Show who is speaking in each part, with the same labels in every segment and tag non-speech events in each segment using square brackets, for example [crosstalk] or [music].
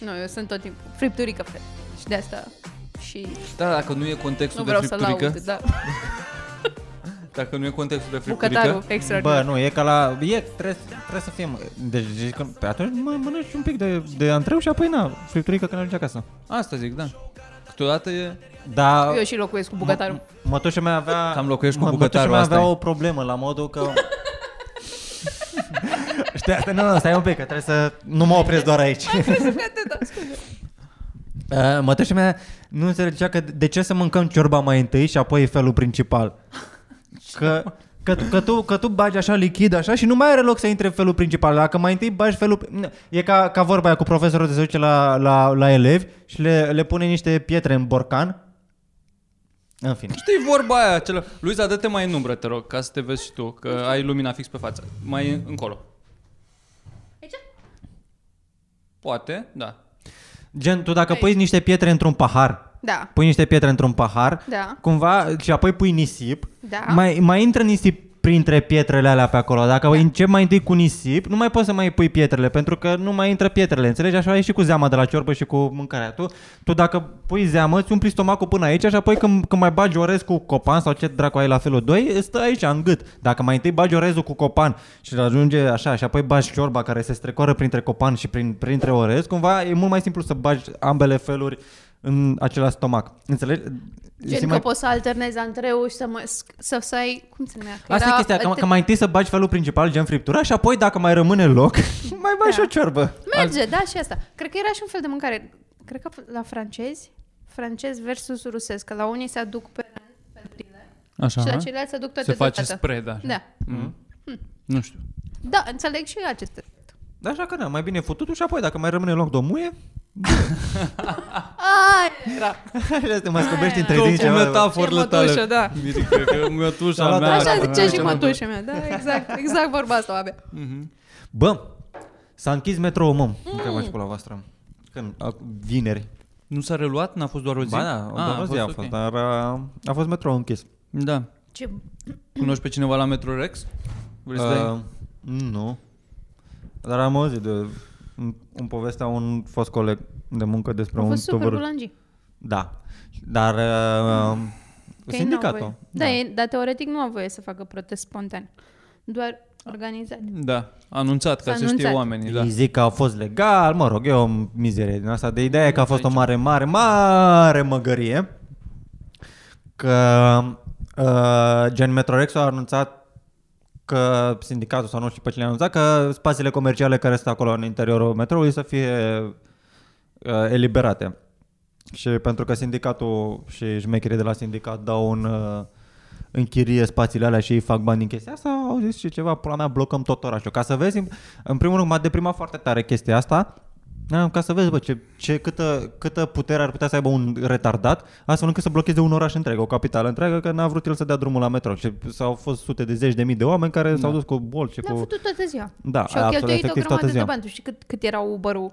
Speaker 1: Nu, eu sunt tot timpul fripturică, frate. Și de asta și
Speaker 2: Da, dacă nu e contextul
Speaker 1: nu
Speaker 2: de
Speaker 1: vreau să
Speaker 2: fripturică,
Speaker 1: laud, da.
Speaker 2: dacă nu e contextul de fripturică,
Speaker 1: Bucătarul
Speaker 3: Bă,
Speaker 1: extraordinar.
Speaker 3: nu, e ca la... E, trebuie, trebuie să fim... Deci, zici că, pe atunci mă, mănânci un pic de, de antreu și apoi, na, fripturică când ajungi acasă.
Speaker 2: asta zic, da. Câteodată e...
Speaker 3: Dar...
Speaker 1: Eu și locuiesc cu bucătarul.
Speaker 3: M- Mătușa mea avea...
Speaker 2: Cam locuiești cu
Speaker 3: mă-
Speaker 2: bucătarul,
Speaker 3: mătușa
Speaker 2: asta
Speaker 3: mea
Speaker 2: e.
Speaker 3: avea o problemă la modul că... [laughs] Știi, asta, nu, nu, stai un pic, că trebuie să... Nu mă opresc doar aici.
Speaker 1: da,
Speaker 3: Uh, Mătușa mea nu înțelegea că de ce să mâncăm ciorba mai întâi și apoi e felul principal. Că, că, că, tu, că tu bagi așa lichid așa și nu mai are loc să intre felul principal. Dacă mai întâi bagi felul... E ca, ca vorba aia cu profesorul de se duce la, la, la elevi și le, le pune niște pietre în borcan. În fine.
Speaker 2: Știi vorba aia acela... Luiza, dă-te mai în umbră, te rog, ca să te vezi și tu, că ai lumina fix pe față. Mai încolo.
Speaker 1: Aici?
Speaker 2: Poate, da.
Speaker 3: Gen, tu dacă pui niște pietre într-un pahar,
Speaker 1: Da,
Speaker 3: pui niște pietre într-un pahar,
Speaker 1: da,
Speaker 3: cumva, și apoi pui nisip,
Speaker 1: da.
Speaker 3: mai, mai intră nisip printre pietrele alea pe acolo.
Speaker 1: Da.
Speaker 3: Dacă începi mai întâi cu nisip, nu mai poți să mai pui pietrele, pentru că nu mai intră pietrele, înțelegi? Așa e și cu zeama de la ciorbă și cu mâncarea. Tu, tu dacă pui zeamă, îți umpli stomacul până aici și apoi când, când mai bagi orez cu copan sau ce dracu ai la felul 2, stă aici în gât. Dacă mai întâi bagi orezul cu copan și îl ajunge așa și apoi bagi ciorba care se strecoară printre copan și prin, printre orez, cumva e mult mai simplu să bagi ambele feluri în același stomac. Înțelegi? Se
Speaker 1: Gen că poți să alternezi antreul și să, mă, să, să ai, cum se numea? Că
Speaker 3: Asta
Speaker 1: era-
Speaker 3: e chestia, că, că mai întâi să bagi felul principal, gen friptura, și apoi dacă mai rămâne loc, [laughs] mai
Speaker 1: Da.
Speaker 3: bagi și o ciorbă.
Speaker 1: Merge, da, și asta. Cred că era și un fel de mâncare. Cred că la francezi, francez versus rusesc, că la unii se aduc pe pătrile
Speaker 2: Așa.
Speaker 1: și la ceilalți se aduc toate
Speaker 2: Se face
Speaker 1: deodată.
Speaker 2: spread, așa.
Speaker 1: Da.
Speaker 2: Mm. Nu știu.
Speaker 1: Da, înțeleg și aceste.
Speaker 3: Dar așa că nu, mai bine fututul și apoi dacă mai rămâne loc de o muie, [laughs]
Speaker 1: Ai, era.
Speaker 3: așa te mai scobești între dinți
Speaker 2: Tot cu
Speaker 3: ceva. de-
Speaker 2: metaforele
Speaker 1: Ce mătușă,
Speaker 2: tale.
Speaker 1: da.
Speaker 2: Mirica, că mătușa
Speaker 3: Am luat
Speaker 2: mea...
Speaker 1: Așa
Speaker 3: da,
Speaker 1: zicea și
Speaker 3: da,
Speaker 1: mătușa mea, da, exact, exact vorba asta, abia.
Speaker 3: Bă, s-a închis metroul,
Speaker 1: Mm.
Speaker 3: mă. Întrebați și pe la voastră. Când? A, vineri.
Speaker 2: Nu s-a reluat? N-a fost doar o zi?
Speaker 3: Ba da, doar o zi a fost,
Speaker 2: ok.
Speaker 3: dar a, a fost metroul închis.
Speaker 2: Da.
Speaker 1: Ce
Speaker 2: Cunoști pe cineva la Metro Rex? Vrei să dai?
Speaker 3: Uh, Nu. Dar am auzit de un, un povestea un fost coleg de muncă despre
Speaker 1: a
Speaker 3: un
Speaker 1: fost super
Speaker 3: tuvăr-
Speaker 1: bulangii.
Speaker 3: Da. Dar uh,
Speaker 1: Că ei n-au
Speaker 3: sindicatul.
Speaker 1: voie. Da, ei- dar teoretic nu au voie să facă protest spontan. Doar organizat.
Speaker 2: Da, anunțat, ca
Speaker 1: S-a
Speaker 2: să știe
Speaker 1: anunțat.
Speaker 2: oamenii, da.
Speaker 3: Îi zic că a fost legal, mă rog, e o mizerie din asta, de ideea e că a fost o mare, mare, mare măgărie că uh, gen Metrorex a anunțat că sindicatul sau nu știu pe cine a anunțat că spațiile comerciale care sunt acolo în interiorul metroului să fie uh, eliberate. Și pentru că sindicatul și șmecherii de la sindicat dau un uh, închirie spațiile alea și ei fac bani din chestia asta, au zis și ceva, pula mea, blocăm tot orașul. Ca să vezi, în- în primul rând m-a deprimat foarte tare chestia asta, da, ca să vezi, bă, ce, ce, câtă, câtă putere ar putea să aibă un retardat, astfel încât să blocheze un oraș întreg, o capitală întreagă, că n-a vrut el să dea drumul la metro. Și s-au fost sute de zeci de mii de oameni care s-au dus cu bol și
Speaker 1: L-a
Speaker 3: cu...
Speaker 1: Da. făcut toată ziua.
Speaker 3: Da,
Speaker 1: și au
Speaker 3: absolut,
Speaker 1: cheltuit o
Speaker 3: efectiv,
Speaker 1: grămadă
Speaker 3: toată
Speaker 1: de
Speaker 3: ziua.
Speaker 1: bani. Tu știi cât, cât era Uber-ul?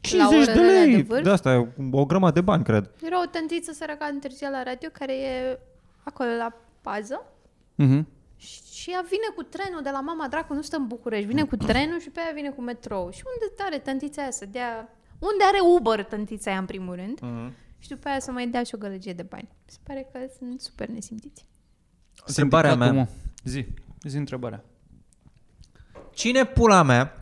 Speaker 3: 50 de
Speaker 1: orele alea de
Speaker 3: lei!
Speaker 1: vârf?
Speaker 3: De asta e o grămadă de bani, cred.
Speaker 1: Era o tântiță săracă întârzia la radio care e acolo la pază
Speaker 2: Mhm.
Speaker 1: și și ea vine cu trenul de la mama dracu, nu stă în București, vine cu trenul și pe aia vine cu metrou. Și unde are tântița aia să dea... Unde are Uber tântița aia în primul rând?
Speaker 3: Mhm.
Speaker 1: Și după aia să mai dea și o gălăgie de bani. Se pare că sunt super nesimțiți.
Speaker 3: Întrebarea mea.
Speaker 2: Sindicatul, mă. Zi, zi întrebarea.
Speaker 3: Cine pula mea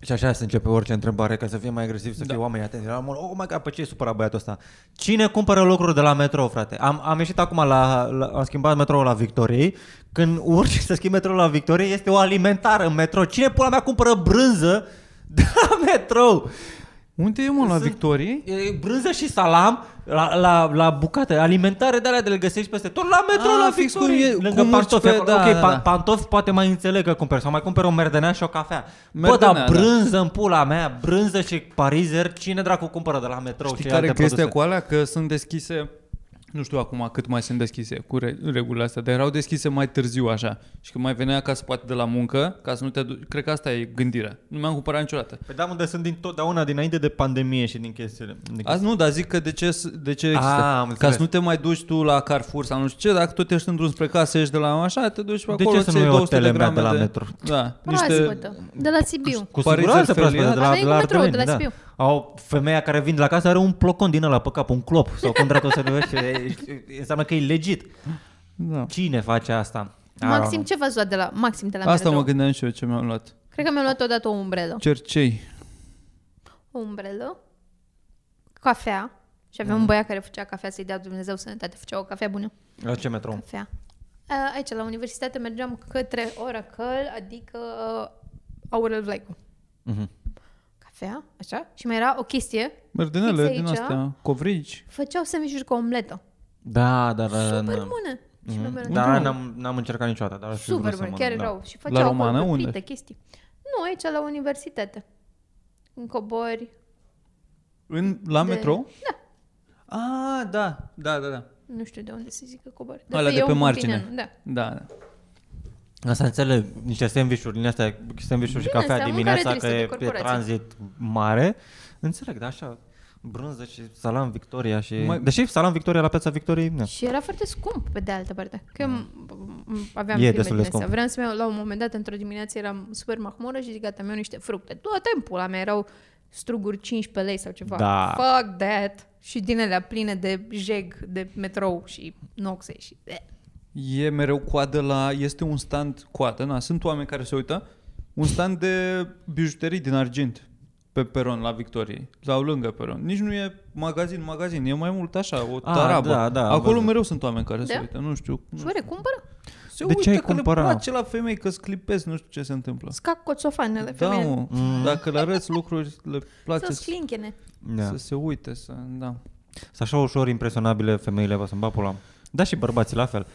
Speaker 3: și așa se începe orice întrebare, ca să fie mai agresiv, să da. fie oamenii atenți. Era mult, oh my god, pe ce e supărat băiatul ăsta? Cine cumpără lucruri de la metrou, frate? Am, am ieșit acum la, la, am schimbat metroul la Victoriei. Când urci să schimbi metroul la Victoriei, este o alimentară în metrou. Cine pula mea cumpără brânză de la metrou?
Speaker 2: Unde e, mă, la Victoriei?
Speaker 3: E brânză și salam la, la, la bucate, alimentare de alea de le găsești peste tot la metro,
Speaker 2: Ah,
Speaker 3: la
Speaker 2: fix cum
Speaker 3: Victorie,
Speaker 2: e-
Speaker 3: lângă
Speaker 2: cum
Speaker 3: pantofi.
Speaker 2: urci pe-
Speaker 3: acolo.
Speaker 2: da,
Speaker 3: ok,
Speaker 2: da,
Speaker 3: pa-
Speaker 2: da.
Speaker 3: pantofi poate mai înțeleg că cumperi, sau mai cumperi o merdenea și o cafea.
Speaker 2: Merdenea,
Speaker 3: Bă, dar
Speaker 2: da.
Speaker 3: brânză în pula mea, brânză și parizer, cine dracu cumpără de la metro
Speaker 2: Știi
Speaker 3: și
Speaker 2: care
Speaker 3: alte
Speaker 2: chestia
Speaker 3: produse?
Speaker 2: cu alea? Că sunt deschise, nu știu acum cât mai sunt deschise cu re- regulile astea, dar erau deschise mai târziu așa. Și când mai venea acasă poate de la muncă, ca să nu te duci, cred că asta e gândirea. Nu mi-am cumpărat niciodată.
Speaker 3: Păi da, unde sunt din totdeauna, dinainte de pandemie și din chestiile. Din
Speaker 2: Azi nu, dar zic că de ce, s- de ce
Speaker 3: Ah,
Speaker 2: există.
Speaker 3: am
Speaker 2: ca
Speaker 3: înțeles.
Speaker 2: să nu te mai duci tu la Carrefour sau nu știu ce, dacă tot ești în drum spre casă, ești de la așa, te duci pe
Speaker 3: De
Speaker 2: acolo,
Speaker 3: ce să
Speaker 2: ți iei
Speaker 3: nu e o
Speaker 2: 200 de
Speaker 3: telemea
Speaker 2: grame
Speaker 3: de la
Speaker 2: de...
Speaker 3: metro?
Speaker 2: Da, niște...
Speaker 1: Proaspătă. De la Sibiu.
Speaker 3: Cu
Speaker 2: Parizer
Speaker 3: siguranță
Speaker 2: Felia.
Speaker 3: proaspătă de
Speaker 1: Așa
Speaker 3: la,
Speaker 1: e
Speaker 3: de
Speaker 1: cu
Speaker 3: la
Speaker 1: metrou, de
Speaker 3: Ardeleni,
Speaker 1: la
Speaker 3: da.
Speaker 1: Sibiu.
Speaker 3: Au femeia care vinde la casă are un plocon din ăla pe cap, un clop sau cum dracu să numește, e- e- înseamnă că e legit.
Speaker 2: Da.
Speaker 3: Cine face asta?
Speaker 1: Maxim,
Speaker 3: Ah.
Speaker 1: ce v-ați luat de la Maxim de la
Speaker 2: Asta mă
Speaker 1: metrou?
Speaker 2: gândeam și eu ce mi-am luat.
Speaker 1: Cred că mi-am luat odată o umbrelă.
Speaker 2: Cercei.
Speaker 1: O umbrelă, cafea. Și avea un băiat care făcea cafea să-i dea Dumnezeu sănătate. Făcea o cafea bună.
Speaker 3: La ce metrou?
Speaker 1: Cafea. A, Aici, la universitate, mergeam către Oracle, adică Aurel Vlaicu.
Speaker 3: Mhm.
Speaker 1: Cafea, așa. Și mai era o chestie.
Speaker 2: Mărdenele
Speaker 1: Fix
Speaker 2: din
Speaker 1: aici.
Speaker 2: astea. Covrici.
Speaker 1: Făceau sandwich cu omletă.
Speaker 3: Da, Mhm. dar...
Speaker 1: Super
Speaker 3: n-
Speaker 1: bună. Și mi-am luat.
Speaker 3: Dar n-am, n-am încercat niciodată. Dar aș fi vrut
Speaker 1: Super
Speaker 3: să
Speaker 1: bun,
Speaker 3: mănânc,
Speaker 1: chiar
Speaker 3: da.
Speaker 1: erau. Și făceau acolo
Speaker 2: Romană, unde?
Speaker 1: prăpite, chestii. Nu, aici la universitate. În cobori.
Speaker 2: În, la
Speaker 1: De-
Speaker 2: metrou? Da. Ah, da. Da, da, da.
Speaker 1: Nu știu de unde se zică cobori.
Speaker 2: Alea de
Speaker 1: eu
Speaker 2: pe
Speaker 1: cu
Speaker 2: margine.
Speaker 1: Tineanu, Da.
Speaker 2: Da, da.
Speaker 3: Asta înțeleg, niște sandvișuri din astea, sandvișuri și
Speaker 1: Din
Speaker 3: cafea
Speaker 1: astea,
Speaker 3: dimineața,
Speaker 1: mâncare
Speaker 3: că
Speaker 1: tristă
Speaker 3: e,
Speaker 1: de
Speaker 3: e
Speaker 1: corporație.
Speaker 3: tranzit mare. Înțeleg, dar așa, brânză și salam Victoria și...
Speaker 2: Mai-
Speaker 3: Mai... Deși salam Victoria la piața Victoriei,
Speaker 2: Da.
Speaker 3: nu.
Speaker 1: Și era foarte scump, pe de altă parte. Că eu m- m- aveam
Speaker 3: E
Speaker 1: filme
Speaker 3: destul de
Speaker 1: din astea.
Speaker 3: scump.
Speaker 1: Vreau să mi la un moment dat, într-o dimineață, eram super mahmură și zic, gata, mi-au niște fructe. Tot timpul la mea erau struguri 15 lei sau ceva.
Speaker 3: Da.
Speaker 1: Fuck that! Și din alea pline de jeg, de metrou și noxe și...
Speaker 2: E mereu coadă la... Este un stand coadă, na, sunt oameni care se uită, un stand de bijuterii din argint pe peron la Victoriei sau lângă peron. Nici nu e magazin, magazin, e mai mult așa, o
Speaker 3: Ah,
Speaker 2: tarabă.
Speaker 3: da, da, am
Speaker 2: Acolo
Speaker 3: văzut.
Speaker 2: mereu sunt oameni care se
Speaker 1: Da?
Speaker 2: uită, nu știu.
Speaker 1: Și
Speaker 2: Nu știu.
Speaker 1: oare cumpără?
Speaker 2: Se
Speaker 3: De
Speaker 2: uită
Speaker 3: ce ai
Speaker 2: că
Speaker 3: cumpăra?
Speaker 2: le place la femei că sclipesc, nu știu ce se întâmplă.
Speaker 1: Scac coțofanele
Speaker 2: Da,
Speaker 1: femeile.
Speaker 2: mă,
Speaker 1: [laughs]
Speaker 2: dacă le arăți lucruri, le place
Speaker 1: Să
Speaker 2: să,
Speaker 1: sclinchene.
Speaker 3: Da.
Speaker 2: să se uite, să, da.
Speaker 3: Sunt așa ușor impresionabile femeile, vă să-mi bat pula. Da, și bărbații la fel.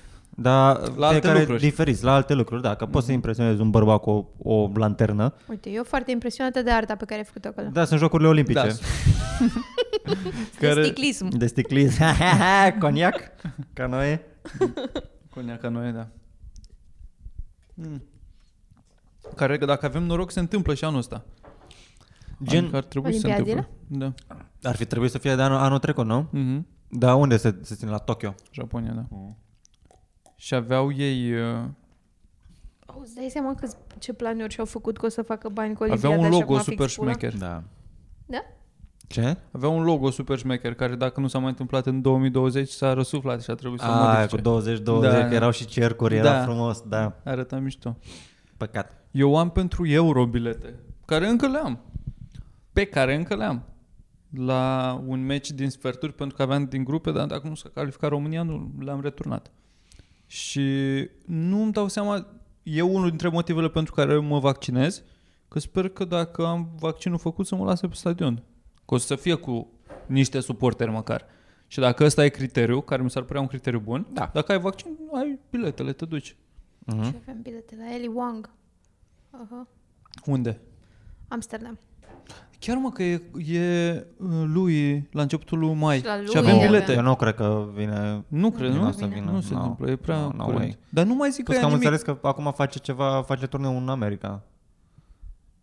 Speaker 3: Dar
Speaker 2: La alte
Speaker 3: fiecare
Speaker 2: lucruri.
Speaker 3: diferiți, la alte lucruri, da, că poți să impresionezi un bărbat cu o, o lanternă.
Speaker 1: Uite, eu foarte impresionată de arta pe care ai făcut-o acolo.
Speaker 3: Da, sunt jocurile
Speaker 2: Da.
Speaker 3: olimpice. [laughs]
Speaker 1: Care...
Speaker 2: Care-
Speaker 1: De sticlism.
Speaker 3: De sticliz, coniac, canoe.
Speaker 2: Coniaca noi, da. Mm. Care, dacă avem noroc, se întâmplă și anul ăsta.
Speaker 3: Gen-
Speaker 2: Adică ar trebui să se
Speaker 1: Olimpiadele?
Speaker 2: întâmple. Da.
Speaker 3: Ar fi trebuit să fie de anul, anul trecut, nu?
Speaker 2: Mhm.
Speaker 3: Da, unde se, se ține? La Tokyo.
Speaker 2: Japonia, da.
Speaker 3: Mm.
Speaker 2: Și aveau ei... Uh,
Speaker 1: Oh, îți dai seama câți, ce planuri și-au făcut că o să facă bani cu Olimpiada
Speaker 2: aveau un
Speaker 1: și
Speaker 2: logo
Speaker 1: acum fix
Speaker 2: super
Speaker 1: pula?
Speaker 2: șmecher.
Speaker 3: Da.
Speaker 1: Da?
Speaker 3: Ce?
Speaker 2: Aveau un logo super șmecher, care dacă nu s-a mai întâmplat în 2020, s-a răsuflat și a trebuit să-l
Speaker 3: A, cu
Speaker 2: modifice.
Speaker 3: 20-20,
Speaker 2: Da,
Speaker 3: da, că
Speaker 2: da.
Speaker 3: erau și cercuri, era
Speaker 2: Da.
Speaker 3: frumos, da.
Speaker 2: Arăta mișto.
Speaker 3: Păcat.
Speaker 2: Eu am pentru euro bilete, care încă le am. Pe care încă le am. La un meci din sferturi, pentru că aveam din grupe, dar dacă nu s-a calificat România, nu le-am returnat. Și nu îmi dau seama, e unul dintre motivele pentru care mă vaccinez, că sper că dacă am vaccinul făcut să mă lase pe stadion. Că o să fie cu niște suporteri măcar. Și dacă ăsta e criteriu, care mi s-ar părea un criteriu bun,
Speaker 3: Da.
Speaker 2: dacă ai vaccin, ai biletele, te duci. Mhm.
Speaker 1: Și avem bilete la Ellie Wang. Aha.
Speaker 2: Unde?
Speaker 1: Amsterdam.
Speaker 2: Chiar mă că e, e uh, lui la începutul lui mai
Speaker 1: Și la lui
Speaker 2: și avem
Speaker 1: e,
Speaker 2: bilete.
Speaker 3: Eu nu cred că vine...
Speaker 2: Nu cred,
Speaker 3: Din
Speaker 2: nu?
Speaker 3: asta vină.
Speaker 2: Nu se
Speaker 3: No.
Speaker 2: întâmplă, e prea
Speaker 3: No, no
Speaker 2: curent.
Speaker 3: way.
Speaker 2: Dar nu mai zic că
Speaker 3: Plus
Speaker 2: e
Speaker 3: că am
Speaker 2: nimic.
Speaker 3: înțeles că acum face ceva, face turneu în America.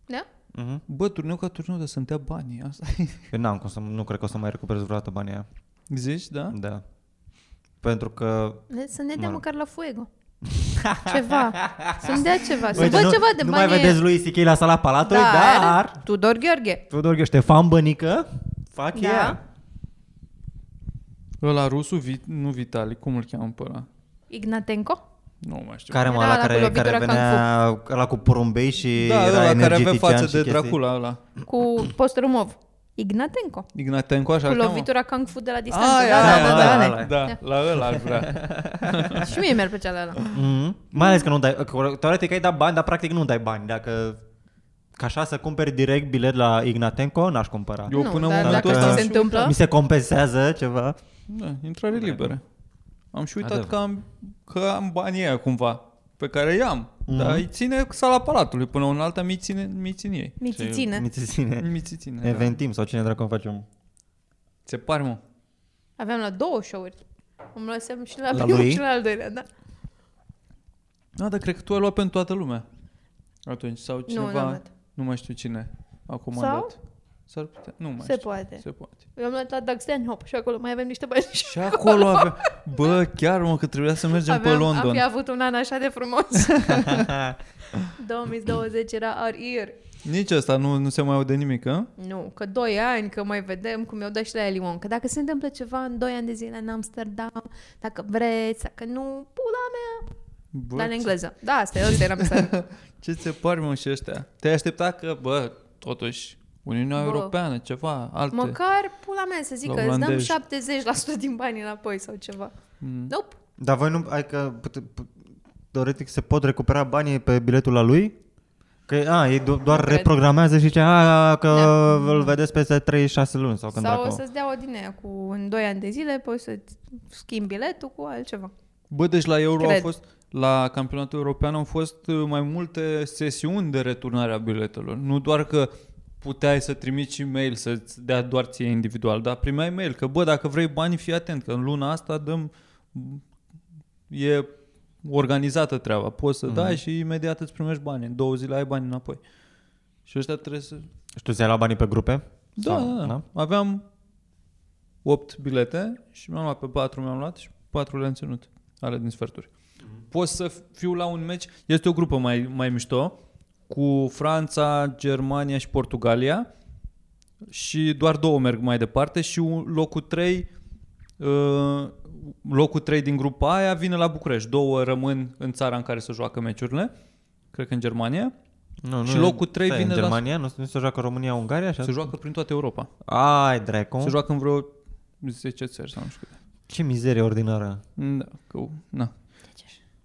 Speaker 1: Da?
Speaker 3: Mhm.
Speaker 2: Bă, turneu ca turneu, dar să-mi dea banii. Asta e.
Speaker 3: Eu n-am cum să, nu cred că o să mai recuperez vreodată banii aia.
Speaker 2: Zici, da?
Speaker 3: Da. Pentru că...
Speaker 1: Ne- Să ne
Speaker 3: Mă
Speaker 1: dea
Speaker 3: rog.
Speaker 1: măcar la
Speaker 2: [laughs]
Speaker 1: Fuego. Ceva. Să-mi dea ceva. Să
Speaker 3: Uite,
Speaker 1: văd
Speaker 3: nu,
Speaker 1: ceva de
Speaker 3: nu
Speaker 1: bani.
Speaker 3: mai vedeți lui C.K. la sala Palatului,
Speaker 1: dar...
Speaker 3: dar... dar...
Speaker 1: Tudor Gheorghe.
Speaker 3: Tudor Gheorghe, Ștefan Bănică, fac
Speaker 1: Da.
Speaker 3: ea.
Speaker 2: Ăla rusul, vi, nu Vitali, cum îl cheamă pe ăla?
Speaker 1: Ignatenko.
Speaker 2: Nu mai știu.
Speaker 3: Care mă,
Speaker 1: Era
Speaker 3: la
Speaker 1: ăla cu
Speaker 3: care,
Speaker 1: lovitura
Speaker 3: care venea la cu porumbei și
Speaker 2: da,
Speaker 3: era
Speaker 2: ăla care avea
Speaker 3: energetician
Speaker 2: față
Speaker 3: și
Speaker 2: de
Speaker 3: chestii.
Speaker 2: Dracula ăla.
Speaker 1: Cu Postrumov. Ignatenko.
Speaker 2: Ignatenco, așa
Speaker 1: Cu
Speaker 2: îl cheamă?
Speaker 1: lovitura Kung Fu de la distanță.
Speaker 2: Aia,
Speaker 1: da,
Speaker 2: aia,
Speaker 1: da,
Speaker 3: da,
Speaker 1: da,
Speaker 3: da,
Speaker 2: da, da, la ăla ar vrea.
Speaker 1: da. Și mie mi-ar plăcea la ăla.
Speaker 3: Mm-hmm. Mai ales că nu dai, că teoretic ai dat bani, dar practic nu dai bani. Dacă ca așa să cumperi direct bilet la Ignatenco, n-aș cumpăra.
Speaker 2: Eu
Speaker 1: Nu,
Speaker 2: până
Speaker 1: dar
Speaker 2: în momentul
Speaker 1: dacă
Speaker 2: ăsta...
Speaker 1: se
Speaker 2: am și-
Speaker 1: întâmplă-
Speaker 3: Mi se compensează ceva.
Speaker 2: Da, intrare liberă. Am și uitat
Speaker 3: Adevăr.
Speaker 2: că am, că am banii aia cumva, pe care i-am. Mm-hmm. Dar îi ține sala palatului, până în alta mi ține, mi ține ei.
Speaker 1: Mițițină.
Speaker 3: Mi se ține.
Speaker 2: Mi ți ține. da.
Speaker 3: Eventim sau cine dracu face un...
Speaker 2: Se pare, mă.
Speaker 1: Aveam la două show-uri. Îmi lăsăm și la,
Speaker 3: La
Speaker 1: primul
Speaker 3: lui?
Speaker 1: și la al doilea, da.
Speaker 2: Da, dar cred că tu ai luat pentru toată lumea. Atunci, sau
Speaker 1: n-am
Speaker 2: cineva,
Speaker 1: luat.
Speaker 2: nu mai știu cine a
Speaker 1: Sau?
Speaker 2: comandat. S-ar putea, nu mai
Speaker 1: Se
Speaker 2: știu.
Speaker 1: poate.
Speaker 2: Se poate.
Speaker 1: Eu am luat la Doug Stanhope și acolo mai avem niște bani
Speaker 2: Și acolo avea...
Speaker 1: [laughs]
Speaker 2: Bă, chiar mă, că trebuia să mergem pe London.
Speaker 1: Am
Speaker 2: [laughs]
Speaker 1: fi avut un an așa de frumos. 2020 era our year.
Speaker 2: Nici asta nu, nu se mai aude nimic, ă? a?
Speaker 1: Nu, că 2 ani, că mai vedem cum eu dă și la Elion. Că dacă se întâmplă ceva în 2 ani de zile în Amsterdam, dacă vreți, dacă nu, pula mea.
Speaker 2: Bă,
Speaker 1: Dar în
Speaker 2: ce-
Speaker 1: engleză. Da, asta e, ăsta era
Speaker 2: [laughs]
Speaker 1: mesajul.
Speaker 2: Ce ți se par, mă, și ăștia? Te-ai aștepta că, bă, totuși, Uniunea
Speaker 1: Bă.
Speaker 2: Europeană, ceva, alte...
Speaker 1: Măcar pula mea să zic
Speaker 2: La
Speaker 1: că îți dăm
Speaker 2: olandezi.
Speaker 1: 70% din bani înapoi sau ceva.
Speaker 2: Mm.
Speaker 1: Nope.
Speaker 3: Dar voi nu... Adică, pute- pu- teoretic, se pot recupera banii pe biletul la lui? Că, a, ei do- doar
Speaker 1: cred. Da.
Speaker 3: reprogramează și zice, a, că îl vedeți peste 36 luni sau când
Speaker 1: Sau
Speaker 3: dracu.
Speaker 1: o să-ți dea o din aia cu în 2 ani de zile, poți să-ți schimbi biletul cu altceva.
Speaker 2: Bă, deci la Euro
Speaker 1: Cred.
Speaker 2: au fost... La campionatul european au fost uh, mai multe sesiuni de returnare a biletelor. Nu doar că puteai să trimiți și mail să-ți dea doar ție individual, dar primeai mail că, bă, dacă vrei bani, fii atent, că în luna asta dăm... E organizată treaba. Poți să mm-hmm. dai și imediat îți primești bani. În două zile ai bani înapoi. Și ăștia trebuie să...
Speaker 3: Și tu ți-ai luat banii pe grupe?
Speaker 2: Da,
Speaker 3: Sau-
Speaker 2: da, da. Aveam 8 bilete și mi-am luat pe 4, mi-am luat și 4 le-am ținut, ale din sferturi. Pot să fiu la un meci, este o grupă mai, mai mișto, cu Franța, Germania și Portugalia și doar două merg mai departe și un- locul 3 locul 3 din grupa aia vine la București. Două rămân în țara în care se joacă meciurile, cred că în Germania.
Speaker 3: Nu,
Speaker 2: Și locul trei
Speaker 3: stai,
Speaker 2: vine
Speaker 3: în
Speaker 2: la-
Speaker 3: Germania, nu, nu se joacă România-Ungaria? Așa?
Speaker 2: Se joacă prin toată Europa.
Speaker 3: Ai, dracu.
Speaker 2: Se joacă în vreo 10 țări sau nu știu câte.
Speaker 3: Ce mizerie ordinară.
Speaker 2: Da, că, na.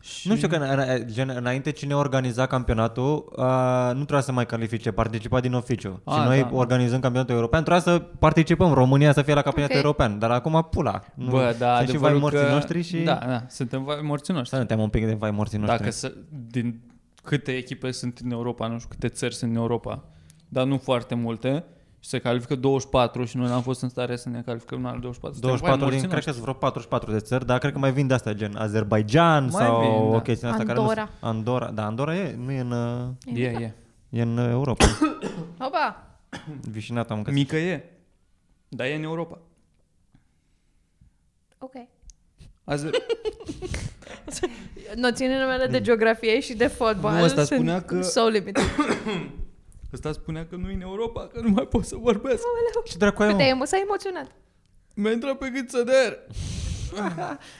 Speaker 2: Și
Speaker 3: Nu știu că în- în- gen, înainte cine organiza campionatul uh, nu trebuia să mai califice, participa din oficiu.
Speaker 2: A,
Speaker 3: și noi
Speaker 2: da, da.
Speaker 3: organizăm campionatul european, trebuia să participăm România să fie la campionatul
Speaker 1: Ok.
Speaker 3: european, dar acum pula. Nu,
Speaker 2: Bă, da,
Speaker 3: sunt și vai
Speaker 2: adevărul
Speaker 3: morții
Speaker 2: că...
Speaker 3: noștri și...
Speaker 2: Da, da, suntem vai morții noștri.
Speaker 3: Să ne teamă un pic de vai morții noștri.
Speaker 2: Dacă să, din câte echipe sunt în Europa, nu știu câte țări sunt în Europa, dar nu foarte multe, și se califică 24 și noi n-am fost în stare să ne calificăm în al 24. Suntem, vai,
Speaker 3: 24 din,
Speaker 2: morții
Speaker 3: cred că
Speaker 2: noștri.
Speaker 3: sunt vreo 44 de țări, dar cred că mai vin de astea, gen Azerbaijan
Speaker 2: Mai
Speaker 3: sau
Speaker 2: vin, da.
Speaker 3: o chestie asta care
Speaker 1: Andorra.
Speaker 3: nu Andorra. Da, Andorra e, nu e în, uh,
Speaker 2: E, e.
Speaker 3: e în uh,
Speaker 2: [coughs]
Speaker 3: Europa.
Speaker 1: Adică, Opa!
Speaker 3: Vișinata am
Speaker 2: Mică e. Dar e în Europa.
Speaker 1: Ok.
Speaker 2: Azi,
Speaker 1: Noțiunile mele de geografie și de fotbal
Speaker 2: Mm. Nu, ăsta
Speaker 1: sunt
Speaker 2: spunea că-
Speaker 1: so
Speaker 2: [laughs]
Speaker 1: limited.
Speaker 2: ăsta spunea că nu e în Europa, că nu mai pot să vorbesc.
Speaker 3: Ce
Speaker 2: Păi,
Speaker 3: dracu ai,
Speaker 1: Cât
Speaker 3: mă?
Speaker 1: ai emo- s-a emoționat.
Speaker 2: Mi-a intrat pe gât să der.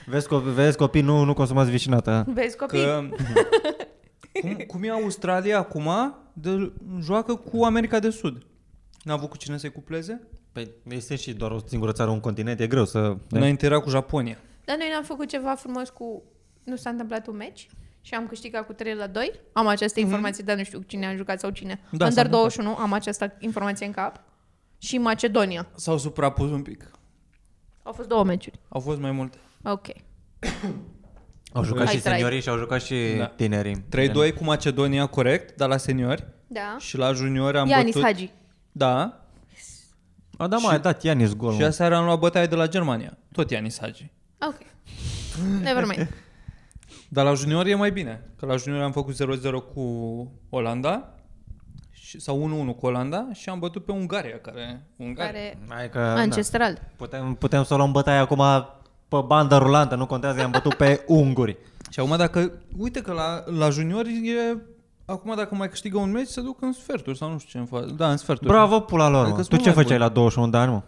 Speaker 3: Vezi, co- vezi copii, nu, nu consumați vișinata.
Speaker 1: Vezi copii?
Speaker 2: Că, cum, cum e Australia acum, de, joacă cu America de Sud. N-a avut cu cine să-i cupleze?
Speaker 3: Păi este și doar o singură țară, un continent, e greu să...
Speaker 2: Înainte era cu Japonia.
Speaker 1: Dar noi n-am făcut ceva frumos cu... Nu s-a întâmplat un meci și am câștigat cu 3 la 2. Am această informație, dar nu știu cine a jucat sau cine.
Speaker 2: Mhm. s-a
Speaker 1: Da, Under
Speaker 2: întâmplat.
Speaker 1: 21 am această informație în cap. Și Macedonia.
Speaker 2: S-au suprapus un pic.
Speaker 1: Au fost două meciuri.
Speaker 2: Au fost mai multe.
Speaker 1: Ok.
Speaker 3: Au jucat
Speaker 1: Hai,
Speaker 3: și
Speaker 1: trai.
Speaker 3: seniorii și au jucat și
Speaker 2: Da.
Speaker 3: tinerii.
Speaker 2: 3-2 cu Macedonia, corect, dar la seniori.
Speaker 1: Da.
Speaker 2: Și la juniori am
Speaker 1: Ianis
Speaker 2: bătut...
Speaker 1: Hagi.
Speaker 2: Da.
Speaker 3: A, da, mai a dat Ianis gol.
Speaker 2: Și
Speaker 3: mă.
Speaker 2: aseară am luat bătaie de la Germania. Tot Ianis Hagi.
Speaker 1: Ok. Never mind.
Speaker 2: Dar la junior e mai bine, că la junior am făcut 0-0 cu Olanda și, sau 1-1 cu Olanda și am bătut pe Ungaria, care... Ungaria.
Speaker 1: Care
Speaker 3: Hai că, da.
Speaker 1: ancestral.
Speaker 3: putem, putem să o luăm bătaia acum pe bandă rulantă, nu contează, i-am bătut pe unguri.
Speaker 2: Și acum dacă, uite că la, la junior e, acum dacă mai câștigă un meci, se duc în sferturi sau nu știu ce în față. Da, în sferturi.
Speaker 3: Bravo, pula lor,
Speaker 2: Adică
Speaker 3: mă.
Speaker 2: sunt
Speaker 3: Tu
Speaker 2: mult
Speaker 3: ce
Speaker 2: mai
Speaker 3: făceai la 21 de ani, mă?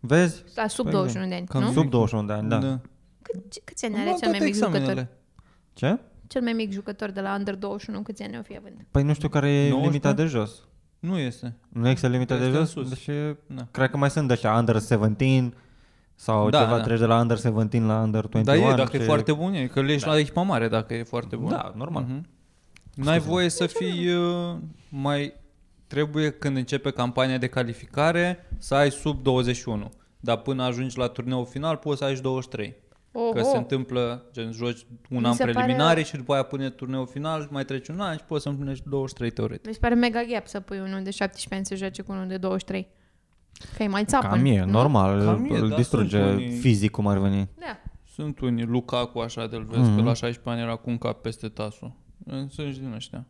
Speaker 3: Vezi?
Speaker 1: La sub
Speaker 3: Păi,
Speaker 1: 21 de ani,
Speaker 2: cam
Speaker 1: nu?
Speaker 2: sub-
Speaker 3: Sub 21 de ani, da. da.
Speaker 1: Cât, ce- câți ani
Speaker 2: Am
Speaker 1: are
Speaker 2: luat
Speaker 1: cel mai
Speaker 2: toate
Speaker 1: mic jucător?
Speaker 2: examenele.
Speaker 3: Ce?
Speaker 1: Cel mai mic jucător de la Under 21, câți ani o fi având?
Speaker 3: Păi nu știu care e
Speaker 2: 19?
Speaker 3: limita de jos.
Speaker 2: Nu este.
Speaker 3: Nu există limita de
Speaker 2: Este în
Speaker 3: jos?
Speaker 2: da? sus.
Speaker 3: Deși,
Speaker 2: Da.
Speaker 3: cred că mai sunt de așa, under 17 sau
Speaker 2: Da,
Speaker 3: ceva,
Speaker 2: da.
Speaker 3: treci de la under 17 la under 21.
Speaker 2: Dar e, dacă e
Speaker 3: Păi ce-
Speaker 2: foarte bun, e că le ești da. la echipa mare dacă e foarte bun.
Speaker 3: Da, normal.
Speaker 2: Mhm. N-ai voie să fii uh, mai... Trebuie când începe campania de calificare să ai sub 21. Dar până ajungi la turneul final poți să ai și 23.
Speaker 1: Oho.
Speaker 2: Că se întâmplă, gen, joci un
Speaker 1: Mi
Speaker 2: an
Speaker 1: se pare-
Speaker 2: preliminare și după aia pune turneul final, mai treci un an și poți să împlinești 23 teoretic.
Speaker 1: Mi se pare mega gap să pui unul de 17 ani să joace cu unul de 23. Că e mai țapă.
Speaker 3: Cam e,
Speaker 1: nu?
Speaker 3: normal,
Speaker 2: Da, păi, Cam e,
Speaker 3: îl
Speaker 2: da,
Speaker 3: distruge
Speaker 2: sunt unii-
Speaker 3: fizic cum ar veni.
Speaker 1: Da.
Speaker 2: Sunt unii, Mhm. Lukaku așa de-l vezi, mm-hmm. că la 16 ani era cu un cap peste tasul. Sunt și din ăștia.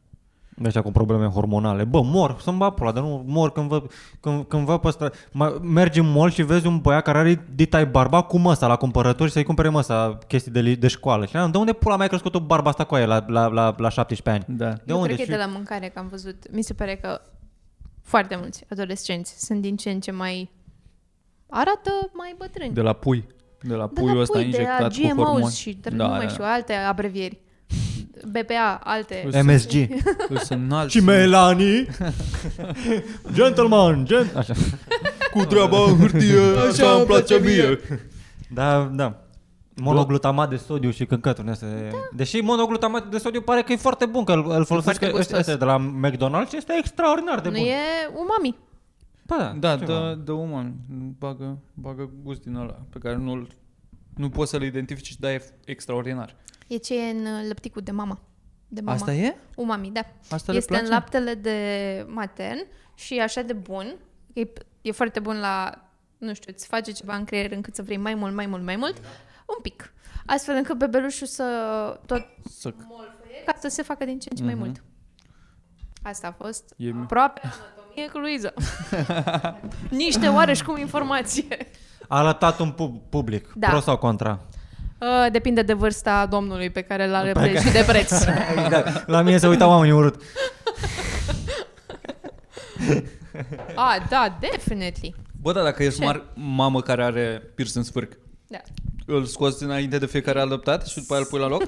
Speaker 3: de ăștia cu probleme hormonale. Bă, mor, să-mi bag pula, dar nu mor când vă, când, când vă păstra... Ma, mergi în mall și vezi un băiat care are ditai barba cu măsa la cumpărături și să-i cumpere măsa chestii de, li- de școală. Și am, de unde pula mai a crescut o barba asta cu aia la, la, la, la 17 ani?
Speaker 2: Da.
Speaker 3: De
Speaker 1: Eu
Speaker 3: unde?
Speaker 1: cred că
Speaker 3: Și-
Speaker 1: e de la mâncare, că am văzut. Mi se pare că foarte mulți adolescenți sunt din ce în ce mai... Arată mai bătrâni.
Speaker 2: De la pui. De la
Speaker 1: Da,
Speaker 2: puiul
Speaker 1: da,
Speaker 2: ăsta
Speaker 1: pui,
Speaker 2: injectat
Speaker 1: de la
Speaker 2: cu hormoni.
Speaker 1: GMOs și da, nu mai știu, alte abrevieri. BPA, alte.
Speaker 2: Îl-
Speaker 3: MSG.
Speaker 2: [laughs] Îți înalți.
Speaker 3: și
Speaker 2: [laughs]
Speaker 3: Melanie. Gentleman, gent... Așa.
Speaker 2: Cu treaba în [laughs] hârtie,
Speaker 3: așa îmi place mie.
Speaker 2: Bă,
Speaker 3: Da, da. Monoglutamat de sodiu și căcături. Da. Deși monoglutamat de sodiu pare că e foarte bun, că îl, îl folosesc
Speaker 1: foarte
Speaker 3: ăștia-
Speaker 1: gustos.
Speaker 3: ăștia de la McDonald's și este extraordinar de
Speaker 1: nu
Speaker 3: bun.
Speaker 1: e umami.
Speaker 3: Ba da,
Speaker 2: Da,
Speaker 3: ceva.
Speaker 2: dă, dă umami. Bagă, bagă gust din ăla pe care nu-l nu poți să-l identifici, dar e extraordinar.
Speaker 1: E ce e în uh, lăpticul de mama. De mama.
Speaker 2: Asta e?
Speaker 1: Umami, da.
Speaker 2: Asta
Speaker 1: este
Speaker 2: le
Speaker 1: în
Speaker 2: place?
Speaker 1: laptele de matern și e așa de bun. E, e foarte bun la, nu știu, îți face ceva în creier încât să vrei mai mult, mai mult, mai mult. Un pic. Astfel încât bebelușul să tot
Speaker 2: Să...
Speaker 1: ca să se facă din ce în ce mai
Speaker 2: Mhm.
Speaker 1: mult. Asta a fost
Speaker 2: E-
Speaker 1: aproape anatomie cu Luiza. Niște oareși cum informație.
Speaker 3: A lăptat un pub- public,
Speaker 1: Da.
Speaker 3: pro sau contra.
Speaker 1: Uh, Depinde de vârsta domnului pe care l-are pre- și de preț.
Speaker 3: Exact. La mine se uitau oamenii urât.
Speaker 1: ah, da, definitely.
Speaker 2: Bă, da, dacă ești mar- mamă care are piercing în sfârc,
Speaker 1: Da.
Speaker 2: îl scoți dinainte de fiecare alăptat și după aia îl pui la
Speaker 1: [laughs]
Speaker 2: loc?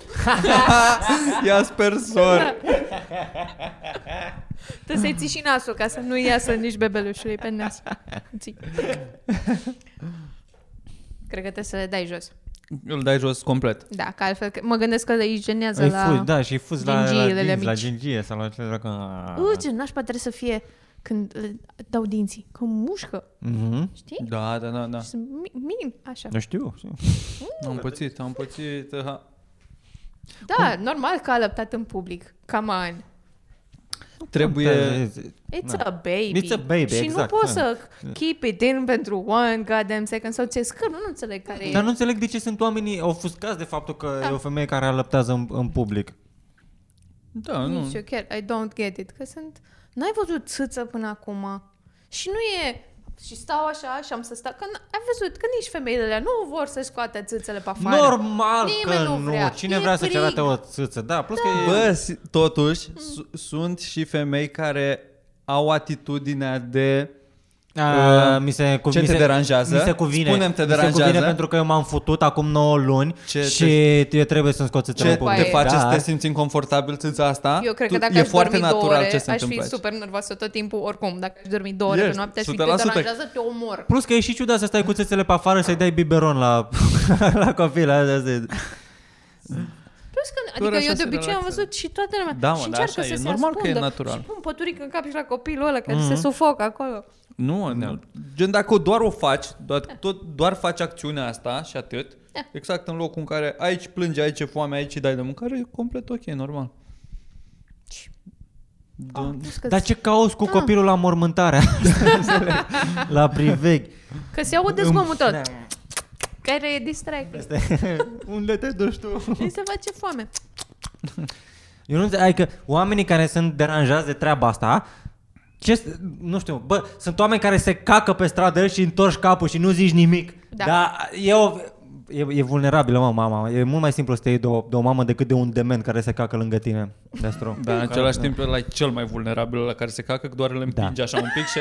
Speaker 2: Ia spersor!
Speaker 1: Trebuie să-i ții și nasul ca să nu iasă nici bebelușului pe nas. Ții. Cred că trebuie să le dai jos.
Speaker 2: Îl dai jos complet.
Speaker 1: Da, că altfel că- mă gândesc că le igenează
Speaker 3: Îi
Speaker 1: la...
Speaker 3: fuz, da, și fuz la, la,
Speaker 1: gingiile
Speaker 3: dinți,
Speaker 1: mici.
Speaker 3: la gingie sau la ce dracu.
Speaker 1: Uh, ce nașpa trebuie să fie când le dau dinții, că mușcă,
Speaker 3: Mhm.
Speaker 1: știi?
Speaker 2: Da, da, da, da.
Speaker 1: Sunt mi- minim, așa.
Speaker 3: Nu știu. știu.
Speaker 2: Am pățit, am pățit. aha.
Speaker 1: Da, normal că a lăptat în public. Come on.
Speaker 2: Trebuie...
Speaker 1: It's
Speaker 3: Da.
Speaker 1: a baby.
Speaker 3: It's a baby,
Speaker 1: Și
Speaker 3: exact,
Speaker 1: nu poți
Speaker 3: da.
Speaker 1: să keep it in pentru one goddamn second sau ți scârb. Nu înțeleg care e.
Speaker 2: Da,
Speaker 3: Dar nu înțeleg de ce sunt oamenii ofuscați de faptul că da. e o femeie care alăptează în, în public.
Speaker 2: Da, nu.
Speaker 1: Nici eu chiar, I don't get it, că sunt... N-ai văzut țâță până acum. Și nu e... Și stau așa și am să stau... Că n- ai văzut că nici femeile alea nu vor să scoată țâțele pe afară.
Speaker 3: Normal
Speaker 1: Nimeni
Speaker 3: că
Speaker 1: nu
Speaker 3: nu.
Speaker 1: vrea.
Speaker 3: Cine
Speaker 1: E
Speaker 3: vrea să-și
Speaker 1: frig.
Speaker 3: arate o țâță? Da, plus că e...
Speaker 2: Bă, si- totuși, su- sunt și femei care au atitudinea de...
Speaker 3: A, Uh, mi se, cu,
Speaker 2: ce
Speaker 3: mi
Speaker 2: te
Speaker 3: se,
Speaker 2: deranjează?
Speaker 3: Mi se cuvine.
Speaker 2: Spune-mi, te
Speaker 3: Mi se
Speaker 2: deranjează?
Speaker 3: cuvine pentru că eu m-am futut acum 9 luni
Speaker 2: Ce
Speaker 3: și eu trebuie să-mi scot țâțele
Speaker 2: Ce
Speaker 3: în
Speaker 1: După
Speaker 2: te
Speaker 1: aia-
Speaker 3: public.
Speaker 2: face
Speaker 3: da.
Speaker 2: să te simți inconfortabil țâța asta?
Speaker 1: Eu cred
Speaker 2: Tu-
Speaker 1: că dacă
Speaker 2: e
Speaker 1: aș
Speaker 2: foarte
Speaker 1: dormi două
Speaker 2: natural
Speaker 1: ore,
Speaker 2: ce se
Speaker 1: aș fi
Speaker 2: întâmplă aici.
Speaker 1: super nervoasă tot timpul, oricum. Dacă aș dormi două ore pe
Speaker 2: Ești,
Speaker 1: noapte, aș fi te
Speaker 2: 100%.
Speaker 1: deranjează, te omor.
Speaker 3: Plus că e și ciudat să stai cu țâțele pe afară să-i dai biberon la, [laughs] la copil. Asta este.
Speaker 1: Plus că,
Speaker 2: Doar
Speaker 1: adică
Speaker 2: așa
Speaker 1: eu de
Speaker 2: se
Speaker 1: obicei am
Speaker 2: relaxează.
Speaker 1: văzut și toată lumea.
Speaker 2: Da, mă,
Speaker 1: și
Speaker 2: dar
Speaker 1: încearcă
Speaker 2: așa
Speaker 1: să
Speaker 2: e,
Speaker 1: se
Speaker 2: normal că e
Speaker 1: ascundă
Speaker 2: natural. Mm.
Speaker 1: Și pun păturic în cap și la copilul ăla care se sufocă acolo.
Speaker 2: Nu, nu. Gen, dacă doar o faci, doar, tot, doar faci acțiunea asta și atât,
Speaker 1: Da.
Speaker 2: exact în locul în care aici plânge, aici e foame, aici îi dai de mâncare, e complet ok, normal. Da.
Speaker 1: Ah, Plus că,
Speaker 3: Dar ce cauți cu copilul la mormântarea? la priveghi.
Speaker 1: că se aude zgomul tot. Care e distract.
Speaker 3: [laughs] Unde te duci tu?
Speaker 1: Și se face foame.
Speaker 3: Eu nu înțeleg, adică oamenii care sunt deranjați de treaba asta, ce, nu știu, bă, sunt oameni care se cacă pe stradă și întorci capul și nu zici nimic.
Speaker 1: Da.
Speaker 3: Dar e, o, e, e vulnerabilă, mă, mama. E mult mai simplu să te iei de o, de o mamă decât de un dement care se cacă lângă tine. That's true.
Speaker 2: Dar în același timp ăla e cel mai vulnerabil la care se cacă, că doar îl împinge da. așa un pic și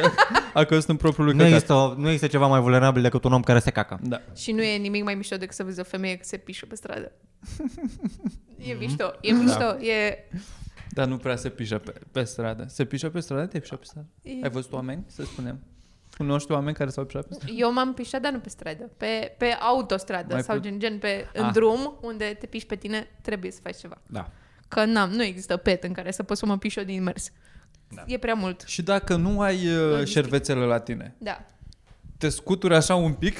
Speaker 2: a căzut în propriul lui
Speaker 3: Nu
Speaker 2: căcat.
Speaker 3: există, o- nu există ceva mai vulnerabil decât un om care se cacă.
Speaker 2: Da.
Speaker 1: Și nu e nimic mai mișto decât să vezi o femeie că se pișă pe
Speaker 2: [laughs]
Speaker 1: stradă.
Speaker 2: Mhm.
Speaker 1: E mișto, e mișto,
Speaker 2: Da.
Speaker 1: e...
Speaker 2: Dar nu prea se pișă pe, pe stradă. Se pișă pe stradă? Te-ai pișat pe stradă?
Speaker 1: E-
Speaker 2: Ai văzut oameni, să spunem? Cunoști oameni care s-au pișat pe stradă?
Speaker 1: Eu m-am pișat, dar nu pe stradă, pe, pe autostradă
Speaker 2: Mai
Speaker 1: sau
Speaker 2: put-
Speaker 1: gen, gen pe, în
Speaker 2: Ah.
Speaker 1: drum, unde te piși pe tine, trebuie să faci ceva.
Speaker 3: Da.
Speaker 1: Că n-am, nu există pet în care să poți să mă piș eu din mers. Da. E prea mult.
Speaker 2: Și dacă nu ai uh,
Speaker 1: Logistic.
Speaker 2: șervețele la tine,
Speaker 1: Da.
Speaker 2: te scuturi așa un pic,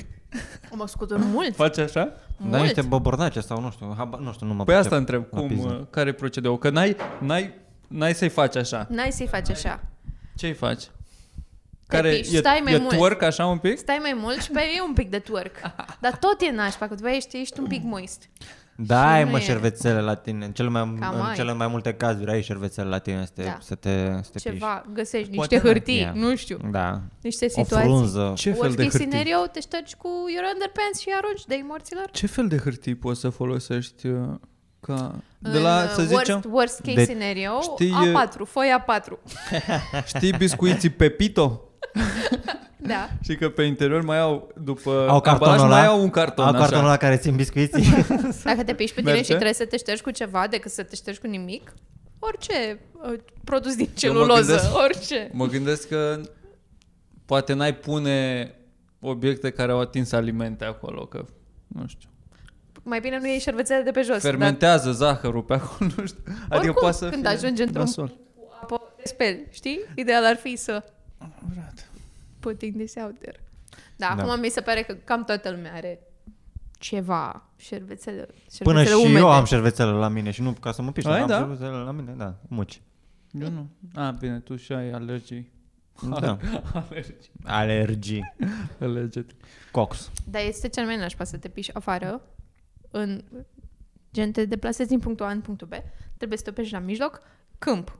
Speaker 1: Mă scutur mult,
Speaker 2: faci așa?
Speaker 3: Dar
Speaker 1: mult.
Speaker 3: niște băbornace sau nu știu, haba, nu știu, nu mă
Speaker 2: Păi
Speaker 3: pricep
Speaker 2: asta întreb,
Speaker 3: la
Speaker 2: cum,
Speaker 3: business.
Speaker 2: uh, care e procedeul? Că n-ai, n-ai, n-ai să-i faci așa.
Speaker 1: N-ai să-i faci așa.
Speaker 2: Ce-i faci? Care
Speaker 1: piști,
Speaker 2: e,
Speaker 1: Păi, stai mai
Speaker 2: e
Speaker 1: mult.
Speaker 2: twerk așa un pic?
Speaker 1: Stai mai mult și pe e un pic de twerk. Dar tot e nașpa, că după aia ești, ești un pic moist.
Speaker 3: Da,
Speaker 1: Și
Speaker 3: ai
Speaker 1: nu
Speaker 3: mă
Speaker 1: e-
Speaker 3: șervețele la tine. În cele mai,
Speaker 1: Cam
Speaker 3: în
Speaker 1: ai.
Speaker 3: cele mai multe cazuri ai șervețele la tine să te,
Speaker 1: Da.
Speaker 3: să te, să te
Speaker 1: Ceva, găsești
Speaker 2: Poate
Speaker 1: niște
Speaker 2: da.
Speaker 1: hârtii,
Speaker 3: Yeah.
Speaker 1: nu știu,
Speaker 3: piși. Da.
Speaker 1: niște
Speaker 3: O
Speaker 1: situații.
Speaker 3: frunză.
Speaker 2: Ce fel
Speaker 1: Worst
Speaker 2: de
Speaker 1: case
Speaker 2: hârtii?
Speaker 1: scenario, te ștergi cu your underpants și arunci de morților.
Speaker 2: Ce fel de hârtii poți să folosești uh, ca... De
Speaker 1: în,
Speaker 2: la,
Speaker 1: uh,
Speaker 2: să zicem,
Speaker 1: worst, worst case de,
Speaker 3: de-
Speaker 1: scenario,
Speaker 2: știi,
Speaker 1: A4, foia
Speaker 2: [laughs]
Speaker 1: A4.
Speaker 2: știi biscuiții Pepito?
Speaker 1: Da.
Speaker 2: Și că pe interior mai au, după
Speaker 3: Au
Speaker 2: ambalaj,
Speaker 3: cartonul ăla.
Speaker 2: mai au un carton,
Speaker 3: Au
Speaker 2: așa.
Speaker 3: cartonul ăla care
Speaker 1: [laughs]
Speaker 3: țin biscuiții.
Speaker 1: Dacă te piși pe tine
Speaker 2: Merge?
Speaker 1: și trebuie să te ștergi cu ceva decât să te ștergi cu nimic, orice uh, produs din
Speaker 2: Eu mă
Speaker 1: celuloză,
Speaker 2: gândesc-
Speaker 1: orice.
Speaker 2: Mă gândesc că poate n-ai pune obiecte care au atins alimente acolo, că nu știu.
Speaker 1: Mai bine nu iei șervețele de pe jos.
Speaker 2: Fermentează zahărul pe acolo, nu știu. Adică poate să
Speaker 1: Păi, da. când
Speaker 2: fie
Speaker 1: ajunge într-un-
Speaker 2: nasol.
Speaker 1: dar cu apă te speli, știi? Ideal ar fi să
Speaker 2: Frate.
Speaker 1: putting this out there. Da,
Speaker 3: Da.
Speaker 1: da, acum mi se pare că cam toată lumea are ceva șervețele, șervețele
Speaker 3: Până și
Speaker 1: umede.
Speaker 3: eu am șervețele la mine și nu ca să mă piși,
Speaker 2: Ai,
Speaker 3: am
Speaker 2: da?
Speaker 3: șervețele la mine, da, muci.
Speaker 2: Eu nu. A, bine, tu și ai alergii. [laughs]
Speaker 3: Da.
Speaker 2: Alergii.
Speaker 3: Alergii.
Speaker 2: Alergete.
Speaker 3: Cox.
Speaker 1: Dar este cel mai nașpa să te piși afară, în, gen te deplasezi din punctul A în punctul B, trebuie să te oprești la mijloc, câmp.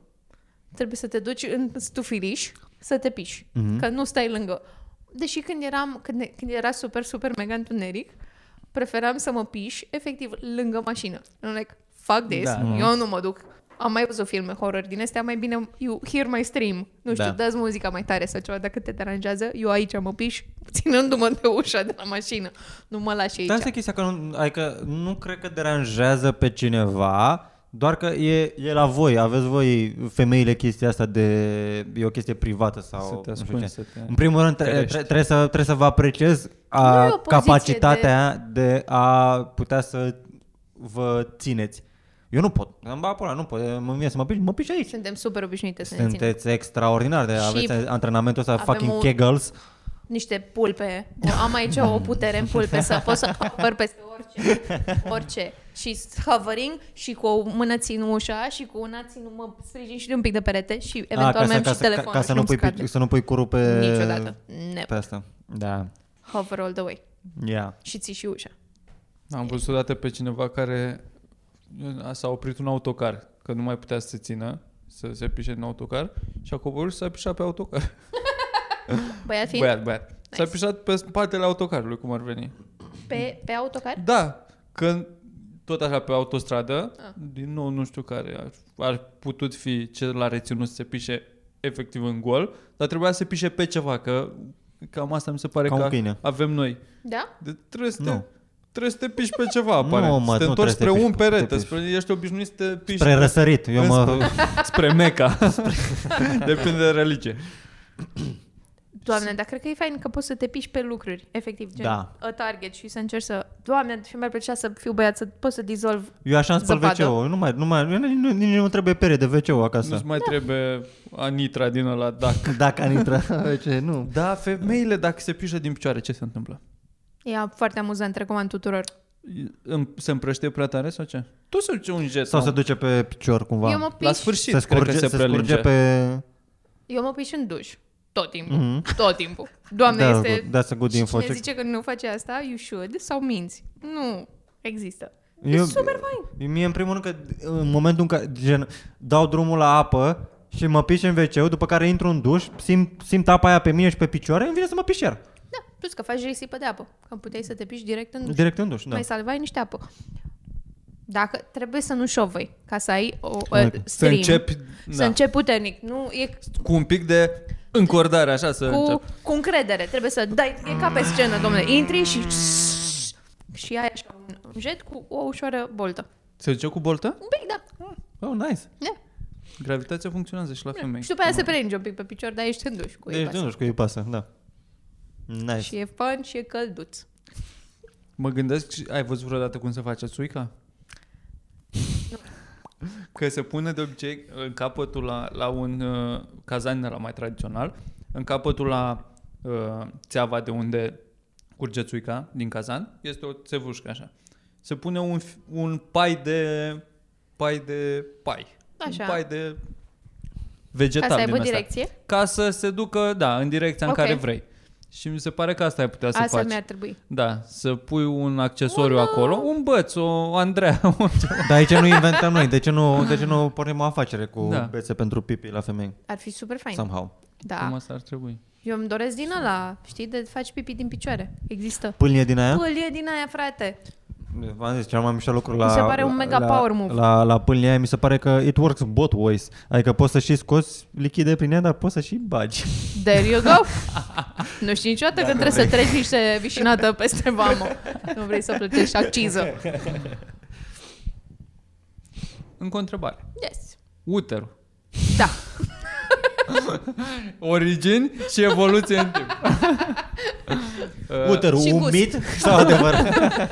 Speaker 1: Trebuie să te duci în stufiriș să te piși,
Speaker 3: Hmm?
Speaker 1: mm-hmm.
Speaker 3: Mhm.
Speaker 1: că nu stai lângă. Deși când, eram, când, când era super, super mega întuneric, preferam să mă piși efectiv lângă mașină. And I'm like, fuck this,
Speaker 2: Da,
Speaker 1: da, eu nu mă duc. Am mai văzut filme horror din astea, mai bine you hear my stream. Nu știu,
Speaker 3: Da.
Speaker 1: da. dă-ți muzica mai tare sau ceva dacă te deranjează. Eu aici mă piș, [laughs] ținându-mă de ușa de la mașină. Nu mă lași aici.
Speaker 3: Dar asta e chestia că nu, adică nu cred că deranjează pe cineva, doar că e, e la voi, aveți voi femeile chestia asta de... e o chestie privată sau...
Speaker 2: Să te
Speaker 3: nu știu
Speaker 2: ascunzi, să
Speaker 3: ce.
Speaker 2: te
Speaker 3: În primul rând, tre- tre-
Speaker 2: ferești.
Speaker 3: trebuie, să, trebuie să vă apreciez
Speaker 1: Nu e o
Speaker 3: a
Speaker 1: poziție
Speaker 3: capacitatea de... de a putea să vă țineți. Eu nu pot. Îmi bag pula, nu pot. Mă vine să mă piș, mă piș aici.
Speaker 1: Suntem super obișnuite să ne ținem.
Speaker 3: Sunteți extraordinar de
Speaker 1: Și
Speaker 3: aveți antrenamentul ăsta
Speaker 1: avem
Speaker 3: fucking
Speaker 1: un-
Speaker 3: kegels. Ah,
Speaker 1: Niște pulpe. Am aici o putere în pulpe să pot să apăr peste orice. Orice. Și hovering și cu o mână țin ușa și cu una țin, mă sprijin și de un pic de perete și eventual mai am
Speaker 3: Ah, ca,
Speaker 1: și
Speaker 3: să, ca,
Speaker 1: telefonul.
Speaker 3: ca să,
Speaker 1: și
Speaker 3: nu
Speaker 1: nu-mi
Speaker 3: pui, uh,
Speaker 1: scade.
Speaker 3: pi- să nu pui curul pe,
Speaker 1: Niciodată. Never.
Speaker 3: pe asta. Da.
Speaker 1: Hover all the way.
Speaker 3: Yeah.
Speaker 1: Și ții și ușa.
Speaker 2: Am văzut odată pe cineva care a- s-a oprit un autocar, că nu mai putea să se țină, să se pișe în autocar și a coborât și s-a pișat pe autocar.
Speaker 1: Băiat fiind
Speaker 2: Băiat, băiat. S-a pișat pe spatele autocarului, cum ar veni.
Speaker 1: Pe, pe autocar?
Speaker 2: Da, că tot așa pe autostradă, din nou nu știu care ar, ar putut fi ce l-a reținut să se pișe efectiv în gol, dar trebuia să se pișe pe ceva, că cam asta mi se pare
Speaker 3: Ca
Speaker 2: că
Speaker 3: un câine.
Speaker 2: avem noi.
Speaker 1: Da?
Speaker 2: De, trebuie să
Speaker 3: Nu.
Speaker 2: te, trebuie să te piși pe ceva,
Speaker 3: Nu,
Speaker 2: apare.
Speaker 3: mă,
Speaker 2: să te
Speaker 3: nu
Speaker 2: întorci spre
Speaker 3: trebuie să te
Speaker 2: un
Speaker 3: piși pe-
Speaker 2: perete,
Speaker 3: te piși.
Speaker 2: spre, ești obișnuit să te piși
Speaker 3: Spre răsărit. Eu mă...
Speaker 2: spre Meca. [laughs] Depinde de religie.
Speaker 1: Doamne, dar cred că e fain că poți să te piși pe lucruri, efectiv, gen
Speaker 3: Da.
Speaker 1: a target și să încerci să... Doamne, și mi-ar plăcea să fiu băiat, să pot să dizolv.
Speaker 3: Eu așa îmi spăl
Speaker 1: Zăpadă.
Speaker 3: wc Nu mai, nu mai, nu- nici nu, nici nu trebuie pere de wc acasă.
Speaker 2: Nu-ți mai trebuie anitra din ăla, da.
Speaker 3: Dacă am
Speaker 2: [laughs]
Speaker 3: intrat WC, nu.
Speaker 2: Da, femeile, dacă se pișă din picioare, ce se întâmplă?
Speaker 1: E foarte amuzant, recomand tuturor.
Speaker 2: Îm- Se împrăștie prea tare sau ce? Tu să duci un jet.
Speaker 3: Sau
Speaker 2: nu?
Speaker 3: se duce pe picior cumva.
Speaker 1: Eu mă piș,
Speaker 2: La sfârșit,
Speaker 3: se
Speaker 2: cred
Speaker 3: scurge,
Speaker 2: că se,
Speaker 3: se
Speaker 2: prelinge.
Speaker 3: scurge pe...
Speaker 1: eu mă piși în duș. Tot timpul. Tot timpul. Doamne,
Speaker 3: Da,
Speaker 1: este...
Speaker 3: good- that's a good
Speaker 1: și
Speaker 3: info.
Speaker 1: cine zice că nu face asta, you should, sau minți. Nu există.
Speaker 3: Eu-
Speaker 1: e super fain.
Speaker 3: Mie, în primul rând, că în momentul în care gen, dau drumul la apă și mă piș în wc după care intru în duș, simt, simt apa aia pe mine și pe picioare, îmi vine să mă piș iar.
Speaker 1: Da, plus că faci risipă de apă. Că puteai să te piși direct în duș.
Speaker 3: Direct în duș,
Speaker 1: da.
Speaker 3: da.
Speaker 1: mai salvai niște apă. Dacă trebuie să nu șovăi, ca să ai o, o
Speaker 3: Ok.
Speaker 1: stream,
Speaker 2: Să începi
Speaker 1: să
Speaker 2: da, încep...
Speaker 1: începi puternic, nu e
Speaker 2: cu un pic de încordare, așa să
Speaker 1: cu,
Speaker 2: încep.
Speaker 1: cu încredere, trebuie să dai, e ca pe scenă, domnule, intri și și ai așa un jet cu o ușoară boltă.
Speaker 2: Se duce cu boltă?
Speaker 1: Un pic, da.
Speaker 3: Oh, nice.
Speaker 1: da.
Speaker 2: Gravitația funcționează și la femei.
Speaker 1: Și după aia se prelinge un pic pe picior, dar ești în duș cu
Speaker 3: Deci
Speaker 1: ei.
Speaker 3: în duș cu ei pasă, da. Nice.
Speaker 1: Și e fun și e călduț.
Speaker 2: Mă gândesc, și- ai văzut vreodată cum se face suica?
Speaker 1: [laughs]
Speaker 2: Că se pune de obicei în capătul la, la un uh, cazan din ăla mai tradițional, în capătul la uh, țeava de unde curge țuica din cazan, este o țevușcă așa. Se pune un, f- un pai de pai de pai.
Speaker 1: Așa.
Speaker 2: Un pai de
Speaker 1: Ca
Speaker 2: vegetal
Speaker 1: să aibă
Speaker 2: din ăsta.
Speaker 1: direcție.
Speaker 2: Ca să se ducă, da, în direcția
Speaker 1: Ok.
Speaker 2: în care vrei. Și mi se pare că asta ai putea să
Speaker 1: Asta
Speaker 2: faci.
Speaker 1: mi-ar trebui.
Speaker 2: Da, să pui un accesoriu
Speaker 1: Un, uh,
Speaker 2: acolo, un băț, o Andreea, [laughs] un ceva.
Speaker 3: Dar aici nu inventăm noi. De ce nu, de ce nu pornim o afacere cu
Speaker 2: Da.
Speaker 3: da. bețe pentru pipi la femei?
Speaker 1: Ar fi super fain.
Speaker 3: Somehow.
Speaker 1: Da.
Speaker 2: Cum asta ar trebui.
Speaker 1: Eu îmi doresc din ăla, știi, de faci pipi din picioare. Există.
Speaker 3: Pâlnie din
Speaker 2: Da?
Speaker 3: aia?
Speaker 1: Pâlie din aia, frate.
Speaker 3: V-am zis, cel mai mișto lucru la...
Speaker 1: Mi se pare un mega
Speaker 3: la,
Speaker 1: power move.
Speaker 3: La, la, la pâlnia aia mi se pare că it works both ways. Adică poți să și scoți lichide prin ea, dar poți să și bagi.
Speaker 1: There you go. nu știi niciodată că trebuie să treci niște vișinată peste vamă. Nu vrei să plătești acciză.
Speaker 2: Încă o întrebare.
Speaker 1: Yes.
Speaker 2: Uterul.
Speaker 1: Da.
Speaker 2: Origini și evoluție în
Speaker 1: [laughs]
Speaker 2: timp. Uh,
Speaker 3: Uterul
Speaker 1: și gust.
Speaker 3: umid sau adevăr?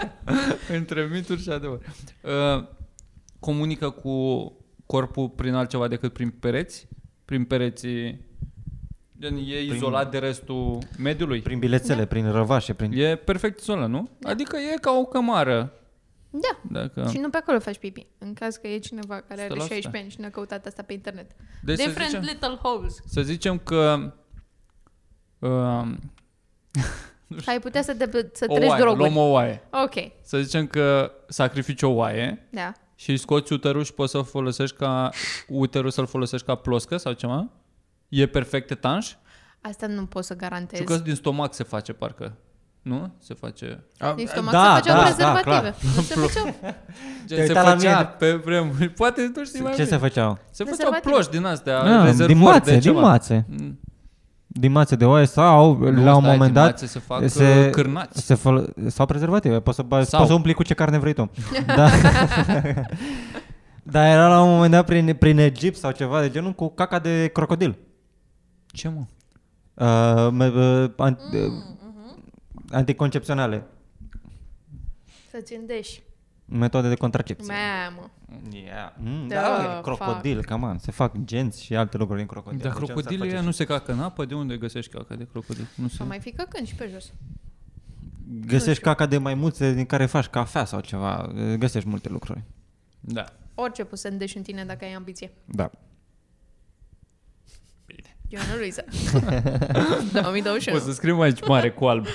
Speaker 3: [laughs]
Speaker 2: Între mituri și adevăr. Uh, comunică cu corpul prin altceva decât prin pereți? Prin pereții... Gen, e prin... izolat de restul mediului? Prin...
Speaker 3: prin bilețele, prin răvașe, prin...
Speaker 2: E perfect izolat, nu? Adică e ca o cămară.
Speaker 1: Da.
Speaker 2: Dacă...
Speaker 1: Și nu pe acolo faci pipi. În caz că e cineva care are
Speaker 2: 100%.
Speaker 1: 16 ani și ne-a căutat asta pe internet.
Speaker 2: Deci să
Speaker 1: Different
Speaker 2: zicem,
Speaker 1: little holes.
Speaker 2: să zicem că... Uh,
Speaker 1: Ai putea să, de- să
Speaker 2: o
Speaker 1: treci
Speaker 2: oaie,
Speaker 1: droguri.
Speaker 2: luăm o oaie.
Speaker 1: Ok.
Speaker 2: Să zicem că sacrifici o oaie
Speaker 1: Da.
Speaker 2: și îi scoți uterul și poți să folosești ca uterul să-l folosești ca ploscă sau ceva? E perfect etanș?
Speaker 1: Asta nu pot să garantez.
Speaker 2: Știu că din stomac se face parcă. Nu? Se face...
Speaker 1: Din stomac da, se făceau da, prezervative. Da, nu se
Speaker 2: [laughs]
Speaker 1: făceau.
Speaker 2: Gen, se
Speaker 3: uitat la
Speaker 2: făcea
Speaker 3: mine.
Speaker 2: pe vremuri. [laughs] Poate nu știi mai
Speaker 3: Ce se
Speaker 2: bine.
Speaker 3: făceau?
Speaker 2: Se făceau
Speaker 1: Prezervative.
Speaker 2: ploși din astea,
Speaker 3: Da,
Speaker 2: rezervori
Speaker 3: din mațe,
Speaker 2: de
Speaker 3: din
Speaker 2: ceva.
Speaker 3: mațe.
Speaker 2: Mm.
Speaker 3: Din mațe de oaie sau,
Speaker 2: Nu,
Speaker 3: la un
Speaker 2: stai,
Speaker 3: moment
Speaker 2: din
Speaker 3: dat,
Speaker 2: mațe se fac
Speaker 3: se-
Speaker 2: uh, cârnați.
Speaker 3: se fol- sau prezervative. Poți să, ba-
Speaker 2: Sau.
Speaker 3: poți să umpli cu ce carne vrei tu. [laughs] da. Dar era la un moment dat prin, prin Egipt sau ceva de genul cu caca de crocodil.
Speaker 2: Ce mă?
Speaker 3: Uh, me- uh, an-
Speaker 1: Mm, mm-hmm.
Speaker 3: uh, Anticoncepționale.
Speaker 1: Să țindești.
Speaker 3: Metode de contracepție.
Speaker 1: Mamă.
Speaker 3: Yeah. Mm,
Speaker 1: Da,
Speaker 3: da, da,
Speaker 1: fuck.
Speaker 3: crocodil, come on. Se fac genți și alte lucruri din crocodil.
Speaker 2: Dar
Speaker 3: De ce nu s-ar
Speaker 2: crocodilii
Speaker 3: face
Speaker 2: ăia nu se cacă în apă? De unde găsești caca de crocodil? Nu se...
Speaker 1: Sau mai fi căcând și pe jos.
Speaker 3: Găsești caca de maimuțe din care faci cafea sau ceva. Găsești multe lucruri.
Speaker 2: Da.
Speaker 1: Orice poți să îndeși în tine dacă ai ambiție.
Speaker 3: Da.
Speaker 1: Eu nu
Speaker 2: [laughs]
Speaker 1: Luisa. 2021.
Speaker 2: O să scriu aici mare cu alb.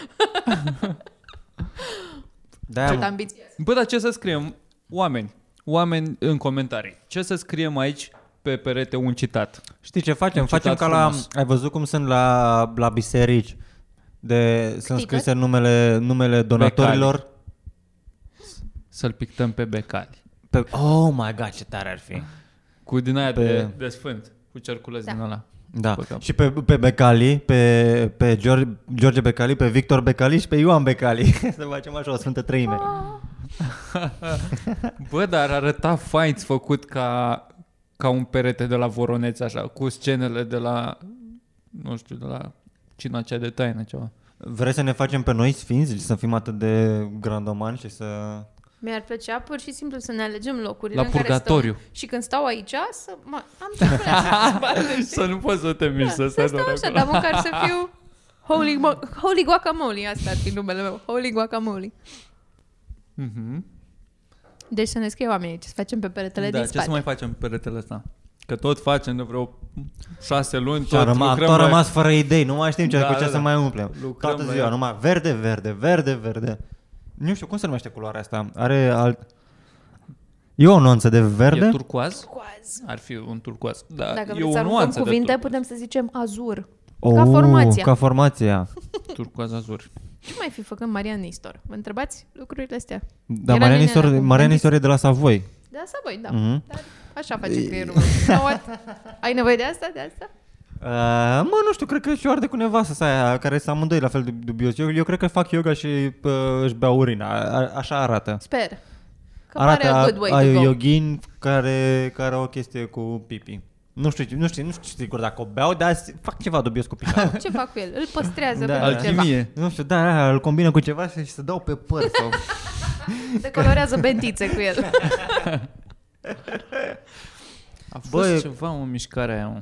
Speaker 3: Da,
Speaker 1: Mult
Speaker 3: mă.
Speaker 1: ambiție.
Speaker 2: [laughs] Bă, dar ce să scriem? Oameni. Oameni în comentarii. Ce să scriem aici pe perete un citat?
Speaker 3: Știi ce facem?
Speaker 2: Un citat
Speaker 3: Facem ca la...
Speaker 2: frumos.
Speaker 3: Ai văzut cum sunt la, la biserici? De, sunt scrise numele, numele donatorilor.
Speaker 2: Să-l pictăm pe becali.
Speaker 3: Pe, oh my god, ce tare ar fi!
Speaker 2: Cu din aia
Speaker 3: Pe-
Speaker 2: de, de sfânt. Cu cerculeț
Speaker 1: Da.
Speaker 2: din ăla.
Speaker 3: Da.
Speaker 2: Pe cap.
Speaker 3: și pe, pe Becali, pe, pe George, George Becali, pe Victor Becali și pe Ioan Becali. [laughs] Să facem așa o sfântă treime.
Speaker 2: Bă, dar arăta fain făcut ca, ca un perete de la Voroneț, așa, cu scenele de la, nu știu, de la cina cea de taină, ceva.
Speaker 3: Vreți să ne facem pe noi sfinți? Să fim atât de grandomani și să...
Speaker 1: Mi-ar plăcea pur și simplu să ne alegem locurile
Speaker 2: La
Speaker 1: în care
Speaker 2: purgatoriu.
Speaker 1: stăm. Și când stau aici, să mă, am ce
Speaker 2: [laughs]
Speaker 1: vrea să spate, știi?
Speaker 2: Să nu poți să te miști, să
Speaker 1: Da, să
Speaker 2: stai
Speaker 1: stau
Speaker 2: doar
Speaker 1: așa,
Speaker 2: acolo.
Speaker 1: dar măcar să fiu Holy, mo- holy guacamole, asta ar fi numele meu. Holy guacamole.
Speaker 2: Mhm.
Speaker 1: Deci să ne scrie oamenii ce să facem pe peretele
Speaker 2: Da,
Speaker 1: din
Speaker 2: ce să
Speaker 1: spate.
Speaker 2: mai facem pe peretele ăsta? Că tot facem de vreo șase luni,
Speaker 3: Și a
Speaker 2: tot
Speaker 3: rămas,
Speaker 2: lucrăm
Speaker 3: tot a
Speaker 2: la-
Speaker 3: rămas fără idei, nu mai știm ce,
Speaker 2: Da,
Speaker 3: da, cu
Speaker 2: da,
Speaker 3: ce da, să
Speaker 2: da.
Speaker 3: mai umplem.
Speaker 2: Lucrăm la
Speaker 3: Toată ziua,
Speaker 2: ea.
Speaker 3: numai verde, verde, verde, verde. Nu știu, cum se numește culoarea asta? Are alt... E o nuanță de verde?
Speaker 2: E turcoaz?
Speaker 1: Coaz.
Speaker 2: Ar fi un turcoaz. Da,
Speaker 1: Dacă
Speaker 2: e
Speaker 1: vreți să
Speaker 2: o
Speaker 1: aruncăm
Speaker 2: nuanță de
Speaker 1: cuvinte,
Speaker 2: turcoaz.
Speaker 1: putem să zicem azur.
Speaker 3: Oh,
Speaker 1: ca formația.
Speaker 3: Ca formația.
Speaker 2: Turcoaz azur.
Speaker 1: Ce mai fi făcând Maria Nistor? Vă întrebați lucrurile astea?
Speaker 3: Dar
Speaker 1: Era
Speaker 3: Maria
Speaker 1: din
Speaker 3: Nistor,
Speaker 1: ele,
Speaker 3: Maria
Speaker 1: cum
Speaker 3: Nistor e de la Savoi.
Speaker 1: De asta voi, da.
Speaker 3: Mhm.
Speaker 1: Dar așa face creierul meu. You know what? Ai nevoie de asta? De asta?
Speaker 3: Uh, mă, nu știu, cred că și o arde cu nevastă sa aia, care sunt amândoi la fel de dubios. Eu, eu cred că fac yoga și uh, își bea urina. A, așa arată.
Speaker 1: Sper. Că
Speaker 3: arată
Speaker 1: pare a good way
Speaker 3: ai
Speaker 1: to
Speaker 3: un
Speaker 1: go.
Speaker 3: yoghin care, care are o chestie cu pipi. Nu știu, nu știu, nu știu sigur dacă o beau, dar s- fac ceva dubios cu pipi.
Speaker 1: Ce fac cu el? Îl păstrează
Speaker 3: Da.
Speaker 1: da. pentru ceva.
Speaker 2: Alchimie.
Speaker 3: nu știu, da, aia, îl combină cu ceva și se dau pe păr
Speaker 1: [laughs]
Speaker 3: sau...
Speaker 1: Decolorează bentițe cu
Speaker 2: [laughs]
Speaker 1: el.
Speaker 2: A fost
Speaker 3: Bă, e-
Speaker 2: ceva o mișcare aia, mă,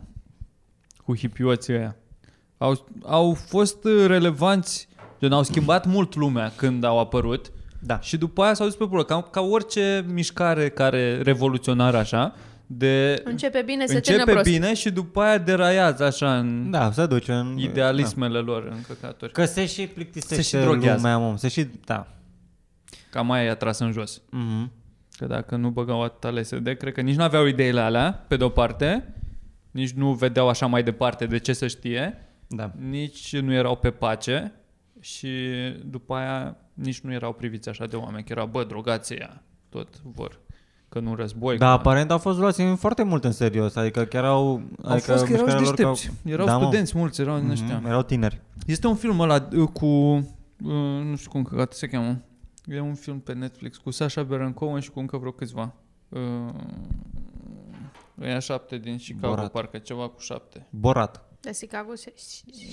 Speaker 2: cu hipioții aia. Au, au fost uh, relevanți, gen, au schimbat mult lumea când au apărut
Speaker 3: da.
Speaker 2: și după aia s-au dus pe pulă, ca, ca orice mișcare care revoluționară așa, de...
Speaker 1: Începe bine, se termină
Speaker 2: începe
Speaker 1: prost.
Speaker 2: bine și după aia deraiază așa în da.
Speaker 3: Da, se duce în...
Speaker 2: idealismele lor în căcaturi.
Speaker 3: Da. Că se și plictisește
Speaker 2: Se și droghează.
Speaker 3: lumea, mă, se și... Da.
Speaker 2: Cam aia i-a tras în jos.
Speaker 3: Mm-hmm.
Speaker 2: Că dacă nu băgau atâta LSD, cred că nici nu aveau ideile alea, pe de-o parte, nici nu vedeau așa mai departe de ce să știe,
Speaker 3: Da.
Speaker 2: nici nu erau pe pace și după aia nici nu erau priviți așa de oameni, că era, bă, drogați ea, tot vor, că nu război.
Speaker 3: Da,
Speaker 2: că...
Speaker 3: aparent au fost luați în foarte mult în serios, adică chiar au...
Speaker 2: Au
Speaker 3: adică
Speaker 2: fost că erau și
Speaker 3: mișcarea lor ca-
Speaker 2: deștepți, erau
Speaker 3: Da, mă.
Speaker 2: studenți mulți, erau din ăștia.
Speaker 3: Mhm, erau tineri.
Speaker 2: Este un film ăla uh, cu... uh, Nu știu cum căcat se cheamă. E un film pe Netflix cu Sasha Baron Cohen și cu încă vreo câțiva. Uh, Ăia șapte din Chicago,
Speaker 3: Borat.
Speaker 2: parcă ceva cu șapte.
Speaker 3: Borat.
Speaker 1: De Chicago, se-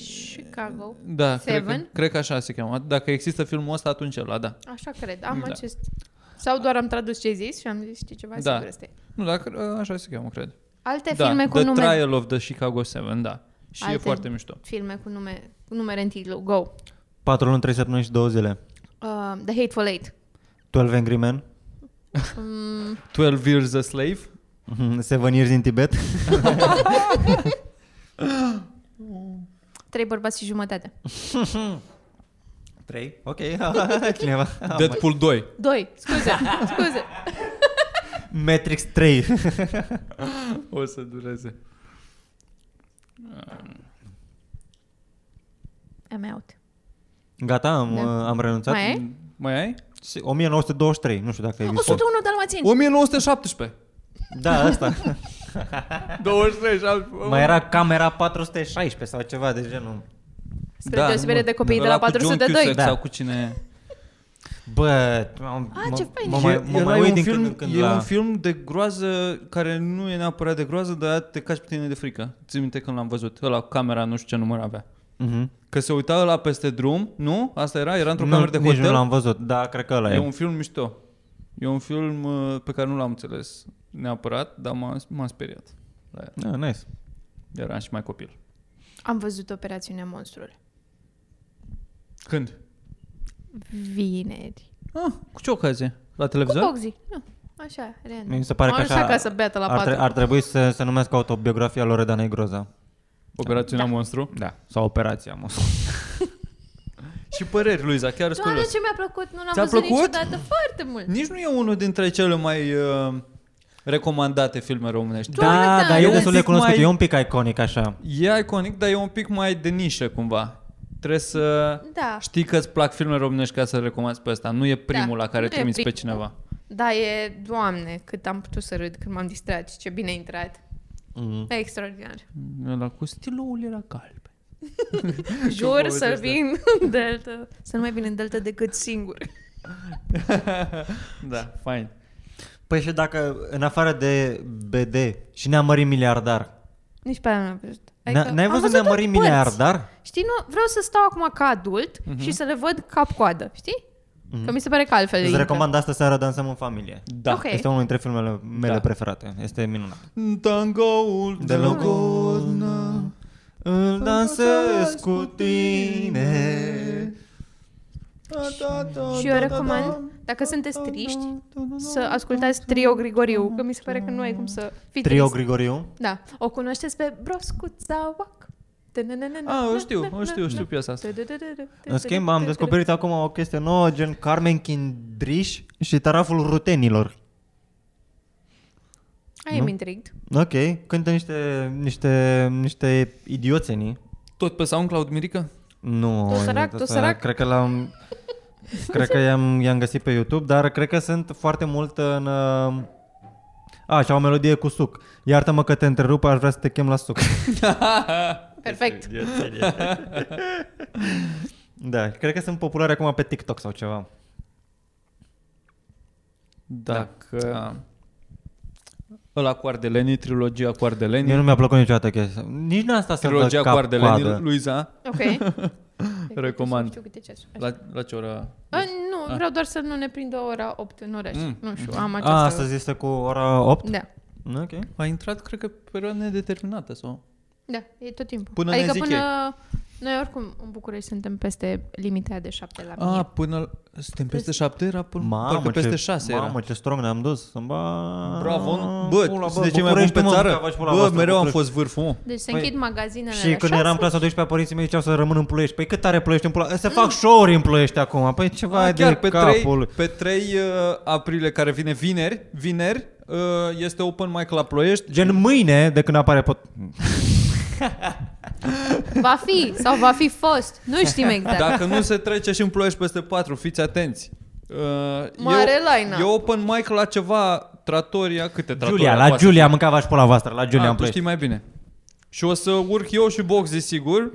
Speaker 1: și- Chicago.
Speaker 2: Da, cred că,
Speaker 1: Seven?
Speaker 2: cred că așa se cheamă. Dacă există filmul ăsta, atunci la da.
Speaker 1: Așa cred, am
Speaker 2: Da.
Speaker 1: acest... Sau doar am tradus ce ai zis și am zis, știi ceva,
Speaker 2: Da.
Speaker 1: sigur ăsta e.
Speaker 2: Nu, dacă uh, așa se cheamă, cred.
Speaker 1: Alte
Speaker 2: da,
Speaker 1: filme cu
Speaker 2: The
Speaker 1: nume...
Speaker 2: Trial of the Chicago Seven, da. Și e
Speaker 1: Alte-
Speaker 2: foarte mișto.
Speaker 1: Filme cu nume, cu numere în titlu, go. Uh,
Speaker 3: 4 luni, 3 săptămâni și 2 zile.
Speaker 1: The Hateful Eight.
Speaker 3: 12 Angry Men. [laughs]
Speaker 1: Mm,
Speaker 2: 12 Years a Slave.
Speaker 3: Mhm, Seven Years in Tibet.
Speaker 1: trei bărbați și jumătate.
Speaker 2: [laughs]
Speaker 3: 3? Ok. Cineva.
Speaker 2: Deadpool 2.
Speaker 1: Doi,
Speaker 2: [laughs]
Speaker 1: scuze, scuze.
Speaker 3: Matrix 3.
Speaker 2: O să dureze.
Speaker 1: I'm out.
Speaker 3: Gata, am,
Speaker 1: Da.
Speaker 3: uh, am renunțat.
Speaker 1: Mai Ah, ai?
Speaker 2: Mai ai?
Speaker 3: Si- 1923, nu știu dacă ai vizit.
Speaker 1: 101 dalmațini.
Speaker 2: 1917.
Speaker 3: Da, asta.
Speaker 1: [laughs]
Speaker 2: 23, 7.
Speaker 3: Mai era camera 416 sau ceva de genul.
Speaker 1: Spre deosebire de copiii de la
Speaker 2: Da, cu John
Speaker 1: 402.
Speaker 2: Cusack
Speaker 3: Da.
Speaker 2: Sau cu cine...
Speaker 3: Bă, am-
Speaker 1: Ah, ce fain.
Speaker 3: mă mai, mă
Speaker 2: Era
Speaker 3: mai
Speaker 2: un
Speaker 3: uit din
Speaker 2: film,
Speaker 3: când în când
Speaker 2: e
Speaker 3: la...
Speaker 2: un film de groază care nu e neapărat de groază, dar te caci pe tine de frică. Ți minte când l-am văzut. Ăla cu camera, nu știu ce număr avea.
Speaker 3: Mhm.
Speaker 2: Că se uita ăla peste drum, nu? Asta era? Era într-o
Speaker 3: Nu,
Speaker 2: cameră de
Speaker 3: nici nu
Speaker 2: hotel?
Speaker 3: l-am văzut, da, cred că ăla
Speaker 2: E
Speaker 3: e.
Speaker 2: un film mișto. E un film uh, pe care nu l-am înțeles neapărat, dar m-a, m-a speriat. la el.
Speaker 3: Ah, nice.
Speaker 2: Eram și mai copil.
Speaker 1: Am văzut Operațiunea Monstrul.
Speaker 2: Când?
Speaker 1: Vineri.
Speaker 2: Ah, cu ce ocazie? La
Speaker 1: Cu
Speaker 2: televizor?
Speaker 1: Boxy. Nu, așa, random.
Speaker 3: Mi se pare
Speaker 1: M-am
Speaker 3: că
Speaker 1: dus
Speaker 3: așa
Speaker 1: acasă beată la
Speaker 3: ar, tre-
Speaker 1: patru.
Speaker 3: ar trebui să se numească autobiografia Loredanei Groza.
Speaker 2: Operațiunea Monstru.
Speaker 3: Da. Sau operația, mă.
Speaker 2: Și păreri, Luiza, chiar sunt
Speaker 1: Doamne,
Speaker 2: curios.
Speaker 1: ce mi-a plăcut, nu l-am
Speaker 2: Ți-a
Speaker 1: văzut
Speaker 2: plăcut?
Speaker 1: niciodată foarte mult.
Speaker 2: Nici nu e unul dintre cele mai uh, recomandate filme românești.
Speaker 1: Loredana.
Speaker 3: Da, dar e
Speaker 1: Eu
Speaker 3: destul de
Speaker 2: zic
Speaker 3: cunoscut,
Speaker 2: mai-
Speaker 3: e un pic iconic așa.
Speaker 2: E iconic, dar e un pic mai de nișă cumva. Trebuie să
Speaker 1: Da.
Speaker 2: știi că îți plac filme românești ca să-l recomanzi pe ăsta. Nu e primul
Speaker 1: Da,
Speaker 2: la
Speaker 1: nu
Speaker 2: care
Speaker 1: e
Speaker 2: trimiți pe
Speaker 1: primul.
Speaker 2: cineva.
Speaker 1: Da, e, doamne, cât am putut să râd când m-am distrat și ce bine a intrat.
Speaker 3: Mm.
Speaker 1: E extraordinar.
Speaker 2: Ăla cu stiloul era calb.
Speaker 1: Jur
Speaker 2: poveste
Speaker 1: să
Speaker 2: asta.
Speaker 1: vin în Delta. Să nu mai vin în Delta decât singur.
Speaker 2: [laughs] da, fain.
Speaker 3: Păi și dacă, în afară de BD, și ne-a mărit miliardar?
Speaker 1: Nici pe aia nu am văzut.
Speaker 3: Adică N-ai
Speaker 1: am
Speaker 3: văzut, Adică- ne-a mărit
Speaker 1: doar părți.
Speaker 3: miliardar?
Speaker 1: Știi, nu, vreau să stau acum ca adult
Speaker 2: Mhm.
Speaker 1: și să le văd cap-coadă, știi? Că mi se pare că altfel
Speaker 3: Mhm. Îți
Speaker 1: intră.
Speaker 3: recomand asta seara dansăm în familie.
Speaker 2: Da.
Speaker 1: Ok.
Speaker 3: Este unul dintre filmele mele
Speaker 2: Da.
Speaker 3: preferate. Este minunat.
Speaker 2: Tangoul de
Speaker 3: De
Speaker 2: la
Speaker 3: logodnă Îl dansez cu tine
Speaker 1: Și eu recomand, dacă sunteți triști, să ascultați Trio Grigoriu, că mi se pare că nu ai cum să fii
Speaker 3: Trio
Speaker 1: trist.
Speaker 3: Grigoriu
Speaker 1: Da. O cunoașteți pe Broscuța Oac. Da.
Speaker 2: Ah, o știu, o știu, știu piesa asta.
Speaker 3: În schimb am descoperit acum o chestie nouă Gen Carmen Kindriș și Taraful Rutenilor
Speaker 1: Ai
Speaker 3: nu?
Speaker 1: am intrigued.
Speaker 3: Ok, cântă niște, niște, niște idioțenii
Speaker 2: Tot pe SoundCloud, Mirica? [laughs]
Speaker 3: Nu,
Speaker 1: Tu sărac,
Speaker 3: asta-
Speaker 1: tu sărac.
Speaker 3: Cred că
Speaker 1: [laughs]
Speaker 3: l-am Cred că i-am, i-am găsit pe YouTube, dar cred că sunt foarte mult în... uh, A, și au o melodie cu suc. Iartă-mă că te întrerup, aș vrea să te chem la
Speaker 1: [laughs]
Speaker 3: suc.
Speaker 1: Perfect.
Speaker 3: da, cred că sunt populare acum pe TikTok sau ceva.
Speaker 2: Dacă... Ăla cu Ardelenii, trilogia cu Ardelenii.
Speaker 3: Mie nu mi-a plăcut niciodată chestia. Nici nu asta să
Speaker 2: Trilogia
Speaker 3: dă
Speaker 2: cu
Speaker 3: cap
Speaker 2: Ardelenii,
Speaker 3: coadă.
Speaker 2: Luiza,
Speaker 1: Ok. [laughs] Cred că
Speaker 2: Recomand.
Speaker 1: Știu câte ceasuri.
Speaker 2: la, la ce oră?
Speaker 1: A, nu, vreau doar să nu ne prindă ora 8 în oraș.
Speaker 2: Mm.
Speaker 1: Nu știu, am această...
Speaker 3: A, astăzi este cu ora 8?
Speaker 1: Da.
Speaker 3: Ok.
Speaker 2: A intrat, cred că, perioadă nedeterminată sau...
Speaker 1: Da, e tot timpul.
Speaker 2: Până ne
Speaker 1: adică
Speaker 2: zic
Speaker 1: până Noi oricum în București suntem peste limita aia de 7 la mie.
Speaker 2: A, Ah, până... la- Suntem Da, peste șapte, era până...
Speaker 3: Mamă,
Speaker 2: parcă
Speaker 3: ce,
Speaker 2: peste șase era.
Speaker 3: mamă, ce strong ne-am dus. Ba...
Speaker 2: Bravo, nu? Bă,
Speaker 3: pula,
Speaker 2: bă de ce mai bun
Speaker 3: București,
Speaker 2: pe
Speaker 3: mă,
Speaker 2: țară?
Speaker 3: că faci pula
Speaker 2: Bă,
Speaker 3: voastră,
Speaker 2: mereu am
Speaker 3: București.
Speaker 2: fost vârful.
Speaker 1: Deci se
Speaker 3: Păi,
Speaker 1: închid magazinele
Speaker 3: Și
Speaker 1: la
Speaker 3: când eram în
Speaker 1: șase.
Speaker 3: clasa 12 părinții mei ziceau să rămân în Ploiești. Păi cât are Ploiești în Ploiești? Să fac show-uri în Ploiești acum. Păi ceva
Speaker 2: Ah,
Speaker 3: e de
Speaker 2: Mm. chiar pe 3,
Speaker 3: capul.
Speaker 2: pe 3 uh, aprilie, care vine vineri, vineri, uh, este open mic la Ploiești.
Speaker 3: Gen mâine, de când apare pot...
Speaker 1: Va fi sau va fi fost.
Speaker 2: [laughs]
Speaker 1: Nu știm exact.
Speaker 2: Dacă nu se trece și în Ploiești peste 4, fiți atenți. Uh,
Speaker 1: Mare
Speaker 2: e,
Speaker 1: line-up.
Speaker 2: e open mic la ceva, tratoria, câte tratoria?
Speaker 3: Julia, la
Speaker 2: poate?
Speaker 3: Julia mânca vaș pula voastră, la Julia
Speaker 2: Ah,
Speaker 3: în
Speaker 2: tu știi
Speaker 3: Ploiești.
Speaker 2: mai bine. Și o să urc eu și Boxy, sigur,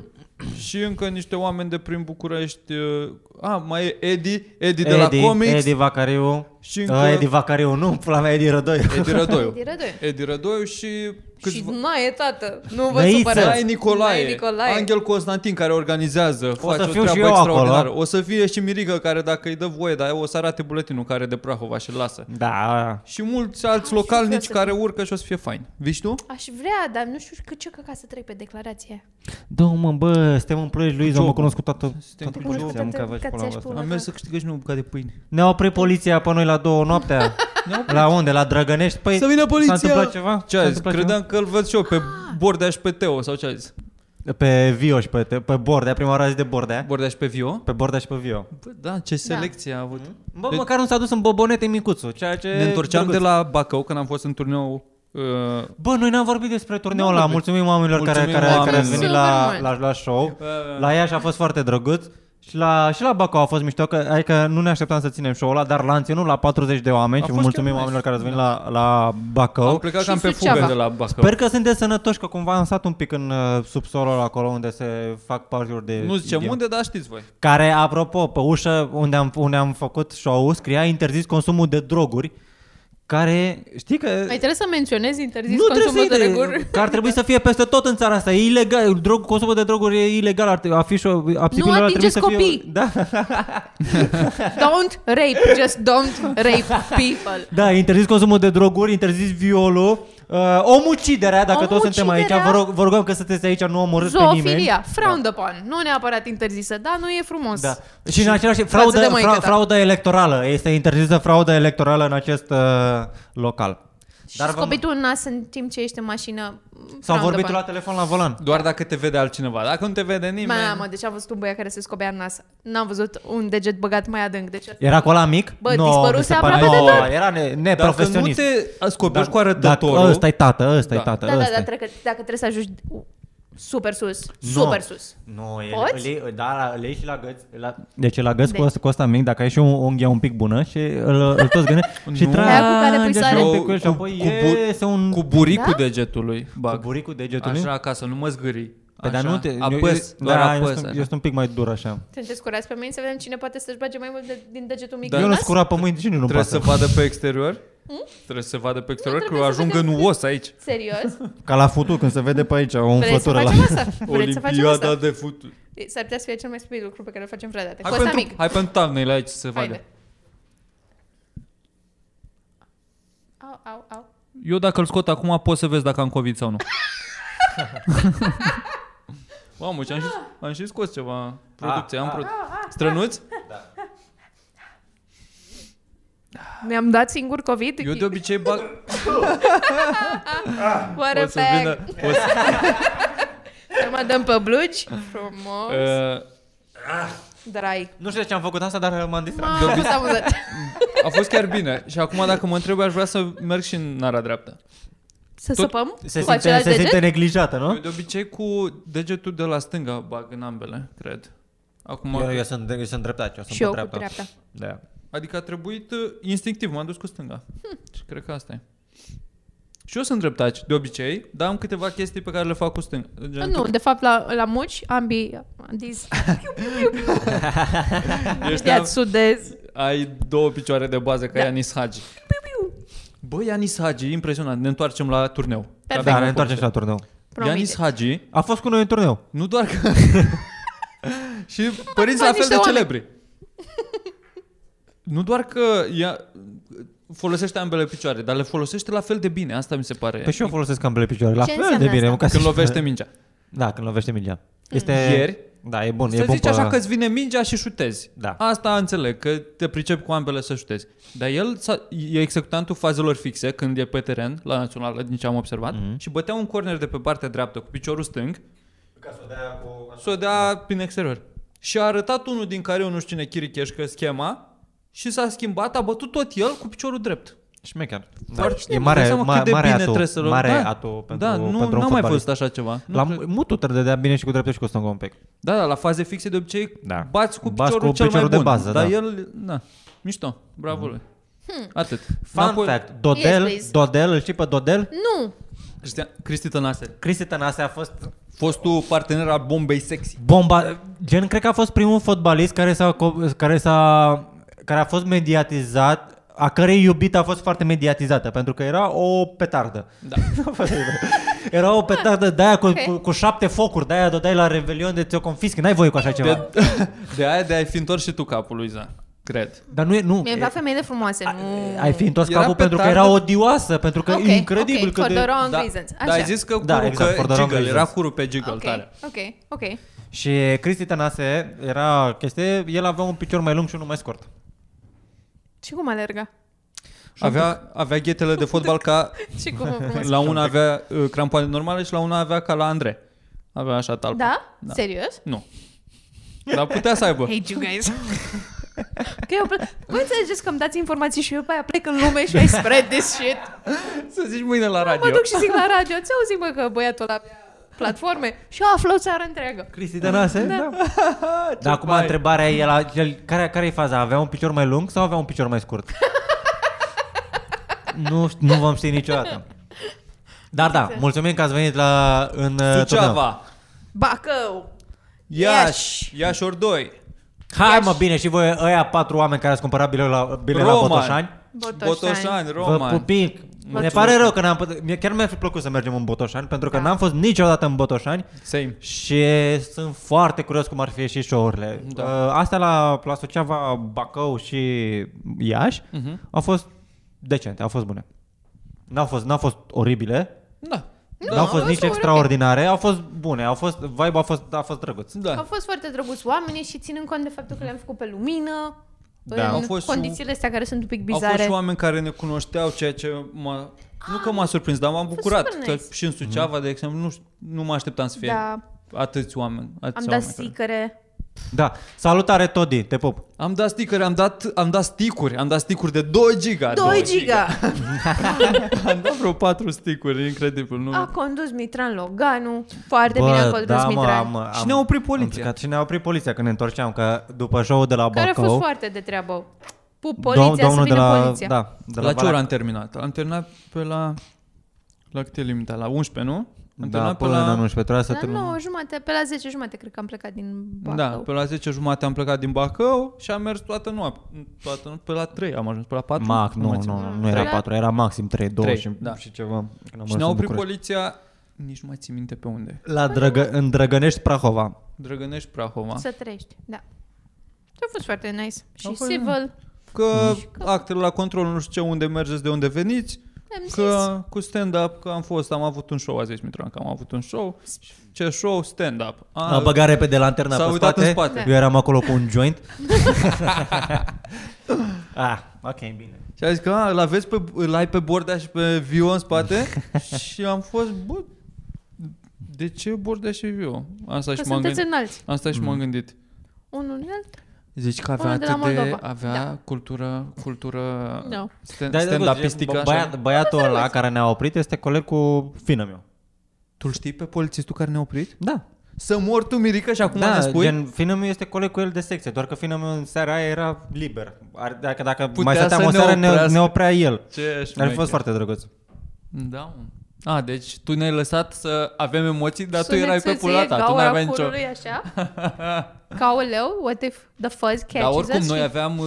Speaker 2: și încă niște oameni de prin București. uh, A, mai e Edi, Edi de la Comics,
Speaker 3: Edi
Speaker 2: Edi,
Speaker 3: Vacariu.
Speaker 2: Și
Speaker 3: Și
Speaker 2: încă-
Speaker 3: Edi Vacariu, nu, pula mea, Edi Rădoi.
Speaker 2: Edi Rădoiu.
Speaker 1: Edi Rădoiu.
Speaker 2: Edi Rădoiu și
Speaker 1: Și
Speaker 2: câțiva...
Speaker 1: mai e tată. Nu vă
Speaker 3: Năiță.
Speaker 1: supărați.
Speaker 2: Mai Nicolae,
Speaker 1: Mai Nicolae.
Speaker 2: Angel Constantin care organizează, o face
Speaker 3: să
Speaker 2: o
Speaker 3: fiu și
Speaker 2: treabă
Speaker 3: eu acolo.
Speaker 2: extraordinară. O să fie și Mirica care dacă îi dă voie, dar o să arate buletinul care e de Prahova și lasă.
Speaker 3: Da,
Speaker 2: Și mulți alți
Speaker 1: Aș vrea
Speaker 2: localnici
Speaker 1: să
Speaker 2: care urcă și o să fie fain. Vici tu?
Speaker 1: Aș vrea, dar nu știu cât ce căca să trec pe declarația.
Speaker 3: Da, mă, bă, suntem în Ploiești, Luiza,
Speaker 2: Job.
Speaker 3: mă cunosc cu toată...
Speaker 2: Suntem
Speaker 3: toată
Speaker 2: cu
Speaker 3: poliția,
Speaker 1: Job.
Speaker 3: am mâncat vaci
Speaker 1: Că
Speaker 3: pula
Speaker 1: ți-aș
Speaker 3: voastră.
Speaker 1: pula.
Speaker 2: Am mers să câștigăm și o bucată de pâine.
Speaker 3: Ne-a oprit poliția pe noi la două noaptea. la unde? La Drăgănești? Păi,
Speaker 2: Să vină poliția!
Speaker 3: S-a întâmplat ceva?
Speaker 2: Ce
Speaker 3: S-a
Speaker 2: a zis?
Speaker 3: întâmplat
Speaker 2: Credeam că îl văd și eu
Speaker 1: Ah.
Speaker 2: pe Bordea și pe Teo sau ce a zis?
Speaker 3: ceva? Pe Vio și pe, te- pe Bordea, prima oară a zis de Bordea.
Speaker 2: Bordea și pe Vio?
Speaker 3: Pe Bordea și pe Vio.
Speaker 2: Bă, da, ce selecție a avut.
Speaker 3: Bă,
Speaker 2: Deci-
Speaker 3: măcar nu s-a dus în bobonete micuțul, ceea ce...
Speaker 2: Ne întorceam de
Speaker 3: drăguț.
Speaker 2: la Bacău când am fost în turneu uh,
Speaker 3: Bă, noi n-am vorbit despre turneul
Speaker 2: N-am
Speaker 3: ăla.
Speaker 2: vorbit.
Speaker 3: Mulțumim oamenilor care,
Speaker 2: Mulțumim
Speaker 3: care, care ați
Speaker 2: oamenilor.
Speaker 3: venit la,
Speaker 1: Super
Speaker 3: la, la show.
Speaker 2: Da.
Speaker 3: La Iași a fost foarte drăguț. Și la, și la Bacău a fost mișto, că, adică nu ne așteptam să ținem show-ul ăla, dar l-am ținut la 40 de oameni
Speaker 2: A
Speaker 3: și vă
Speaker 2: fost
Speaker 3: mulțumim
Speaker 2: chiar
Speaker 3: oamenilor
Speaker 2: nice. Da.
Speaker 3: care ați venit la, la Bacău.
Speaker 2: Am plecat
Speaker 1: Și
Speaker 2: cam pe
Speaker 1: Suceava.
Speaker 2: fugă de la Bacău.
Speaker 3: Sper că sunteți sănătoși, că cumva am stat un pic în uh, subsolul acolo unde se fac party de...
Speaker 2: Nu zicem
Speaker 3: idiot.
Speaker 2: unde, dar știți voi.
Speaker 3: Care, apropo, pe ușă unde am, unde am făcut show scria interzis consumul de droguri, care, știi că...
Speaker 2: Eh.
Speaker 1: Mai trebuie să menționezi interzis
Speaker 3: nu trebuie să
Speaker 1: consumul de
Speaker 3: intre,
Speaker 1: reguri.
Speaker 3: că ar trebui să fie peste tot în țara asta. E ilegal, drog, consumul de droguri e ilegal, ar, afișul, abțipilor ar trebui
Speaker 1: atingeți
Speaker 3: să fie...
Speaker 1: copii!
Speaker 3: Da,
Speaker 1: Don't rape, just don't rape people.
Speaker 3: da, interzis consumul de droguri, interzis violul, Uh, omuciderea, dacă toți suntem aici, vă, rog, vă rugăm că sunteți aici, nu omorâți pe nimeni.
Speaker 1: Zoofilia, frowned upon. Nu neapărat interzisă, dar nu e frumos.
Speaker 3: Da. Și în același timp,
Speaker 1: față
Speaker 3: frauda,
Speaker 1: de maică da.
Speaker 3: fra,
Speaker 1: ta.
Speaker 3: frauda electorală. Este interzisă frauda electorală în acest uh, local.
Speaker 1: Și
Speaker 3: Dar
Speaker 1: Dar
Speaker 3: vă-
Speaker 1: scopitul în nas în timp ce ești în mașină.
Speaker 3: Sau
Speaker 1: frowned
Speaker 3: vorbit
Speaker 1: upon.
Speaker 3: la telefon la volan.
Speaker 2: Doar dacă te vede altcineva. Dacă nu te vede nimeni...
Speaker 1: Mamă, deci am văzut un băiat care se scobea în nas. N-am văzut un deget băgat mai adânc. Deci...
Speaker 3: Era cu ăla mic?
Speaker 1: Bă, dispăruse
Speaker 3: mi se pare-
Speaker 1: aproape de
Speaker 3: Nu,
Speaker 1: tot.
Speaker 3: Era ne-
Speaker 2: dacă nu
Speaker 3: neprofesionist.
Speaker 2: te scopești cu
Speaker 3: dacă,
Speaker 2: arătătorul...
Speaker 3: ăsta e tată, ăsta e
Speaker 2: Da.
Speaker 3: tată,
Speaker 1: Da, da,
Speaker 3: ăsta
Speaker 1: da, dacă, dacă trebuie să ajungi super sus,
Speaker 3: Nu.
Speaker 1: super sus.
Speaker 3: Nu, el,
Speaker 1: Poți?
Speaker 3: Le, da, le iei și la găți. La... Deci la găți cu,
Speaker 1: Deci.
Speaker 3: ăsta, cu ăsta mic, dacă ai și un unghia un pic bună și îl, îl toți [laughs] gândești și
Speaker 2: Nu.
Speaker 3: tragi
Speaker 1: Aia cu care pui
Speaker 3: așa
Speaker 1: sare?
Speaker 3: un pic cu el și apoi
Speaker 2: bu-
Speaker 3: iese un...
Speaker 2: cu buricul
Speaker 1: Da?
Speaker 2: degetului. Bag.
Speaker 3: cu buricul degetului.
Speaker 2: Așa, ca să nu mă zgâri.
Speaker 3: Pe dar
Speaker 2: Așa.
Speaker 3: nu te...
Speaker 2: Apăs,
Speaker 3: eu-
Speaker 2: doar
Speaker 3: da, eu
Speaker 2: apăs.
Speaker 3: sunt-
Speaker 2: așa.
Speaker 3: eu sunt un pic mai dur așa.
Speaker 1: Sunteți curați pe mâini să vedem cine poate să-și bage mai mult de, din degetul mic.
Speaker 2: Da.
Speaker 1: în
Speaker 3: Eu nu
Speaker 1: nas?
Speaker 3: scura pe mâini, cine nu
Speaker 2: Trebuie
Speaker 3: pasă?
Speaker 2: să vadă pe exterior. Trebuie să vadă pe exterior, că eu
Speaker 1: Hmm? trebuie să
Speaker 2: ajung
Speaker 1: vedem.
Speaker 2: în os aici.
Speaker 1: Serios?
Speaker 3: Ca la futul, când se vede pe aici o
Speaker 1: Vreți să
Speaker 3: umflătură la...
Speaker 1: facem asta?
Speaker 3: [laughs]
Speaker 1: Vreți să facem
Speaker 2: Olimpiada
Speaker 1: asta?
Speaker 2: de fut.
Speaker 1: S-ar putea să fie cel mai stupid lucru pe care îl facem vreodată.
Speaker 2: Hai
Speaker 1: Costa
Speaker 2: pentru,
Speaker 1: mic.
Speaker 2: hai pentru thumbnail aici să se vadă.
Speaker 1: Haide. Au, au, au.
Speaker 2: Eu dacă îl scot acum poți să vezi dacă am COVID sau nu. [laughs] Mamă, ce am și, am și scos ceva producție. Am
Speaker 3: a.
Speaker 2: produ- Strănuți?
Speaker 1: Mi-am dat singur COVID?
Speaker 2: Eu de obicei bag...
Speaker 1: What a
Speaker 2: O să vină...
Speaker 1: bag.
Speaker 2: O să,
Speaker 1: Să mă dăm pe blugi? Frumos.
Speaker 2: uh,
Speaker 1: Drai.
Speaker 3: Nu știu de ce am făcut asta, dar m-am distrat.
Speaker 1: M-am fost amuzat.
Speaker 2: a fost chiar bine. Și acum dacă mă întreb, aș vrea să merg și în nara dreaptă.
Speaker 1: Să
Speaker 2: Tot-
Speaker 1: săpăm
Speaker 3: Se
Speaker 1: cu
Speaker 3: simte,
Speaker 1: același
Speaker 3: se simte
Speaker 1: deget?
Speaker 3: neglijată,
Speaker 2: Eu
Speaker 3: nu?
Speaker 2: de obicei cu degetul de la stânga bag în ambele, cred. Acum,
Speaker 3: Eu, eu, sunt, eu sunt dreptat, eu sunt
Speaker 1: Și eu
Speaker 3: pe
Speaker 1: cu
Speaker 3: dreapta.
Speaker 1: dreapta.
Speaker 3: Da.
Speaker 2: Adică a trebuit uh, instinctiv, m-am dus cu stânga. Și cred că asta e. Și eu sunt dreptaci, de obicei, dar am câteva chestii pe care le fac cu stânga. Gen,
Speaker 1: Ah, Nu, de fapt la, la muci ambii dis.
Speaker 2: ești
Speaker 1: Ia sudez.
Speaker 2: ai două picioare de bază ca
Speaker 1: Da.
Speaker 2: Ianis Hagi. Bă, Ianis Hagi, impresionant. Ne întoarcem la turneu.
Speaker 1: Perfect.
Speaker 3: Da, ne întoarcem și la turneu.
Speaker 2: Ianis
Speaker 1: Promite.
Speaker 2: Hagi,
Speaker 3: A fost cu noi în turneu.
Speaker 2: nu doar
Speaker 3: [laughs]
Speaker 2: că... și părinți
Speaker 1: fac
Speaker 2: la fel
Speaker 1: niște
Speaker 2: de
Speaker 1: oameni.
Speaker 2: celebri. Nu doar că ea folosește ambele picioare, dar le folosește la fel de bine. Asta mi se pare.
Speaker 3: Pe Păi și eu folosesc ambele picioare. La
Speaker 1: Ce
Speaker 3: fel de
Speaker 1: înseamnă
Speaker 3: bine.
Speaker 1: asta?
Speaker 3: mă, ca
Speaker 2: Când
Speaker 3: să-
Speaker 2: lovește mingea.
Speaker 3: Da, când lovește mingea. Este...
Speaker 2: Ieri
Speaker 3: Da, e bun.
Speaker 2: Să
Speaker 3: e bun
Speaker 2: zici
Speaker 3: pe-
Speaker 2: așa că îți vine mingea și șutezi.
Speaker 3: Da.
Speaker 2: Asta înțeleg, că te pricep cu ambele să șutezi. Dar el s-a- e executantul fazelor fixe când e pe teren, la națională, din ce am observat,
Speaker 3: Mhm.
Speaker 2: mm-hmm. și bătea un corner de pe partea dreaptă cu piciorul stâng, să o dea prin exterior. Și a arătat unul din care eu nu știu cine Chiricheș că schema și s-a schimbat, a bătut tot el cu piciorul drept.
Speaker 3: Șmecher.
Speaker 2: Dar
Speaker 3: Da.
Speaker 2: nici
Speaker 3: E
Speaker 2: nu-mi
Speaker 3: mare,
Speaker 2: dau seama cât
Speaker 3: ma,
Speaker 2: de
Speaker 3: mare
Speaker 2: bine
Speaker 3: atu,
Speaker 2: trebuie să-l-
Speaker 3: mare
Speaker 2: Da.
Speaker 3: atu pentru,
Speaker 2: da, nu,
Speaker 3: pentru
Speaker 2: n-am
Speaker 3: un
Speaker 2: mai
Speaker 3: fotbalist.
Speaker 2: văzut așa ceva. Nu
Speaker 3: La
Speaker 2: cred.
Speaker 3: mutul te dădea bine și cu dreptul și cu stângul un pic.
Speaker 2: Da, da, la faze fixe de obicei
Speaker 3: Da.
Speaker 2: da. bați cu
Speaker 3: Bați
Speaker 2: piciorul,
Speaker 3: cu
Speaker 2: cel
Speaker 3: piciorul
Speaker 2: mai
Speaker 3: de
Speaker 2: bun.
Speaker 3: bază,
Speaker 2: dar
Speaker 3: da.
Speaker 2: el, na, mișto, bravo lui. Hmm. Atât.
Speaker 3: Fun
Speaker 2: Napoli-
Speaker 3: fact, Dodel,
Speaker 1: Yes, please.
Speaker 3: Dodel, îl știi pe Dodel?
Speaker 1: Nu!
Speaker 2: Cristian, Cristi Tănase,
Speaker 3: Cristi Tănase a fost
Speaker 2: fostul partener al Bombei Sexy.
Speaker 3: bomba, gen cred că a fost primul fotbalist care s-a, co- care s-a care a fost mediatizat, a cărei iubită a fost foarte mediatizată, pentru că era o petardă.
Speaker 2: Da.
Speaker 3: [laughs] Era o petardă de aia cu,
Speaker 1: Ok.
Speaker 3: cu, cu șapte focuri, de aia dodai la Revelion de ți-o confisc, n-ai voie cu așa ceva.
Speaker 2: De, [laughs] de aia de ai fi întors și tu capul, Luiza. Cred.
Speaker 3: Dar nu e, nu.
Speaker 1: Mie îmi plac femeile frumoase, nu...
Speaker 3: ai fi întors
Speaker 2: Era
Speaker 3: capul pentru că era
Speaker 2: petardă?
Speaker 3: odioasă, pentru că
Speaker 1: Ok,
Speaker 3: e incredibil
Speaker 1: ok,
Speaker 3: cât
Speaker 1: for
Speaker 3: de...
Speaker 1: the wrong
Speaker 2: da,
Speaker 1: reasons. Așa.
Speaker 2: Dar ai zis că,
Speaker 3: Da,
Speaker 2: da,
Speaker 3: exact,
Speaker 2: exact,
Speaker 3: for
Speaker 2: că
Speaker 3: the wrong
Speaker 2: Giggle, era
Speaker 3: reasons.
Speaker 2: curul pe Giggle
Speaker 1: ok, [laughs]
Speaker 2: tare.
Speaker 1: ok, ok.
Speaker 3: Și Cristi Tănase era chestie, el avea un picior mai lung și unul mai scurt.
Speaker 1: Și cum alerga? [laughs]
Speaker 2: Avea, avea ghetele de fotbal ca
Speaker 1: Și cum
Speaker 2: [laughs]
Speaker 1: o frumos?
Speaker 2: la una avea uh, crampoane normale și la una avea ca la Andrei. Avea așa talpă.
Speaker 1: Da? da? Serios?
Speaker 2: Nu. Dar putea să aibă.
Speaker 1: Hate you guys. [laughs] că eu plec...
Speaker 2: [laughs]
Speaker 1: Voi înțelegeți că îmi dați informații și eu pe aia plec în lume și I spread this shit.
Speaker 2: [laughs] Să zici mâine la radio.
Speaker 1: Mă duc și zic la radio, ți auzi mă că băiatul la platforme și eu aflu o țară întreagă.
Speaker 3: Cristi
Speaker 2: Ah.
Speaker 3: Tănase? Da. Dar acum
Speaker 2: faci?
Speaker 3: întrebarea e la el, care, care e faza? Avea un picior mai lung sau avea un picior mai scurt? nu, șt- nu vom ști niciodată. Dar da, mulțumim că ați venit la în uh, turneu.
Speaker 2: Suceava,
Speaker 1: Bacău!
Speaker 2: Iași, Iași ori doi,
Speaker 3: Hai mă bine și voi ăia patru oameni care ați cumpărat bilet la, bilet la
Speaker 2: Roman.
Speaker 3: Botoșani.
Speaker 1: Botoșani.
Speaker 2: Botoșani
Speaker 3: Vă
Speaker 2: Roman.
Speaker 3: pupic. Ne
Speaker 1: Mulțumesc.
Speaker 3: pare rău că n-am putut, mie- chiar mi-ar fi plăcut să mergem în Botoșani pentru că
Speaker 1: Da.
Speaker 3: n-am fost niciodată în Botoșani.
Speaker 2: Same.
Speaker 3: Și sunt foarte curios cum ar fi și show-urile. Da.
Speaker 2: Da.
Speaker 3: Astea la, la Suceava, Bacău și Iași uh-huh.
Speaker 2: Mhm.
Speaker 3: au fost decente, au fost bune. N-au fost, n-au fost oribile,
Speaker 2: Da.
Speaker 1: Nu,
Speaker 3: n-au
Speaker 1: au
Speaker 3: fost
Speaker 1: fost
Speaker 3: nici
Speaker 1: ok.
Speaker 3: extraordinare, au fost bune, au fost, vibe a fost, a fost drăguț.
Speaker 1: Au
Speaker 2: Da.
Speaker 1: fost foarte drăguți oamenii și ținând cont de faptul că le-am făcut pe lumină,
Speaker 3: Da,
Speaker 1: în
Speaker 3: au
Speaker 2: fost și-
Speaker 1: condițiile astea care sunt un pic
Speaker 2: Au fost
Speaker 1: bizare.
Speaker 2: și oameni care ne cunoșteau, ceea ce m-a... Nu că m-a surprins, dar m-am bucurat.
Speaker 1: Ah, super nice.
Speaker 2: Că Și în Suceava, de exemplu, nu, știu- nu mă așteptam să fie
Speaker 1: Da.
Speaker 2: atâți oameni. Atâți
Speaker 1: Am dat
Speaker 2: oameni care-
Speaker 1: sticăre.
Speaker 3: Da, salutare Todi, te pup.
Speaker 2: Am dat stickere, am dat, am dat sticuri, am dat sticuri de 2 giga.
Speaker 1: 2 giga!
Speaker 2: [laughs] am dat vreo 4 sticuri, incredibil. Nu?
Speaker 1: A condus Mitran Loganu. Foarte bine a condus
Speaker 3: da, mă,
Speaker 1: Mitran.
Speaker 3: am, am,
Speaker 2: Și ne-a oprit
Speaker 3: am
Speaker 2: poliția.
Speaker 3: plecat Și ne-a oprit poliția când ne întorceam, că după show-ul de la
Speaker 1: care a
Speaker 3: Bacău...
Speaker 1: fost foarte de treabă. Pup
Speaker 3: dom-
Speaker 1: poliția, să vină
Speaker 3: de la,
Speaker 1: poliția.
Speaker 3: Da, de
Speaker 2: la, la ce
Speaker 3: Valea-
Speaker 2: oră am terminat? Am terminat pe la... La cât e limita? La 11, nu? Am
Speaker 3: Da,
Speaker 2: terminat
Speaker 3: până la... în anul 11, trebuia să
Speaker 1: La
Speaker 3: terminăm.
Speaker 1: 9 jumate, pe la 10 jumate cred că am plecat din Bacău.
Speaker 2: Da, pe la 10 jumate am plecat din Bacău și am mers toată noapte. Toată noapte, pe la 3 am ajuns, pe la 4.
Speaker 3: Mac, nu, nu, nu, nu era
Speaker 1: Trei.
Speaker 3: 4, era maxim 3, 2
Speaker 2: Trei,
Speaker 3: și,
Speaker 2: da.
Speaker 3: și ceva. Când am
Speaker 2: Și ne-a oprit poliția, nici nu mai țin minte pe unde.
Speaker 3: La Drăgă, în Drăgănești, Prahova.
Speaker 2: Drăgănești, Prahova.
Speaker 1: Să trăiești, da. Și a fost foarte nice. Și
Speaker 2: A fost-
Speaker 1: civil.
Speaker 2: Că actele la control, nu știu ce, unde mergeți, de unde veniți.
Speaker 1: Am zis.
Speaker 2: Că cu stand-up, că am fost, am avut un show, a zis Mitran că am avut un show. Ce show? Stand-up.
Speaker 3: A băgat repede lanterna
Speaker 2: s-a
Speaker 3: pe
Speaker 2: uitat
Speaker 3: spate.
Speaker 2: în spate.
Speaker 3: Eu eram acolo cu un
Speaker 2: [laughs]
Speaker 3: joint. ah, ok, bine.
Speaker 2: Și a zis că a, îl aveți pe, îl ai pe Bordea și pe Vio în [laughs] spate și am fost, bă, de ce Bordea și Vio? Asta
Speaker 1: Că
Speaker 2: și m-am
Speaker 1: sunteți
Speaker 2: gândit.
Speaker 1: înalți.
Speaker 2: Asta și m-am gândit.
Speaker 1: Unul înalt?
Speaker 2: Mm. Zici că avea
Speaker 1: Unul de
Speaker 2: atât
Speaker 1: la
Speaker 2: de,
Speaker 1: Moldova. Da.
Speaker 2: avea da. cultură, cultură
Speaker 1: No.
Speaker 2: stand,
Speaker 3: Dar e drăguț,
Speaker 2: stand-upistică. Băiat,
Speaker 3: bă- băiat, Băiatul ăla care ne-a oprit este coleg cu fină meu.
Speaker 2: Tu știi pe polițistul care ne-a oprit?
Speaker 3: Da.
Speaker 2: Să mor tu, Mirica, și acum ne
Speaker 3: Da,
Speaker 2: spui?
Speaker 3: gen, fină meu este coleg cu el de secție, doar că fină meu în seara aia era liber. Ar, dacă, dacă
Speaker 2: Putea
Speaker 3: mai stăteam
Speaker 2: să
Speaker 3: o
Speaker 2: ne
Speaker 3: seară, ne,
Speaker 2: oprească.
Speaker 3: ne oprea el.
Speaker 2: Ce
Speaker 3: Ar
Speaker 2: șmecher.
Speaker 3: fi fost foarte drăguț.
Speaker 2: Da, mă. A, deci tu ne-ai lăsat să avem emoții, dar tu
Speaker 1: Suneți
Speaker 2: erai pe
Speaker 1: ție
Speaker 2: pula ta, tu
Speaker 1: gaura
Speaker 2: n-aveai nicio...
Speaker 1: curului așa?
Speaker 2: [laughs]
Speaker 1: Ca o leu? What if the fuzz catches
Speaker 2: Dar Da, oricum
Speaker 1: us?
Speaker 2: noi
Speaker 1: Și-
Speaker 2: aveam uh,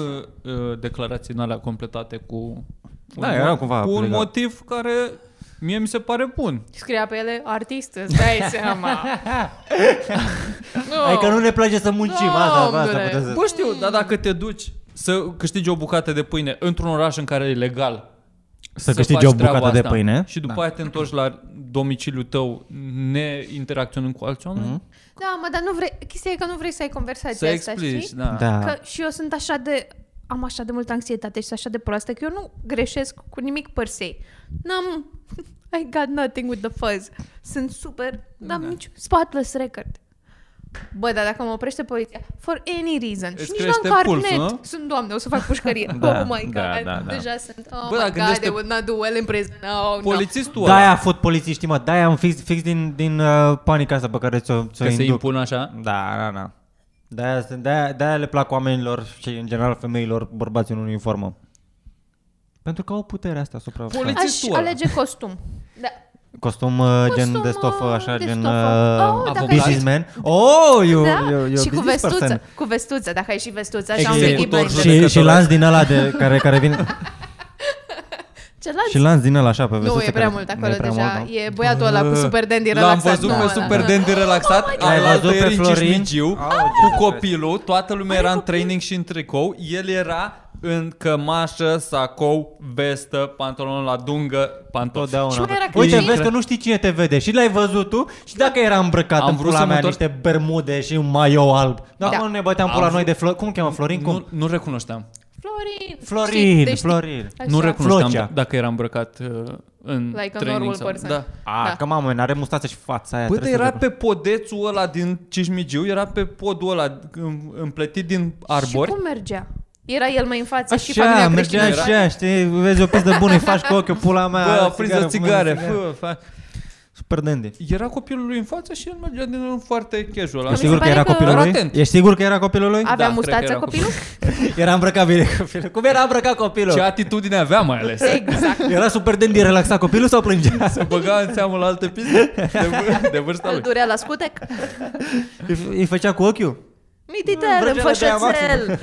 Speaker 2: uh, declarații în alea completate cu un,
Speaker 3: Da, erau cumva
Speaker 2: cu un
Speaker 3: legal.
Speaker 2: motiv care mie mi se pare bun.
Speaker 1: Scria pe ele artist, îți
Speaker 2: [laughs]
Speaker 1: dai seama.
Speaker 3: Adică nu ne place să muncim, asta, asta
Speaker 1: Doamne.
Speaker 3: puteți să...
Speaker 2: Bă, știu, dar dacă te duci să câștigi o bucată de pâine într-un oraș în care e legal
Speaker 3: Să câștigi o
Speaker 2: faci treaba
Speaker 3: bucată de
Speaker 2: asta.
Speaker 3: pâine.
Speaker 2: Și după da. aia te întorci la domiciliul tău neinteracționând cu alți
Speaker 3: Mhm.
Speaker 2: oameni. Mm-hmm.
Speaker 1: Da, mă, dar nu vrei... Chestia e că nu vrei să ai
Speaker 2: Să
Speaker 1: conversația asta,
Speaker 2: explici,
Speaker 1: știi?
Speaker 2: da.
Speaker 3: Da.
Speaker 1: Că și eu sunt așa de am așa de multă anxietate și sunt așa de proastă că eu nu greșesc cu nimic per se. N-am [laughs] I got nothing with the fuzz. Sunt super, n-am
Speaker 2: Da.
Speaker 1: nici spotless record. Bă, dar dacă mă oprește poliția, for any reason,
Speaker 2: Îți
Speaker 1: și nici
Speaker 2: crește
Speaker 1: n-am carnet,
Speaker 2: pulsul, nu?
Speaker 1: sunt doamne, o să fac pușcărie.
Speaker 3: Da,
Speaker 1: oh my god,
Speaker 3: da, da, da.
Speaker 1: deja sunt, oh
Speaker 2: Bă, dar
Speaker 1: my god,
Speaker 2: gândește-
Speaker 1: they would not do well in prison. Oh, no.
Speaker 2: Polițistul
Speaker 3: Da,
Speaker 2: ăla,
Speaker 3: aia a fost polițiștii, mă. Da, aia am fix, fix din, din uh, panica asta pe care ți-o, ți-o
Speaker 2: că se
Speaker 3: induc.
Speaker 2: impun așa,
Speaker 3: Da, da, da. De-aia, sunt- de-aia, de-aia le plac oamenilor și în general femeilor bărbații în uniformă. Pentru că au puterea asta asupra
Speaker 2: Poliț-
Speaker 1: Aș
Speaker 2: polițistul ăla.
Speaker 1: alege costum. Da.
Speaker 3: Costum, uh, gen
Speaker 1: Costum,
Speaker 3: de stofă,
Speaker 1: uh,
Speaker 3: așa,
Speaker 1: de
Speaker 3: gen
Speaker 1: stofă.
Speaker 3: uh,
Speaker 1: Oh,
Speaker 2: dacă
Speaker 3: businessman. Oh, eu,
Speaker 1: da?
Speaker 3: eu, eu,
Speaker 1: și cu
Speaker 3: business
Speaker 1: vestuță,
Speaker 3: person.
Speaker 1: cu vestuță, dacă ai și vestuță, așa un
Speaker 2: Executor
Speaker 1: pic mai-
Speaker 2: judecător.
Speaker 3: Și, și lans din ăla de, care, care
Speaker 1: [laughs]
Speaker 3: vine
Speaker 1: Celălalt
Speaker 3: și lans din ăla așa pe vestuță.
Speaker 1: Nu, e prea
Speaker 3: care-
Speaker 1: mult
Speaker 3: nu
Speaker 1: acolo
Speaker 3: prea
Speaker 1: deja.
Speaker 3: mult, da. nu?
Speaker 1: e băiatul ăla cu super dandy relaxat. da,
Speaker 2: L-am văzut
Speaker 1: nu,
Speaker 2: pe
Speaker 1: ăla.
Speaker 2: Super Dandy relaxat,
Speaker 3: L-ai
Speaker 2: al
Speaker 3: văzut pe
Speaker 2: tăierii în
Speaker 3: Florin?
Speaker 2: Cismigiu,
Speaker 3: Au,
Speaker 2: cu copilul, toată lumea era în training și în tricou, el era în cămașă, sacou, vestă, pantalon la dungă, pantofi.
Speaker 3: Totdeauna.
Speaker 1: Și mai era
Speaker 3: Uite,
Speaker 1: Crăciun.
Speaker 3: vezi că nu știi cine te vede. Și l-ai văzut tu și dacă era îmbrăcat
Speaker 2: Am
Speaker 3: în
Speaker 2: vrut
Speaker 3: pula
Speaker 2: să mă
Speaker 3: mea
Speaker 2: întorc-
Speaker 3: niște bermude și un maiou alb. Dar
Speaker 1: Da.
Speaker 3: acum nu ne băteam pula
Speaker 2: Am
Speaker 3: noi de Flor... Cum cheamă Florin? Cum?
Speaker 2: Nu, nu recunoșteam.
Speaker 1: Florin.
Speaker 3: Florin,
Speaker 1: Știi, deci-
Speaker 3: Florin.
Speaker 1: Așa.
Speaker 2: Nu recunoșteam
Speaker 3: Flocea.
Speaker 2: d- dacă era îmbrăcat uh, în
Speaker 1: Like a
Speaker 2: training
Speaker 1: normal
Speaker 2: sau...
Speaker 1: person.
Speaker 2: Da.
Speaker 3: A,
Speaker 1: Da.
Speaker 3: că mamă, are mustață și fața aia.
Speaker 2: Bă, dar
Speaker 3: trebuie să
Speaker 2: era
Speaker 3: le-
Speaker 2: pe podețul ăla din Cismigiu, era pe podul ăla în- împletit din arbori.
Speaker 1: Și cum mergea? Era el mai în față și
Speaker 3: Așa,
Speaker 1: familia
Speaker 3: mergea
Speaker 1: creștină.
Speaker 2: creștină
Speaker 3: așa, știi, vezi o pizdă bună, îi faci cu ochiul, pula mea,
Speaker 2: Bă, aprinzi o
Speaker 3: fumezi
Speaker 2: țigară,
Speaker 3: o țigară.
Speaker 2: fă, fac.
Speaker 3: Super dandy.
Speaker 2: Era copilul lui în față și el mergea din un foarte casual.
Speaker 3: Ești
Speaker 1: se
Speaker 2: așa.
Speaker 3: sigur că
Speaker 1: pare
Speaker 3: era
Speaker 1: că-
Speaker 3: copilul
Speaker 2: Era
Speaker 3: lui?
Speaker 2: atent.
Speaker 3: Ești sigur că era copilul lui?
Speaker 1: Avea
Speaker 2: Da, cred că
Speaker 1: mustață
Speaker 2: era
Speaker 1: copilul?
Speaker 3: Era îmbrăcat bine copilul. Cum era îmbrăcat
Speaker 2: Ce
Speaker 3: copilul?
Speaker 2: atitudine avea mai ales.
Speaker 1: Exact.
Speaker 3: Era super dandy, relaxat copilul sau
Speaker 2: [laughs]
Speaker 3: plângea?
Speaker 2: Se băga în seamă la alte piste de, vâr- de vârsta
Speaker 1: Îl
Speaker 2: lui.
Speaker 1: durea la scutec.
Speaker 3: Îi- Îi făcea cu ochiul?
Speaker 1: Mititel, în
Speaker 3: Vrăjeală de aia
Speaker 1: fășățel.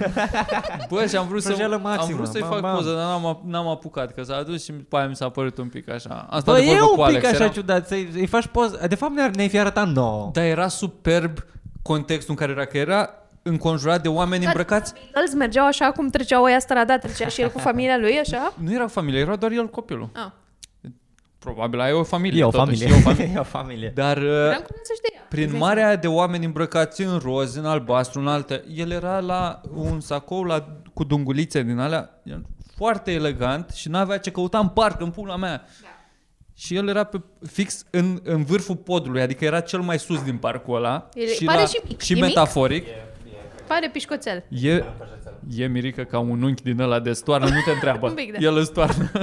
Speaker 2: Bă, și am vrut,
Speaker 3: Frăgeală
Speaker 2: să, am
Speaker 3: maximă,
Speaker 2: vrut să-i
Speaker 3: bam,
Speaker 2: fac
Speaker 3: bam.
Speaker 2: poză, dar n-am, ap- n-am apucat, că s-a adus și după aia mi s-a părut un pic așa. Am stat
Speaker 3: Bă,
Speaker 2: de
Speaker 3: Păi, e
Speaker 2: vorbă cu
Speaker 3: un pic
Speaker 2: Alex.
Speaker 3: așa
Speaker 2: eram-
Speaker 3: ciudat, să-i îi faci poză. De fapt ne-ar- ne-ai fi arătat nouă.
Speaker 2: Dar era superb contextul în care era, că era înconjurat de oameni îmbrăcați.
Speaker 1: Îls mergeau așa cum treceau oia strada, trecea și el cu familia lui, așa.
Speaker 2: Nu era familie, era doar el copilul.
Speaker 1: Ah.
Speaker 2: Probabil aia e o familie.
Speaker 3: E o
Speaker 2: totuși,
Speaker 3: familie.
Speaker 2: E o
Speaker 3: [laughs]
Speaker 2: familie.
Speaker 3: E o familie.
Speaker 2: Dar
Speaker 1: Vreau
Speaker 2: uh,
Speaker 1: cum să știa.
Speaker 2: prin marea aia de oameni îmbrăcați în roz, în albastru, în alte, el era la un sacou la, cu dungulițe din alea, foarte elegant și n-avea ce căuta în parc, în pula mea.
Speaker 1: Da.
Speaker 2: Și el era pe, fix în, în vârful podului, adică era cel mai sus din parcul ăla.
Speaker 1: El-
Speaker 2: și,
Speaker 1: pare
Speaker 2: la,
Speaker 1: și mic.
Speaker 2: și
Speaker 1: E mic?
Speaker 2: metaforic.
Speaker 1: Pare pișcoțel.
Speaker 2: E, e mirică ca un unchi din ăla de stoarnă, nu te întreabă.
Speaker 1: [laughs] Un pic, da.
Speaker 2: El îți stoarnă. [laughs]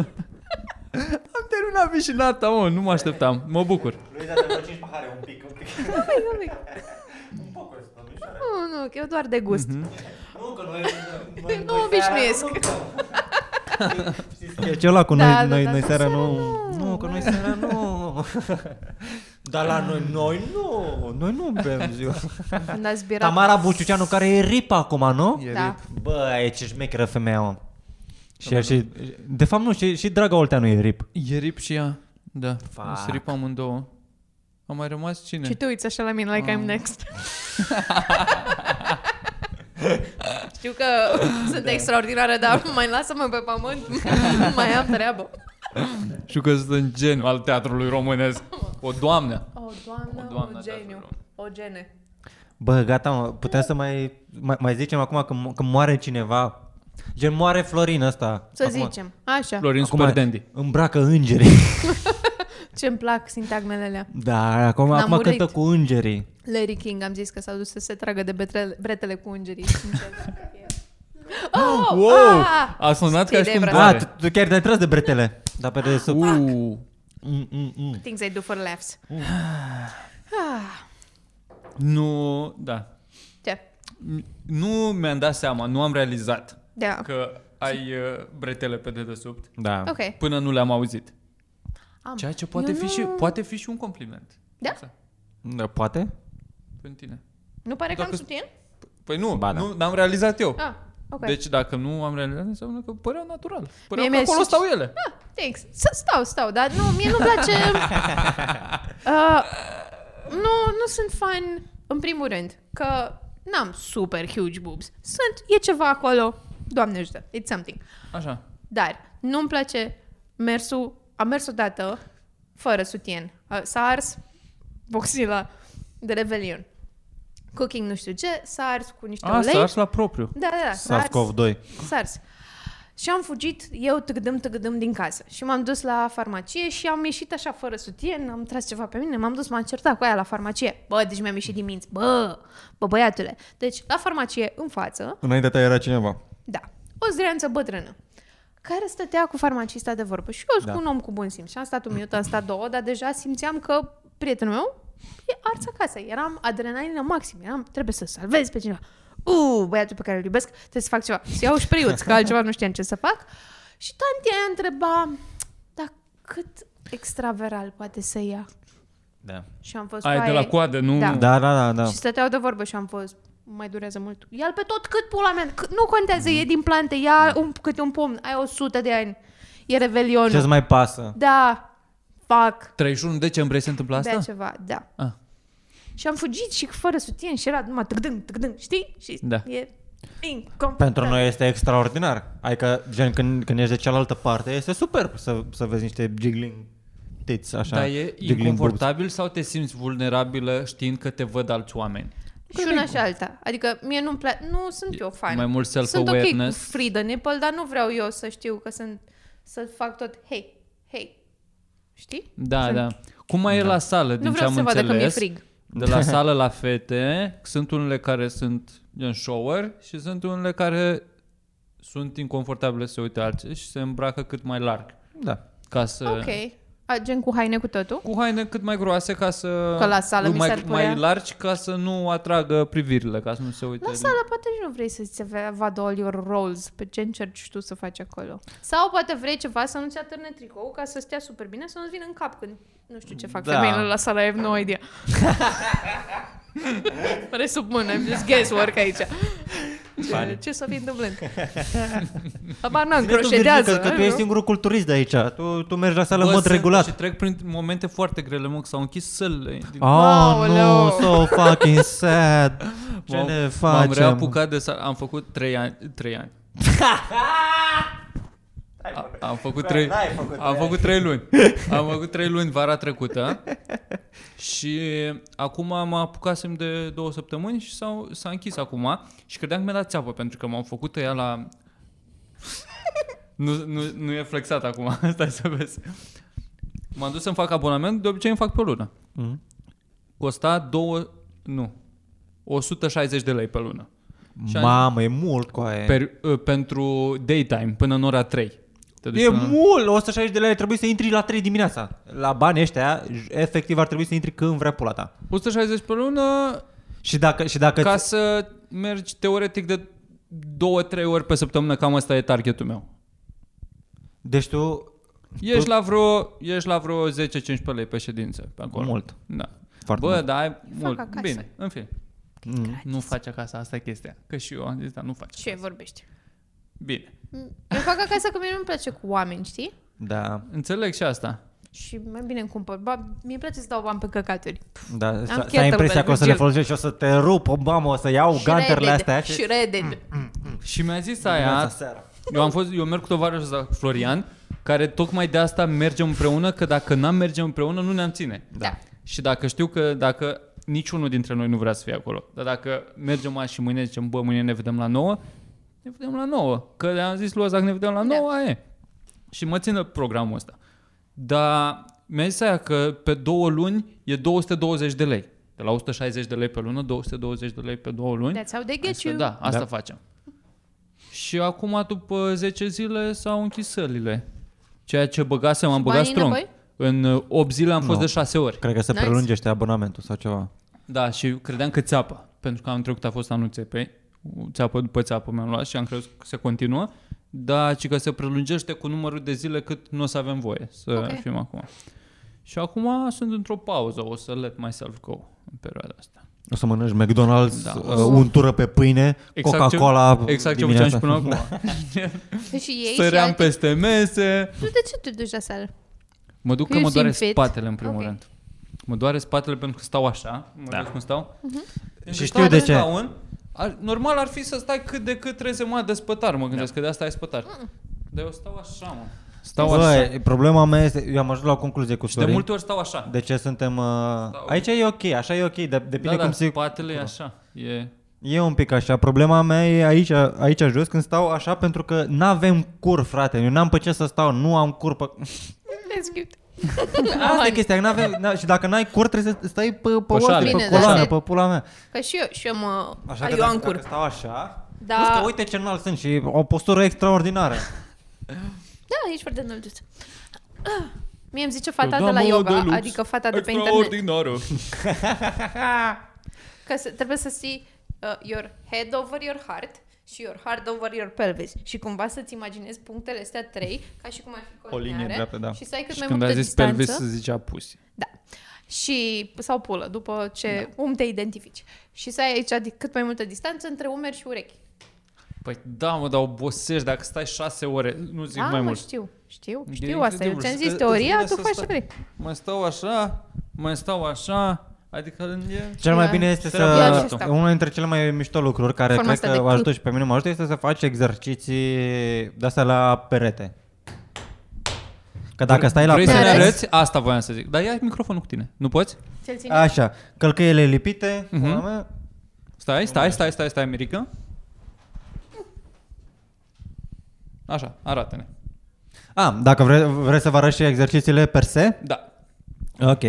Speaker 2: Am terminat vișinata, mă, nu mă așteptam. Mă bucur.
Speaker 3: Luiza, te vreo 5 pahare, un pic, un pic. [laughs]
Speaker 1: Nu,
Speaker 2: Păi,
Speaker 1: nu, eu doar de gust.
Speaker 2: Mhm.
Speaker 3: Nu, că noi...
Speaker 1: Nu obișnuiesc.
Speaker 3: [laughs] Deci ăla cu
Speaker 1: Da,
Speaker 3: noi,
Speaker 1: da,
Speaker 3: noi,
Speaker 1: da,
Speaker 3: noi
Speaker 1: da,
Speaker 3: seara
Speaker 1: seara
Speaker 3: nu...
Speaker 1: nu.
Speaker 3: Nu, că noi seara nu... [laughs] Dar la noi, noi nu, noi nu bem ziua.
Speaker 1: Când ați birat.
Speaker 3: Tamara Buciuceanu, care e ripa acum, nu?
Speaker 1: Da.
Speaker 3: Bă, e ce șmecheră femeia, mă. Și, ea și, de fapt nu, și, și Draga Olteanu e rip.
Speaker 2: E rip și ea. Da.
Speaker 3: Fuck.
Speaker 2: Se rip amândouă. A mai rămas cine?
Speaker 1: Și te uiți așa la mine,
Speaker 2: Ah.
Speaker 1: like I'm
Speaker 2: [laughs]
Speaker 1: next. Știu că sunt extraordinară, dar mai lasă-mă pe
Speaker 2: [laughs]
Speaker 1: pământ, nu mai am treabă.
Speaker 2: Știu că sunt geniu al teatrului românesc. O doamnă.
Speaker 1: O, doamnă,
Speaker 2: O
Speaker 1: o,
Speaker 2: doamnă, da,
Speaker 1: geniu, o gene.
Speaker 3: Bă, gata, mă, putem să mai, mai, mai zicem acum că, mo- că moare cineva. Gen moare Florin ăsta.
Speaker 1: Să
Speaker 3: Acum-
Speaker 1: zicem, așa,
Speaker 2: Florin Super Dandy.
Speaker 3: Îmbracă îngerii. [laughs]
Speaker 1: ce-mi plac sintagmele alea.
Speaker 3: Da, acum,
Speaker 1: N-a
Speaker 3: acum
Speaker 1: murit.
Speaker 3: cântă cu îngerii.
Speaker 1: Larry King, am zis că s-a dus să se tragă de betrele, bretele cu [laughs] îngerii. sincer. oh,
Speaker 2: Wow!
Speaker 1: ah!
Speaker 2: A sunat ca și
Speaker 1: Știi de
Speaker 2: cum
Speaker 1: vreo-
Speaker 3: Da,
Speaker 2: doare.
Speaker 3: tu, tu chiar te-ai tras de bretele. Dar pe de sub...
Speaker 2: Uh,
Speaker 3: Mm, mm, mm.
Speaker 1: Things I do for laughs. Ah,
Speaker 2: nu, da.
Speaker 1: Ce?
Speaker 2: Nu mi-am dat seama, nu am realizat
Speaker 1: Da.
Speaker 2: că ai uh, bretele pe dedesubt.
Speaker 3: Da.
Speaker 1: Ok.
Speaker 2: Până nu le-am auzit.
Speaker 1: Am.
Speaker 2: Ceea ce poate,
Speaker 1: Eu
Speaker 2: fi,
Speaker 1: nu-
Speaker 2: și, poate fi și un compliment.
Speaker 1: Da?
Speaker 2: Exact.
Speaker 3: Da, poate?
Speaker 2: Pentru tine.
Speaker 1: Nu pare că am
Speaker 2: Dacă-
Speaker 1: sutien?
Speaker 2: Păi nu,
Speaker 3: Ba
Speaker 2: ba,
Speaker 3: da.
Speaker 2: da. nu n-am realizat eu.
Speaker 1: Ah, ok.
Speaker 2: Deci dacă nu am realizat, înseamnă că păreau natural. Păreau
Speaker 1: Mie
Speaker 2: că
Speaker 1: mi-a
Speaker 2: acolo
Speaker 1: zis-
Speaker 2: stau ele.
Speaker 1: Ah, thanks. Să stau, stau, dar nu, mie nu-mi place... uh, nu, nu sunt fan, în primul rând, că n-am super huge boobs. Sunt, e ceva acolo, doamne ajută, it's something.
Speaker 2: Așa.
Speaker 1: Dar nu-mi place mersul, a mers odată fără sutien. A- S-a ars boxila de Revelion. Cooking nu știu ce, s-a ars cu niște
Speaker 2: A,
Speaker 1: ulei.
Speaker 2: s-a ars la propriu.
Speaker 1: Da, da, da. s-a ars.
Speaker 3: Sascov 2.
Speaker 1: SARS. Și am fugit eu tâgdâm, tâgdâm din casă. Și m-am dus la farmacie și am ieșit așa fără sutien, am tras ceva pe mine, m-am dus, m-am certat cu aia la farmacie. Bă, deci mi-am ieșit din minți. Bă, bă băiatule. Deci la farmacie, în față,
Speaker 3: Înaintea ta era cineva.
Speaker 1: da, o zreanță bătrână care stătea cu farmacista de vorbă. Și eu sunt
Speaker 3: Da.
Speaker 1: un om cu bun simț. Și am stat un minut, am stat două, dar deja simțeam că prietenul meu e ars acasă. Eram adrenalină maxim. Eram, trebuie să salvez pe cineva. U, băiatul pe care îl iubesc, trebuie să fac ceva. Să iau și priuț, că altceva nu știam ce să fac. Și tantia aia întreba, dar cât extraveral poate să ia?
Speaker 3: Da.
Speaker 1: Și am fost
Speaker 2: Ai
Speaker 1: "Păi,
Speaker 2: de la coadă, nu?
Speaker 1: Da.
Speaker 3: Da, da, da, da.
Speaker 1: și stăteau de vorbă și am fost mai durează mult. ia pe tot cât pula mea, cât, nu contează,
Speaker 2: Mm.
Speaker 1: e din plante, ia un, câte un pom, ai 100 de ani, e
Speaker 3: Ce-ți
Speaker 1: revelionul.
Speaker 3: mai pasă?
Speaker 1: Da, fac,
Speaker 2: 31 decembrie se întâmplă asta?
Speaker 1: bea ceva, da.
Speaker 2: Ah.
Speaker 1: Și am fugit și fără sutien și era numai tâcdâng, tâcdâng, știi? Și
Speaker 2: Da.
Speaker 1: e incompatibil.
Speaker 3: Pentru noi este extraordinar. Adică, gen, când, când ești de cealaltă parte, este superb să, să vezi niște jiggling tits, așa.
Speaker 2: Dar e
Speaker 3: jiggling boobs.
Speaker 2: inconfortabil sau te simți vulnerabilă știind că te văd alți oameni?
Speaker 1: Și una și alta. Adică mie nu-mi place, nu sunt eu fan.
Speaker 2: mai mult
Speaker 1: Sunt ok cu
Speaker 2: self-awareness.
Speaker 1: free the nipple, dar nu vreau eu să știu că sunt, să fac tot, hei, hei, știi?
Speaker 2: Da,
Speaker 1: Sunt-
Speaker 2: da. Cum mai e la sală, din
Speaker 1: Nu
Speaker 2: ce
Speaker 1: vreau
Speaker 2: am
Speaker 1: să vadă că mi-e
Speaker 2: înțeles?
Speaker 1: frig.
Speaker 2: De
Speaker 1: [laughs]
Speaker 2: la sală la fete, sunt unele care sunt în shower și sunt unele care sunt inconfortabile să se uite alții și se îmbracă cât mai larg.
Speaker 3: Da.
Speaker 2: Ca să...
Speaker 1: Ok. A, gen cu haine cu totul?
Speaker 2: Cu haine cât mai groase ca să...
Speaker 1: Că la sală mi s-ar
Speaker 2: mai,
Speaker 1: părea-
Speaker 2: mai largi ca să nu atragă privirile, ca să nu se uite.
Speaker 1: La sală Da, poate și nu vrei să ți se vadă all your roles pe ce încerci tu să faci acolo. Sau poate vrei ceva să nu-ți atârne tricou ca să stea super bine, să nu-ți vină în cap când nu știu ce fac
Speaker 3: Da.
Speaker 1: da. femeile la sală, I have no idea. Presupun, I'm just guesswork aici. Ce,
Speaker 3: Funny.
Speaker 1: ce să fi întâmplând? Habar n-am,
Speaker 3: Vezi tu, Virgil,
Speaker 1: croședează.
Speaker 3: Că, că tu
Speaker 1: nu?
Speaker 3: ești singurul culturist de aici. Tu, tu mergi la sală
Speaker 2: Bă,
Speaker 3: în mod
Speaker 2: sunt-
Speaker 3: regulat.
Speaker 2: Și trec prin momente foarte grele, mă, că s-au închis sălile. Din...
Speaker 3: Oh,
Speaker 1: Aoleu.
Speaker 3: no, so fucking
Speaker 2: [laughs]
Speaker 3: sad. Ce
Speaker 2: M-am-
Speaker 3: ne
Speaker 2: M-am
Speaker 3: facem?
Speaker 2: reapucat de sală. Am făcut trei ani. Trei ani. A- Am făcut trei,
Speaker 3: N-ai făcut
Speaker 2: am făcut trei luni. Am făcut trei luni vara trecută și acum am apucasem de două săptămâni și s-au, s-a închis acum și credeam că mi-a dat țeapă pentru că m-am făcut ea la... Nu, nu, nu e flexat acum, [laughs] stai să vezi. M-am dus să-mi fac abonament, de obicei îmi fac pe o lună.
Speaker 3: Mhm.
Speaker 2: Costa două... nu, 160 de lei pe lună. Și am-
Speaker 3: Mamă, e mult cu aia.
Speaker 2: Per, uh, pentru daytime, până în ora 3. Te duci
Speaker 3: E
Speaker 2: până-
Speaker 3: mult! 160 de lei ar trebui să intri la 3 dimineața. La bani ăștia, j- efectiv ar trebui să intri când vrea pula ta.
Speaker 2: 160 pe lună
Speaker 3: Și dacă, și dacă
Speaker 2: ca să mergi teoretic de 2-3 ori pe săptămână, cam asta e targetul meu.
Speaker 3: Deci tu...
Speaker 2: Ești la vreo, ești la vreo 10-15 lei pe ședință pe acolo.
Speaker 3: Mult.
Speaker 2: Da.
Speaker 3: Foarte
Speaker 2: Bă,
Speaker 3: mult.
Speaker 2: da, ai mult.
Speaker 1: acasă.
Speaker 2: Bine, în fine.
Speaker 3: Mm.
Speaker 2: Nu faci acasă, asta e chestia. Că și eu am zis, dar nu faci.
Speaker 1: Ce vorbești?
Speaker 2: Bine.
Speaker 1: Eu fac acasă că mie nu-mi place cu oameni, știi?
Speaker 3: Da,
Speaker 2: Înțeleg și asta.
Speaker 1: Și mai bine îmi cumpăr. Ba, mie îmi place să dau bani pe căcaturi.
Speaker 3: da. S-a, s-a
Speaker 1: kettlebell,
Speaker 3: impresia că o să le
Speaker 1: Virgil.
Speaker 3: folosești și o să te rup, o, mamă, o să iau ganterele astea. Mm,
Speaker 1: și... Shredded.
Speaker 2: Și mi-a zis
Speaker 3: Dimineața,
Speaker 2: aia,
Speaker 3: seara.
Speaker 2: Eu am fost, eu merg cu tovarășul ăsta, Florian, care tocmai de asta mergem împreună, că dacă n-am merge împreună, nu ne-am ține.
Speaker 1: Da.
Speaker 2: Și dacă știu că dacă niciunul dintre noi nu vrea să fie acolo, dar dacă mergem azi și mâine zicem, bă, mâine ne vedem la 9, ne vedem la 9. Că le-am zis lui ăsta că ne vedem la 9, da. e. Și mă țină programul ăsta. Dar mi-a zis aia că pe două luni e 220 de lei. De la 160 de lei pe lună, 220 de lei pe două luni.
Speaker 1: That's how they
Speaker 2: Păi, Hai
Speaker 1: get
Speaker 2: să-
Speaker 1: you.
Speaker 2: Da, asta
Speaker 3: Da.
Speaker 2: facem. Și acum, după 10 zile, s-au închis sălile. Ceea ce băgasem, am băgat
Speaker 1: banii
Speaker 2: strong.
Speaker 1: înapoi?
Speaker 2: În uh, 8 zile am
Speaker 3: Nu.
Speaker 2: fost de 6 ori.
Speaker 3: Cred că se
Speaker 1: Nice.
Speaker 3: prelungește abonamentul sau ceva.
Speaker 2: Da, și credeam că țeapă. Pentru că am trecut a fost anul țepei. Țeapă după țeapă mi-am luat și am crezut că se continuă. Dar ci că se prelungește cu numărul de zile cât nu o să avem voie să
Speaker 1: Ok.
Speaker 2: okay. fim acum. Și acum sunt într-o pauză. O să let myself go în perioada asta.
Speaker 3: O să mănânci McDonald's,
Speaker 2: Da.
Speaker 3: da. uh, untură pe pâine,
Speaker 2: Exact ce-
Speaker 3: Coca-Cola
Speaker 2: Exact ce făceam
Speaker 3: dimineața.
Speaker 2: și până
Speaker 3: [laughs]
Speaker 2: acum.
Speaker 1: Și [laughs] ei și
Speaker 2: Săream
Speaker 1: alte...
Speaker 2: peste mese.
Speaker 1: Tu de ce te duci la sală?
Speaker 2: Mă duc că
Speaker 1: Eu
Speaker 2: mă doare
Speaker 1: simt fit.
Speaker 2: spatele în primul
Speaker 1: Ok.
Speaker 2: okay. rând. Mă doare spatele pentru că stau așa, mă da. cum stau.
Speaker 1: Mhm.
Speaker 2: Uh-huh.
Speaker 3: Și știu de ce.
Speaker 2: ar, normal
Speaker 1: Mm.
Speaker 2: ar fi să stai cât de cât rezemat de spătar, mă gândesc, da. că de asta ai spătar. Dar eu stau așa, mă. Stau așa.
Speaker 3: Bă, problema mea este, eu am ajuns la o concluzie cu
Speaker 2: Și de
Speaker 3: Sorin.
Speaker 2: multe ori stau așa.
Speaker 3: De ce suntem... Uh...
Speaker 2: ok.
Speaker 3: Aici e ok, așa e ok, de, depinde
Speaker 2: da,
Speaker 3: cum
Speaker 2: da,
Speaker 3: se...
Speaker 2: spatele e așa. E...
Speaker 1: Da,
Speaker 3: E un pic așa. Problema mea e aici, aici jos când stau așa pentru că n-avem cur, frate. Eu n-am pe ce să stau, nu am
Speaker 2: [laughs]
Speaker 3: cur. Pe...
Speaker 1: That's cute.
Speaker 3: Asta e chestia, că n-avem, n- și dacă n-ai cur trebuie să stai pe, pe,
Speaker 2: șale.
Speaker 3: oase, pe
Speaker 1: Bine,
Speaker 3: coloană,
Speaker 1: dar-
Speaker 3: pe pula mea.
Speaker 1: Că și eu, și eu mă...
Speaker 3: Așa că
Speaker 1: eu
Speaker 3: dacă,
Speaker 1: am cur.
Speaker 3: dacă stau așa,
Speaker 1: Da.
Speaker 3: plus că uite ce înalt sunt și o postură extraordinară.
Speaker 1: Da, ești foarte înălțuț. Mie îmi zice fata
Speaker 2: Eu
Speaker 1: de la
Speaker 2: dau o
Speaker 1: yoga,
Speaker 2: de lux.
Speaker 1: adică fata de pe internet, [laughs]
Speaker 2: Extraordinară.
Speaker 1: că se, trebuie să ții uh, your head over your heart și your heart over your pelvis și cumva să-ți imaginezi punctele astea trei ca și cum ar fi
Speaker 3: O linie
Speaker 1: colineare,
Speaker 3: dreaptă, da.
Speaker 1: și să ai cât
Speaker 2: Și
Speaker 1: mai
Speaker 2: când a
Speaker 1: multă
Speaker 2: zis
Speaker 1: distanță.
Speaker 2: pelvis, să zicea pusi.
Speaker 1: Da. Și, sau pulă, după ce, da. cum te identifici. Și să ai aici adic- cât mai multă distanță între umeri și urechi.
Speaker 2: Păi da, mă, dar obosești dacă stai șase ore, nu zic
Speaker 1: da,
Speaker 2: mai
Speaker 1: mă,
Speaker 2: mult.
Speaker 1: știu, știu,
Speaker 2: E
Speaker 1: știu asta. Eu
Speaker 2: incredibil.
Speaker 1: ți-am
Speaker 2: Să-
Speaker 1: zis
Speaker 2: să-
Speaker 1: teoria, tu
Speaker 2: să- să
Speaker 1: faci
Speaker 2: stai.
Speaker 1: ce vrei.
Speaker 2: Mai stau așa, mai stau așa, adică e...
Speaker 3: Cel mai
Speaker 1: Da.
Speaker 3: bine este
Speaker 2: Și terapia
Speaker 3: să...
Speaker 1: acesta.
Speaker 3: Unul dintre cele mai mișto lucruri care
Speaker 1: Forma
Speaker 3: cred
Speaker 1: asta
Speaker 3: că
Speaker 1: de
Speaker 3: vă ajută
Speaker 1: clip.
Speaker 3: și pe mine mă ajută este să faci exerciții de-astea la perete. Că dacă stai la
Speaker 2: Vrei să ne
Speaker 1: Arăți?
Speaker 2: arăți? Asta voiam să zic. Dar ia microfonul cu tine, nu poți?
Speaker 1: Ți-l ține?
Speaker 3: Așa, călcăiele lipite,
Speaker 2: Mhm.
Speaker 3: pula mea.
Speaker 2: Stai, stai, stai, stai, stai, Mirica. Așa, arată-ne.
Speaker 3: A, dacă vre, vreți să vă arăt și exercițiile per se?
Speaker 2: Da.
Speaker 1: [laughs]
Speaker 3: Ok.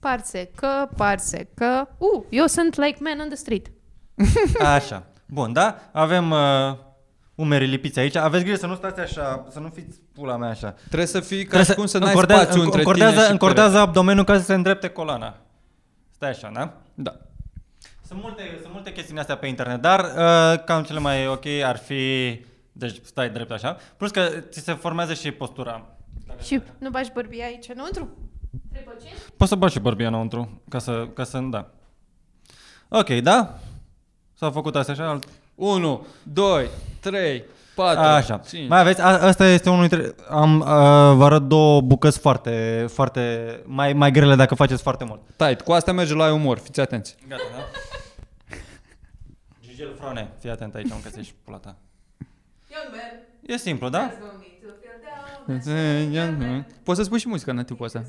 Speaker 1: Parse, că, parse, că... Uh, eu sunt like man on the street.
Speaker 3: Așa. Bun, da? Avem uh, umerii lipiți aici. Aveți grijă să nu stați așa, să nu fiți pula mea așa.
Speaker 2: Trebuie să fii ca
Speaker 3: Trebuie
Speaker 2: și
Speaker 3: să
Speaker 2: cum să n-ai
Speaker 3: încordea-
Speaker 2: spațiu
Speaker 3: înc-
Speaker 2: între
Speaker 3: încordează,
Speaker 2: tine și
Speaker 3: Încordează abdomenul ca să se îndrepte coloana. Stai așa, da?
Speaker 2: perete. Da.
Speaker 3: Sunt multe, sunt multe chestiuni astea pe internet, dar uh, cam cele mai ok ar fi... Deci stai drept așa. Plus că ți se formează și postura.
Speaker 1: Și nu bași bărbia aici înăuntru? Trebuie ce?
Speaker 3: Poți să bagi și bărbia înăuntru, ca să, ca să, da. Ok, da? S-au făcut astea așa? Alt...
Speaker 2: 1, 2, 3, 4,
Speaker 3: Așa.
Speaker 2: 5.
Speaker 3: Mai aveți, a, asta este unul dintre... Am, uh, vă arăt două bucăți foarte, foarte, mai, mai grele dacă faceți foarte mult.
Speaker 2: Tight, cu asta merge la umor, fiți atenți.
Speaker 3: Gata, da? Gigel Frone, fii atent aici, am găsit și pula ta.
Speaker 1: Young man,
Speaker 3: E simplu, da?
Speaker 1: don't need to feel down.
Speaker 2: Poți să spui și muzica în tipul ăsta.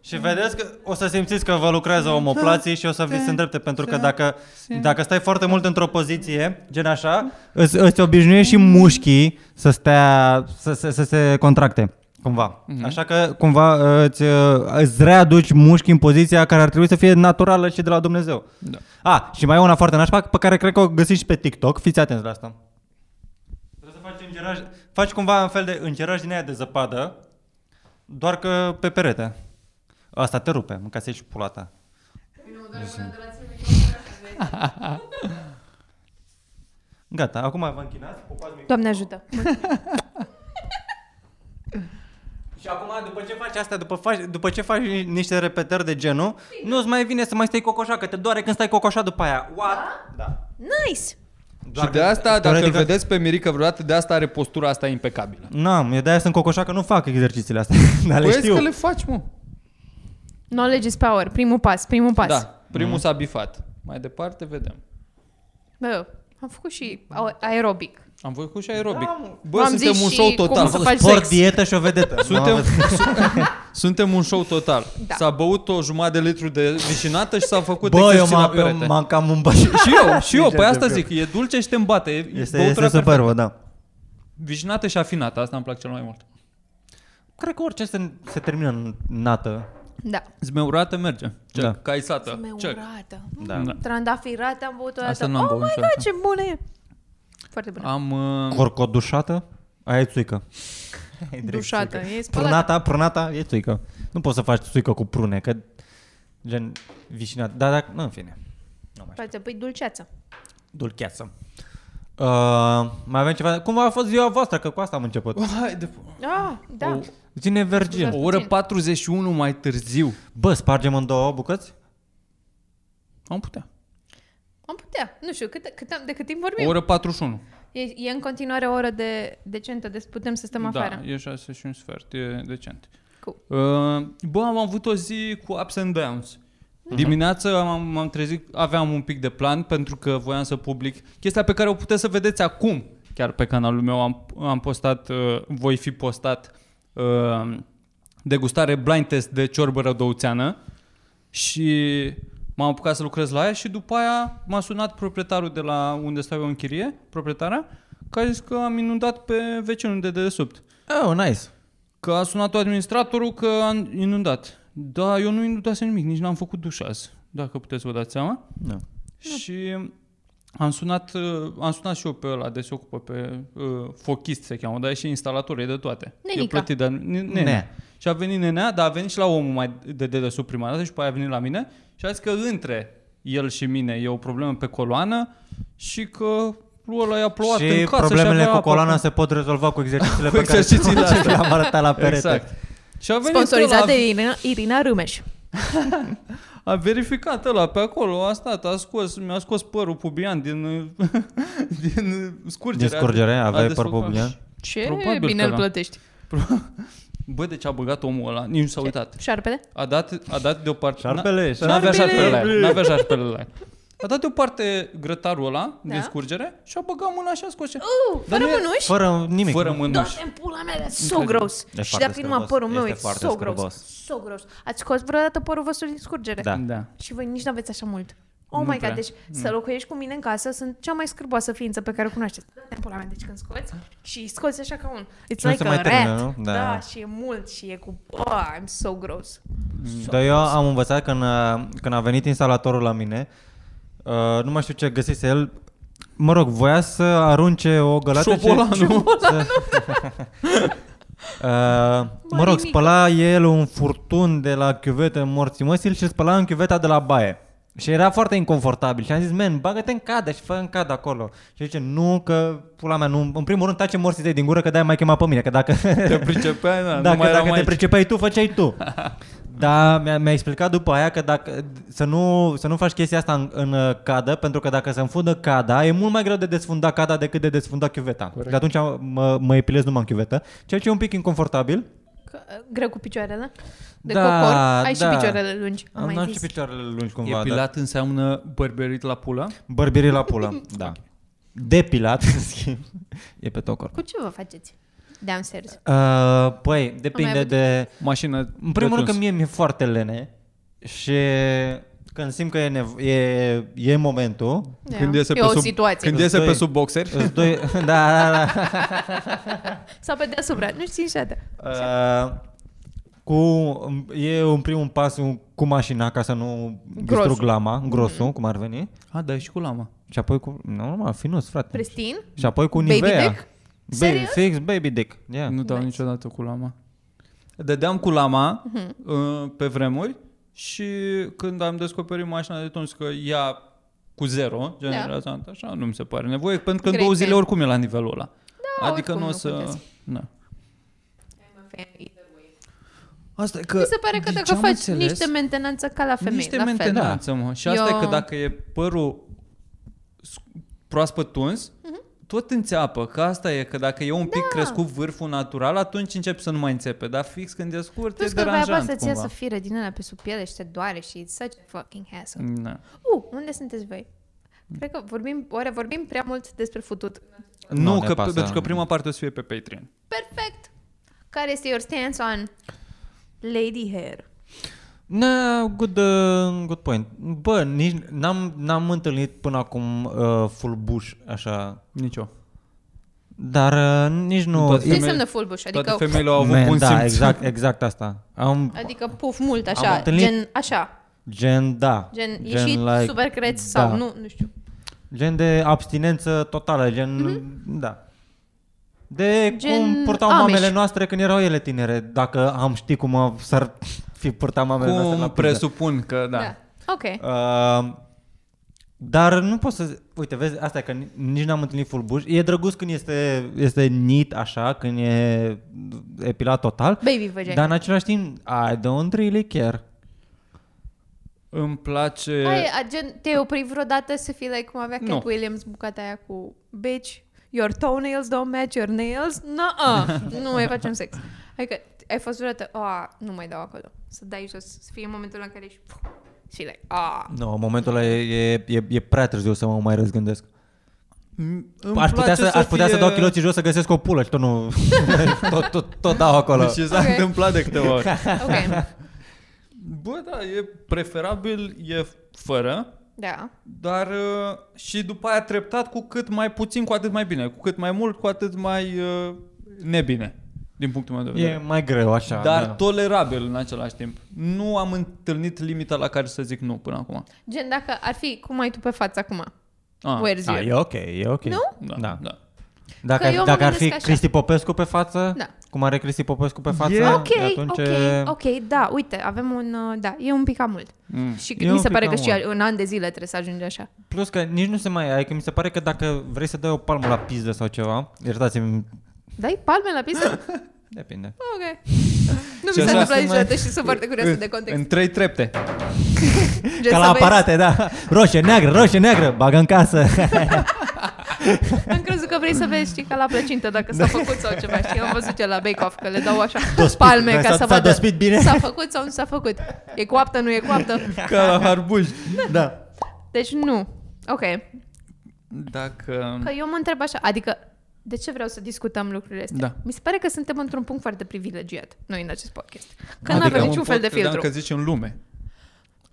Speaker 3: Și vedeți că o să simțiți că vă lucrează omoplații și o să vi se îndrepte, pentru că dacă, dacă stai foarte mult într-o poziție, gen așa, îți, îți obișnuiești și mușchii să, stea, să, să, să se contracte, cumva. Așa că, cumva, îți, îți readuci mușchii în poziția care ar trebui să fie naturală și de la Dumnezeu.
Speaker 2: Da.
Speaker 3: A, Ah, și mai e una foarte nașpa pe care cred că o găsiți și pe TikTok. Fiți atenți la asta. Trebuie să faci îngeraj, faci cumva un fel de îngeraj din aia de zăpadă, doar că pe perete. Asta te rupe, mâncați și pula ta. [laughs] Gata, acum vă închinați, pupați mic.
Speaker 1: Doamne ajută.
Speaker 3: Și acum, după ce faci asta, după, faci, după ce faci ni- niște repetări de genul, nu-ți mai vine să mai stai cocoșa, că te doare când stai cocoșa după aia. What? Da.
Speaker 1: Nice!
Speaker 2: Și de asta, dacă îl vedeți pe Mirica vreodată, de asta are postura asta impecabilă.
Speaker 3: Nu, eu de-aia sunt cocoșa că nu fac exercițiile astea, [laughs] dar le
Speaker 2: Păi
Speaker 3: știu.
Speaker 2: că le faci, mă.
Speaker 1: Knowledge is power. Primul pas, primul pas.
Speaker 2: Da,
Speaker 3: Mhm.
Speaker 2: primul s-a bifat. Mai departe vedem.
Speaker 1: Bă, am făcut și au- aerobic.
Speaker 2: Am făcut și aerobic.
Speaker 3: Da,
Speaker 2: Bă,
Speaker 1: V-am
Speaker 2: suntem
Speaker 1: zis
Speaker 2: un
Speaker 1: și
Speaker 2: show
Speaker 1: cum
Speaker 2: total.
Speaker 1: să faci
Speaker 3: Sport,
Speaker 1: sex.
Speaker 3: dietă și o vedetă.
Speaker 2: [laughs] Suntem,
Speaker 3: Mamă,
Speaker 2: suntem un show total.
Speaker 1: Da.
Speaker 2: S-a băut o jumătate de litru de vișinată și s-a făcut
Speaker 3: Bă, eu,
Speaker 2: exerciții la
Speaker 3: m- eu
Speaker 2: perete.
Speaker 3: m-am cam îmbășit.
Speaker 2: Și eu, și eu,
Speaker 3: Sincer,
Speaker 2: pe asta
Speaker 3: de
Speaker 2: zic, e dulce și te îmbate. E
Speaker 3: Este,
Speaker 2: băutura
Speaker 3: este
Speaker 2: perfectă.
Speaker 3: superbă, da.
Speaker 2: Vișinată și afinată, asta îmi place cel mai mult.
Speaker 3: Cred că orice se, se termină în nată.
Speaker 1: Da.
Speaker 2: Zmeurată merge. Check.
Speaker 3: Da.
Speaker 2: Da. Caisată. Check.
Speaker 1: Zmeurată.
Speaker 3: Da.
Speaker 2: Da.
Speaker 1: Trandafirată am băut o dată.
Speaker 2: Asta nu am
Speaker 1: oh
Speaker 2: băut
Speaker 1: my
Speaker 2: niciodată.
Speaker 1: god, ce bună e! Foarte bună.
Speaker 2: Am... Uh,
Speaker 3: Corcodușată, aia e țuică. Ai drept
Speaker 1: Dușată.
Speaker 3: țuică.
Speaker 1: E spălată.
Speaker 3: Prunata, prunata e țuică. Nu poți să faci țuică cu prune, că gen vișinat. Dar dacă, nu, în fine. Nu mai știu.
Speaker 1: Poate pui dulceață.
Speaker 3: Dulcheață. Uh, mai avem ceva? Cum a fost ziua voastră? Că cu asta am început.
Speaker 2: haide,
Speaker 1: Ah, da.
Speaker 2: O-
Speaker 3: Cine e virgin?
Speaker 2: o oră 41 mai târziu.
Speaker 3: Bă, spargem în două bucăți?
Speaker 2: Am putea.
Speaker 1: Am putea. Nu știu, cât, cât am, de cât timp
Speaker 2: O
Speaker 1: vorbim?
Speaker 2: oră 41.
Speaker 1: E, e în continuare o oră de, decentă, deci putem să stăm afară.
Speaker 2: Da, e 6 și un sfert, e decent.
Speaker 1: Cool. Mhm.
Speaker 2: Uh, bă, am avut o zi cu ups and downs. Dimineața am, m-am trezit, aveam un pic de plan pentru că voiam să public chestia pe care o puteți să vedeți acum. Chiar pe canalul meu am, am postat, uh, voi fi postat uh, degustare blind test de ciorbă rădăuțeană și m-am apucat să lucrez la ea și după aia m-a sunat proprietarul de la unde stau eu în chirie, proprietarea, că a zis că am inundat pe vecinul de dedesubt.
Speaker 3: Oh, nice.
Speaker 2: Că a sunat administratorul că a inundat. Da, eu nu inundasem nimic, nici n-am făcut duș azi, dacă puteți să vă dați seama.
Speaker 3: Da.
Speaker 2: Și am sunat, uh, am sunat și eu pe ăla de se ocupă pe uh, fochist se cheamă, dar e și instalator, e de toate. E
Speaker 1: Nenica.
Speaker 2: plătit de nenea.
Speaker 3: Ne.
Speaker 2: Ne. Și a venit nenea, dar a venit și la omul mai de dedesubt prima dată și după aia a venit la mine și a zis că între el și mine e o problemă pe coloană și că lui ăla i-a plouat
Speaker 3: și
Speaker 2: în casă
Speaker 3: problemele
Speaker 2: și avea
Speaker 3: cu coloana
Speaker 2: apă.
Speaker 3: se pot rezolva cu exercițiile
Speaker 2: [laughs] Cu
Speaker 3: pe care [laughs]
Speaker 2: exercițiile
Speaker 3: le
Speaker 2: astea.
Speaker 3: am arătat la perete.
Speaker 2: Exact. Și a venit
Speaker 1: Sponsorizat
Speaker 2: ăla,
Speaker 1: de Irina, Irina Râmeș.
Speaker 2: A verificat ăla pe acolo, a stat, a scos, mi-a scos părul pubian din, [laughs] din
Speaker 3: Din
Speaker 2: scurgere.
Speaker 3: scurgere,
Speaker 2: A- a
Speaker 3: aveai păr
Speaker 2: desfăcut.
Speaker 3: bubulian?
Speaker 1: Ce
Speaker 2: Probabil
Speaker 1: bine
Speaker 2: că
Speaker 1: îl
Speaker 2: da.
Speaker 1: plătești.
Speaker 2: Bă, deci a băgat omul ăla, nici nu s-a uitat.
Speaker 1: Șarpele?
Speaker 2: A dat, a dat deoparte...
Speaker 3: Șarpele,
Speaker 2: n- N-avea
Speaker 3: șarpele.
Speaker 2: șarpele la el, n-avea șarpele
Speaker 3: [laughs]
Speaker 2: la el. A dat deoparte grătarul ăla da?
Speaker 1: Da.
Speaker 2: din scurgere și a băgat mâna și a scos ce...
Speaker 1: Uh,
Speaker 2: Dar
Speaker 1: fără
Speaker 2: nu e-
Speaker 1: mânuși?
Speaker 3: Fără nimic.
Speaker 2: Fără mânuși.
Speaker 1: Doamne, în pula mea, e so gros.
Speaker 3: E
Speaker 1: și
Speaker 3: foarte
Speaker 1: dacă e numai
Speaker 3: scârbos.
Speaker 1: părul meu, e
Speaker 3: Este foarte
Speaker 1: so gros.
Speaker 3: scârbos.
Speaker 1: So gros. Ați scos vreodată părul vostru din scurgere?
Speaker 3: Da.
Speaker 2: da.
Speaker 1: Și voi nici nu aveți așa mult. Oh
Speaker 2: Nu
Speaker 1: my
Speaker 2: prea.
Speaker 1: god, deci să locuiești cu mine în casă, sunt cea mai scârboasă ființă pe care o cunoașteți. Dă-te pula mea, deci când scoți și scoți așa ca un... It's
Speaker 3: nu se
Speaker 1: like a
Speaker 3: mai termină,
Speaker 1: rat.
Speaker 3: nu? Da.
Speaker 1: da. și e mult și e cu... Oh, I'm so gross.
Speaker 3: Dar eu am învățat când, a- când a venit instalatorul la mine, uh, nu mai știu ce găsise el, mă rog, voia să arunce o gălată
Speaker 2: Șobolanul.
Speaker 3: și... Șobolanul. Uh, mă rog,
Speaker 1: Marinică.
Speaker 3: spăla el un furtun de la chiuvetă în morții măsil și îl spăla în chiuveta de la baie. Și era foarte inconfortabil și am zis, men, bagă-te în cadă și fă în cadă acolo. Și zice, nu, că pula mea, nu, în primul rând tace morții tăi din gură că de-aia m-ai chemat pe mine, că dacă... [laughs]
Speaker 2: Te pricepeai, da,
Speaker 3: Dacă,
Speaker 2: nu mai
Speaker 3: dacă
Speaker 2: eram
Speaker 3: te
Speaker 2: aici.
Speaker 3: pricepeai tu, făceai tu. [laughs] Dar mi-a, mi-a explicat după aia că dacă, să, nu, să nu faci chestia asta în, în uh, cadă, pentru că dacă se înfundă cada, e mult mai greu de desfunda cada decât de desfunda chiuveta. Corect. De atunci mă, mă epilez numai în chiuvetă, ceea ce e un pic inconfortabil.
Speaker 1: Că, uh, greu cu picioarele? De
Speaker 3: Da,
Speaker 1: cocor? Ai
Speaker 3: da.
Speaker 1: și picioarele lungi. Am,
Speaker 3: Am, am
Speaker 1: mai
Speaker 3: și
Speaker 1: zis.
Speaker 3: picioarele lungi cumva.
Speaker 2: Epilat înseamnă bărberit la pula.
Speaker 3: Da. Bărbirii la
Speaker 1: [laughs]
Speaker 3: pulă, da. Depilat, [laughs] în schimb, e pe tot corpul.
Speaker 1: Cu ce vă faceți? Downstairs.
Speaker 3: Uh, păi, depinde
Speaker 1: avut-
Speaker 3: de...
Speaker 2: Mașină
Speaker 3: În primul rând că
Speaker 2: de tuns.
Speaker 3: mie mi-e foarte lene și când simt că e, nevo- e, e momentul,
Speaker 1: Da.
Speaker 2: Când iese
Speaker 1: e
Speaker 2: pe
Speaker 1: o
Speaker 2: sub,
Speaker 1: situație.
Speaker 2: Când iese pe
Speaker 3: Doi.
Speaker 2: sub boxeri.
Speaker 3: îți doi, [laughs] da, da, da,
Speaker 1: Sau pe deasupra. Nu știu niciodată.
Speaker 3: Uh, cu, e un primul pas un- cu mașina ca să nu
Speaker 1: Grosul. Mhm.
Speaker 3: distrug lama, grosul, cum ar veni.
Speaker 2: A, da, e și cu lama.
Speaker 3: Și apoi cu, normal, finus, frate.
Speaker 1: Pristin?
Speaker 3: Și apoi cu
Speaker 1: Baby
Speaker 3: Nivea.
Speaker 1: dick?
Speaker 3: Baby,
Speaker 1: Serios?
Speaker 3: fix baby dick. Yeah.
Speaker 2: Nu dau niciodată cu lama. Dădeam cu lama
Speaker 1: Mhm.
Speaker 2: uh, pe vremuri și când am descoperit mașina de tuns că ea cu zero, generația da. așa, nu mi se pare nevoie, pentru că în
Speaker 1: Grei
Speaker 2: două
Speaker 1: pe-
Speaker 2: zile oricum e la nivelul ăla.
Speaker 1: Da,
Speaker 2: adică
Speaker 1: oricum
Speaker 2: nu o
Speaker 1: nu
Speaker 2: să...
Speaker 1: contează.
Speaker 2: Na. Asta e că...
Speaker 1: Mi se pare că
Speaker 2: din
Speaker 1: dacă
Speaker 2: ce am
Speaker 1: faci
Speaker 2: înțeles,
Speaker 1: niște mentenanță ca la femei,
Speaker 2: niște
Speaker 1: la fel.
Speaker 2: mentenanță, mă. Și asta
Speaker 1: Eu-
Speaker 2: e că dacă e părul sc- proaspăt tuns,
Speaker 1: Mhm.
Speaker 2: tot înțeapă, că asta e, că dacă e un
Speaker 1: Da.
Speaker 2: pic crescut vârful natural, atunci începe să nu mai înțepe, dar fix când e scurt,
Speaker 1: Plus că
Speaker 2: e
Speaker 1: vai
Speaker 2: deranjant
Speaker 1: apasă să ți
Speaker 2: cumva.
Speaker 1: iasă fire din alea pe sub piele și te doare și it's such a fucking hassle.
Speaker 2: Na.
Speaker 1: Uh, unde sunteți voi? Cred că vorbim, oare vorbim prea mult despre futut.
Speaker 2: Nu,
Speaker 3: Nu,
Speaker 2: no,
Speaker 3: ne
Speaker 2: că,
Speaker 3: pasă.
Speaker 2: pentru că prima parte o să fie pe Patreon.
Speaker 1: Perfect! Care este your stance on lady hair?
Speaker 3: Na, good, uh, good point. Bă, nici n-am, n-am întâlnit până acum uh, full bush, așa,
Speaker 2: Nicio.
Speaker 1: Adică
Speaker 3: dar uh, nici nu...
Speaker 2: Toate
Speaker 1: Ce
Speaker 2: Femei-
Speaker 1: înseamnă full bush?
Speaker 2: Adică
Speaker 1: Adică,
Speaker 2: Toate femeile au avut
Speaker 3: Man,
Speaker 2: bun
Speaker 3: da,
Speaker 2: simț. [laughs]
Speaker 3: exact, exact asta. Am
Speaker 1: adică puf mult,
Speaker 3: Am
Speaker 1: așa,
Speaker 3: întâlnit-
Speaker 1: gen așa,
Speaker 3: gen, da.
Speaker 1: gen, ieșit super creț
Speaker 3: da.
Speaker 1: sau nu, nu știu.
Speaker 3: Gen de abstinență totală, gen, da. De gen
Speaker 1: Mhm. Gen
Speaker 3: cum purtau
Speaker 1: Amish.
Speaker 3: mamele noastre când erau ele tinere, dacă am ști cum s-ar fi purtat mamele noastre la
Speaker 2: Cum
Speaker 3: pizza.
Speaker 2: presupun că da.
Speaker 1: Da.
Speaker 2: da.
Speaker 1: Ok.
Speaker 3: Uh, dar nu pot să... Uite, vezi, asta e că ni- nici n-am întâlnit full bush. E drăguț când este, este nit așa, când e epilat total.
Speaker 1: Baby vagina.
Speaker 3: Dar în același timp, I don't really care.
Speaker 2: Îmi place...
Speaker 1: Ai, a, gen, te-ai oprit vreodată să fii like cum avea Cat
Speaker 2: Nu.
Speaker 1: Williams bucata aia cu bitch, your toenails don't match your nails?
Speaker 3: [laughs]
Speaker 1: No, nu mai facem sex. Adică ai fost vreodată, a, nu mai dau acolo. Să dai jos, să fie momentul în care ești [laughs] și like, a,
Speaker 3: [laughs] Nu, no, în momentul ăla e, e, e, e prea târziu să mă mai răzgândesc.
Speaker 2: Îmi
Speaker 3: Aș putea,
Speaker 2: place
Speaker 3: să, aș putea
Speaker 2: fie-
Speaker 3: să dau chiloții jos să găsesc o pulă și
Speaker 2: [laughs]
Speaker 3: tot nu... tot, tot, tot dau acolo.
Speaker 2: Deci s-a
Speaker 1: Ok.
Speaker 2: [laughs] întâmplat de câteva
Speaker 3: [laughs]
Speaker 2: ori.
Speaker 1: Ok,
Speaker 2: Bă, da, e preferabil, e fără,
Speaker 1: da.
Speaker 2: dar uh, și după aia treptat cu cât mai puțin, cu atât mai bine. Cu cât mai mult, cu atât mai uh, nebine, din punctul meu de vedere.
Speaker 3: E mai greu așa.
Speaker 2: dar
Speaker 3: da.
Speaker 2: tolerabil în același timp. Nu am întâlnit limita la care să zic nu până acum.
Speaker 1: Gen, dacă ar fi, cum ai tu pe față acum?
Speaker 2: Ah,
Speaker 1: Where's
Speaker 3: Da, e
Speaker 1: you?
Speaker 3: ok, e ok.
Speaker 1: Nu?
Speaker 2: da,
Speaker 3: Da.
Speaker 2: da. da.
Speaker 3: Dacă,
Speaker 1: Că eu
Speaker 3: ar,
Speaker 1: mă
Speaker 3: dacă ar fi
Speaker 1: gândesc așa.
Speaker 3: Cristi Popescu pe față,
Speaker 1: Da.
Speaker 3: cum are Cristi Popescu pe față,
Speaker 2: E-
Speaker 1: Ok,
Speaker 3: de atunci
Speaker 1: ok,
Speaker 3: e-
Speaker 1: ok, da, uite, avem un, uh, da, e un pic cam mult.
Speaker 2: Mm.
Speaker 1: Și
Speaker 3: E
Speaker 1: mi
Speaker 3: un
Speaker 1: se
Speaker 3: pic
Speaker 1: pare că
Speaker 3: cam
Speaker 1: și
Speaker 3: mult.
Speaker 1: un an de zile trebuie să ajungi așa.
Speaker 3: Plus că nici nu se mai... Adică mi se pare că dacă vrei să dai o palmă la pizdă sau ceva, iertați-mi,
Speaker 1: Dai palme la pistă?
Speaker 3: depinde.
Speaker 1: Ok. [laughs] Nu
Speaker 2: Și
Speaker 1: mi s-a
Speaker 2: așa
Speaker 1: întâmplat
Speaker 3: sunt
Speaker 1: niciodată
Speaker 3: mai-
Speaker 1: și sunt foarte curioasă de context.
Speaker 2: În trei
Speaker 1: [laughs]
Speaker 2: trepte.
Speaker 1: Gen,
Speaker 3: Ca
Speaker 1: să
Speaker 3: la
Speaker 1: vezi-
Speaker 3: aparate, da. Roșie, neagră, roșie, neagră, bagă în casă.
Speaker 1: [laughs]
Speaker 2: Da.
Speaker 1: Am crezut că vrei să vezi, știi, ca la plăcintă, dacă
Speaker 2: Da.
Speaker 1: s-a făcut sau ceva, știi, am văzut eu la Bake Off, că le dau așa
Speaker 3: Dospit.
Speaker 1: palme
Speaker 3: Da,
Speaker 1: ca
Speaker 3: s-a-
Speaker 1: să
Speaker 3: s-a
Speaker 1: vadă
Speaker 3: dospit bine.
Speaker 1: s-a făcut sau nu s-a făcut. E coaptă, nu e
Speaker 2: [laughs]
Speaker 1: coaptă.
Speaker 2: Ca la harbuș.
Speaker 3: [laughs] da.
Speaker 1: Deci nu. Ok.
Speaker 2: Mm. Dacă...
Speaker 1: Că Păi eu mă întreb așa, adică de ce vreau să discutăm lucrurile astea?
Speaker 2: Da.
Speaker 1: Mi se pare că suntem într-un punct foarte privilegiat noi în acest podcast. Că
Speaker 3: Adică
Speaker 1: nu avem
Speaker 2: am
Speaker 1: niciun
Speaker 2: un
Speaker 1: fel de
Speaker 2: podcast, credeam
Speaker 1: filtru.
Speaker 2: că zici în lume.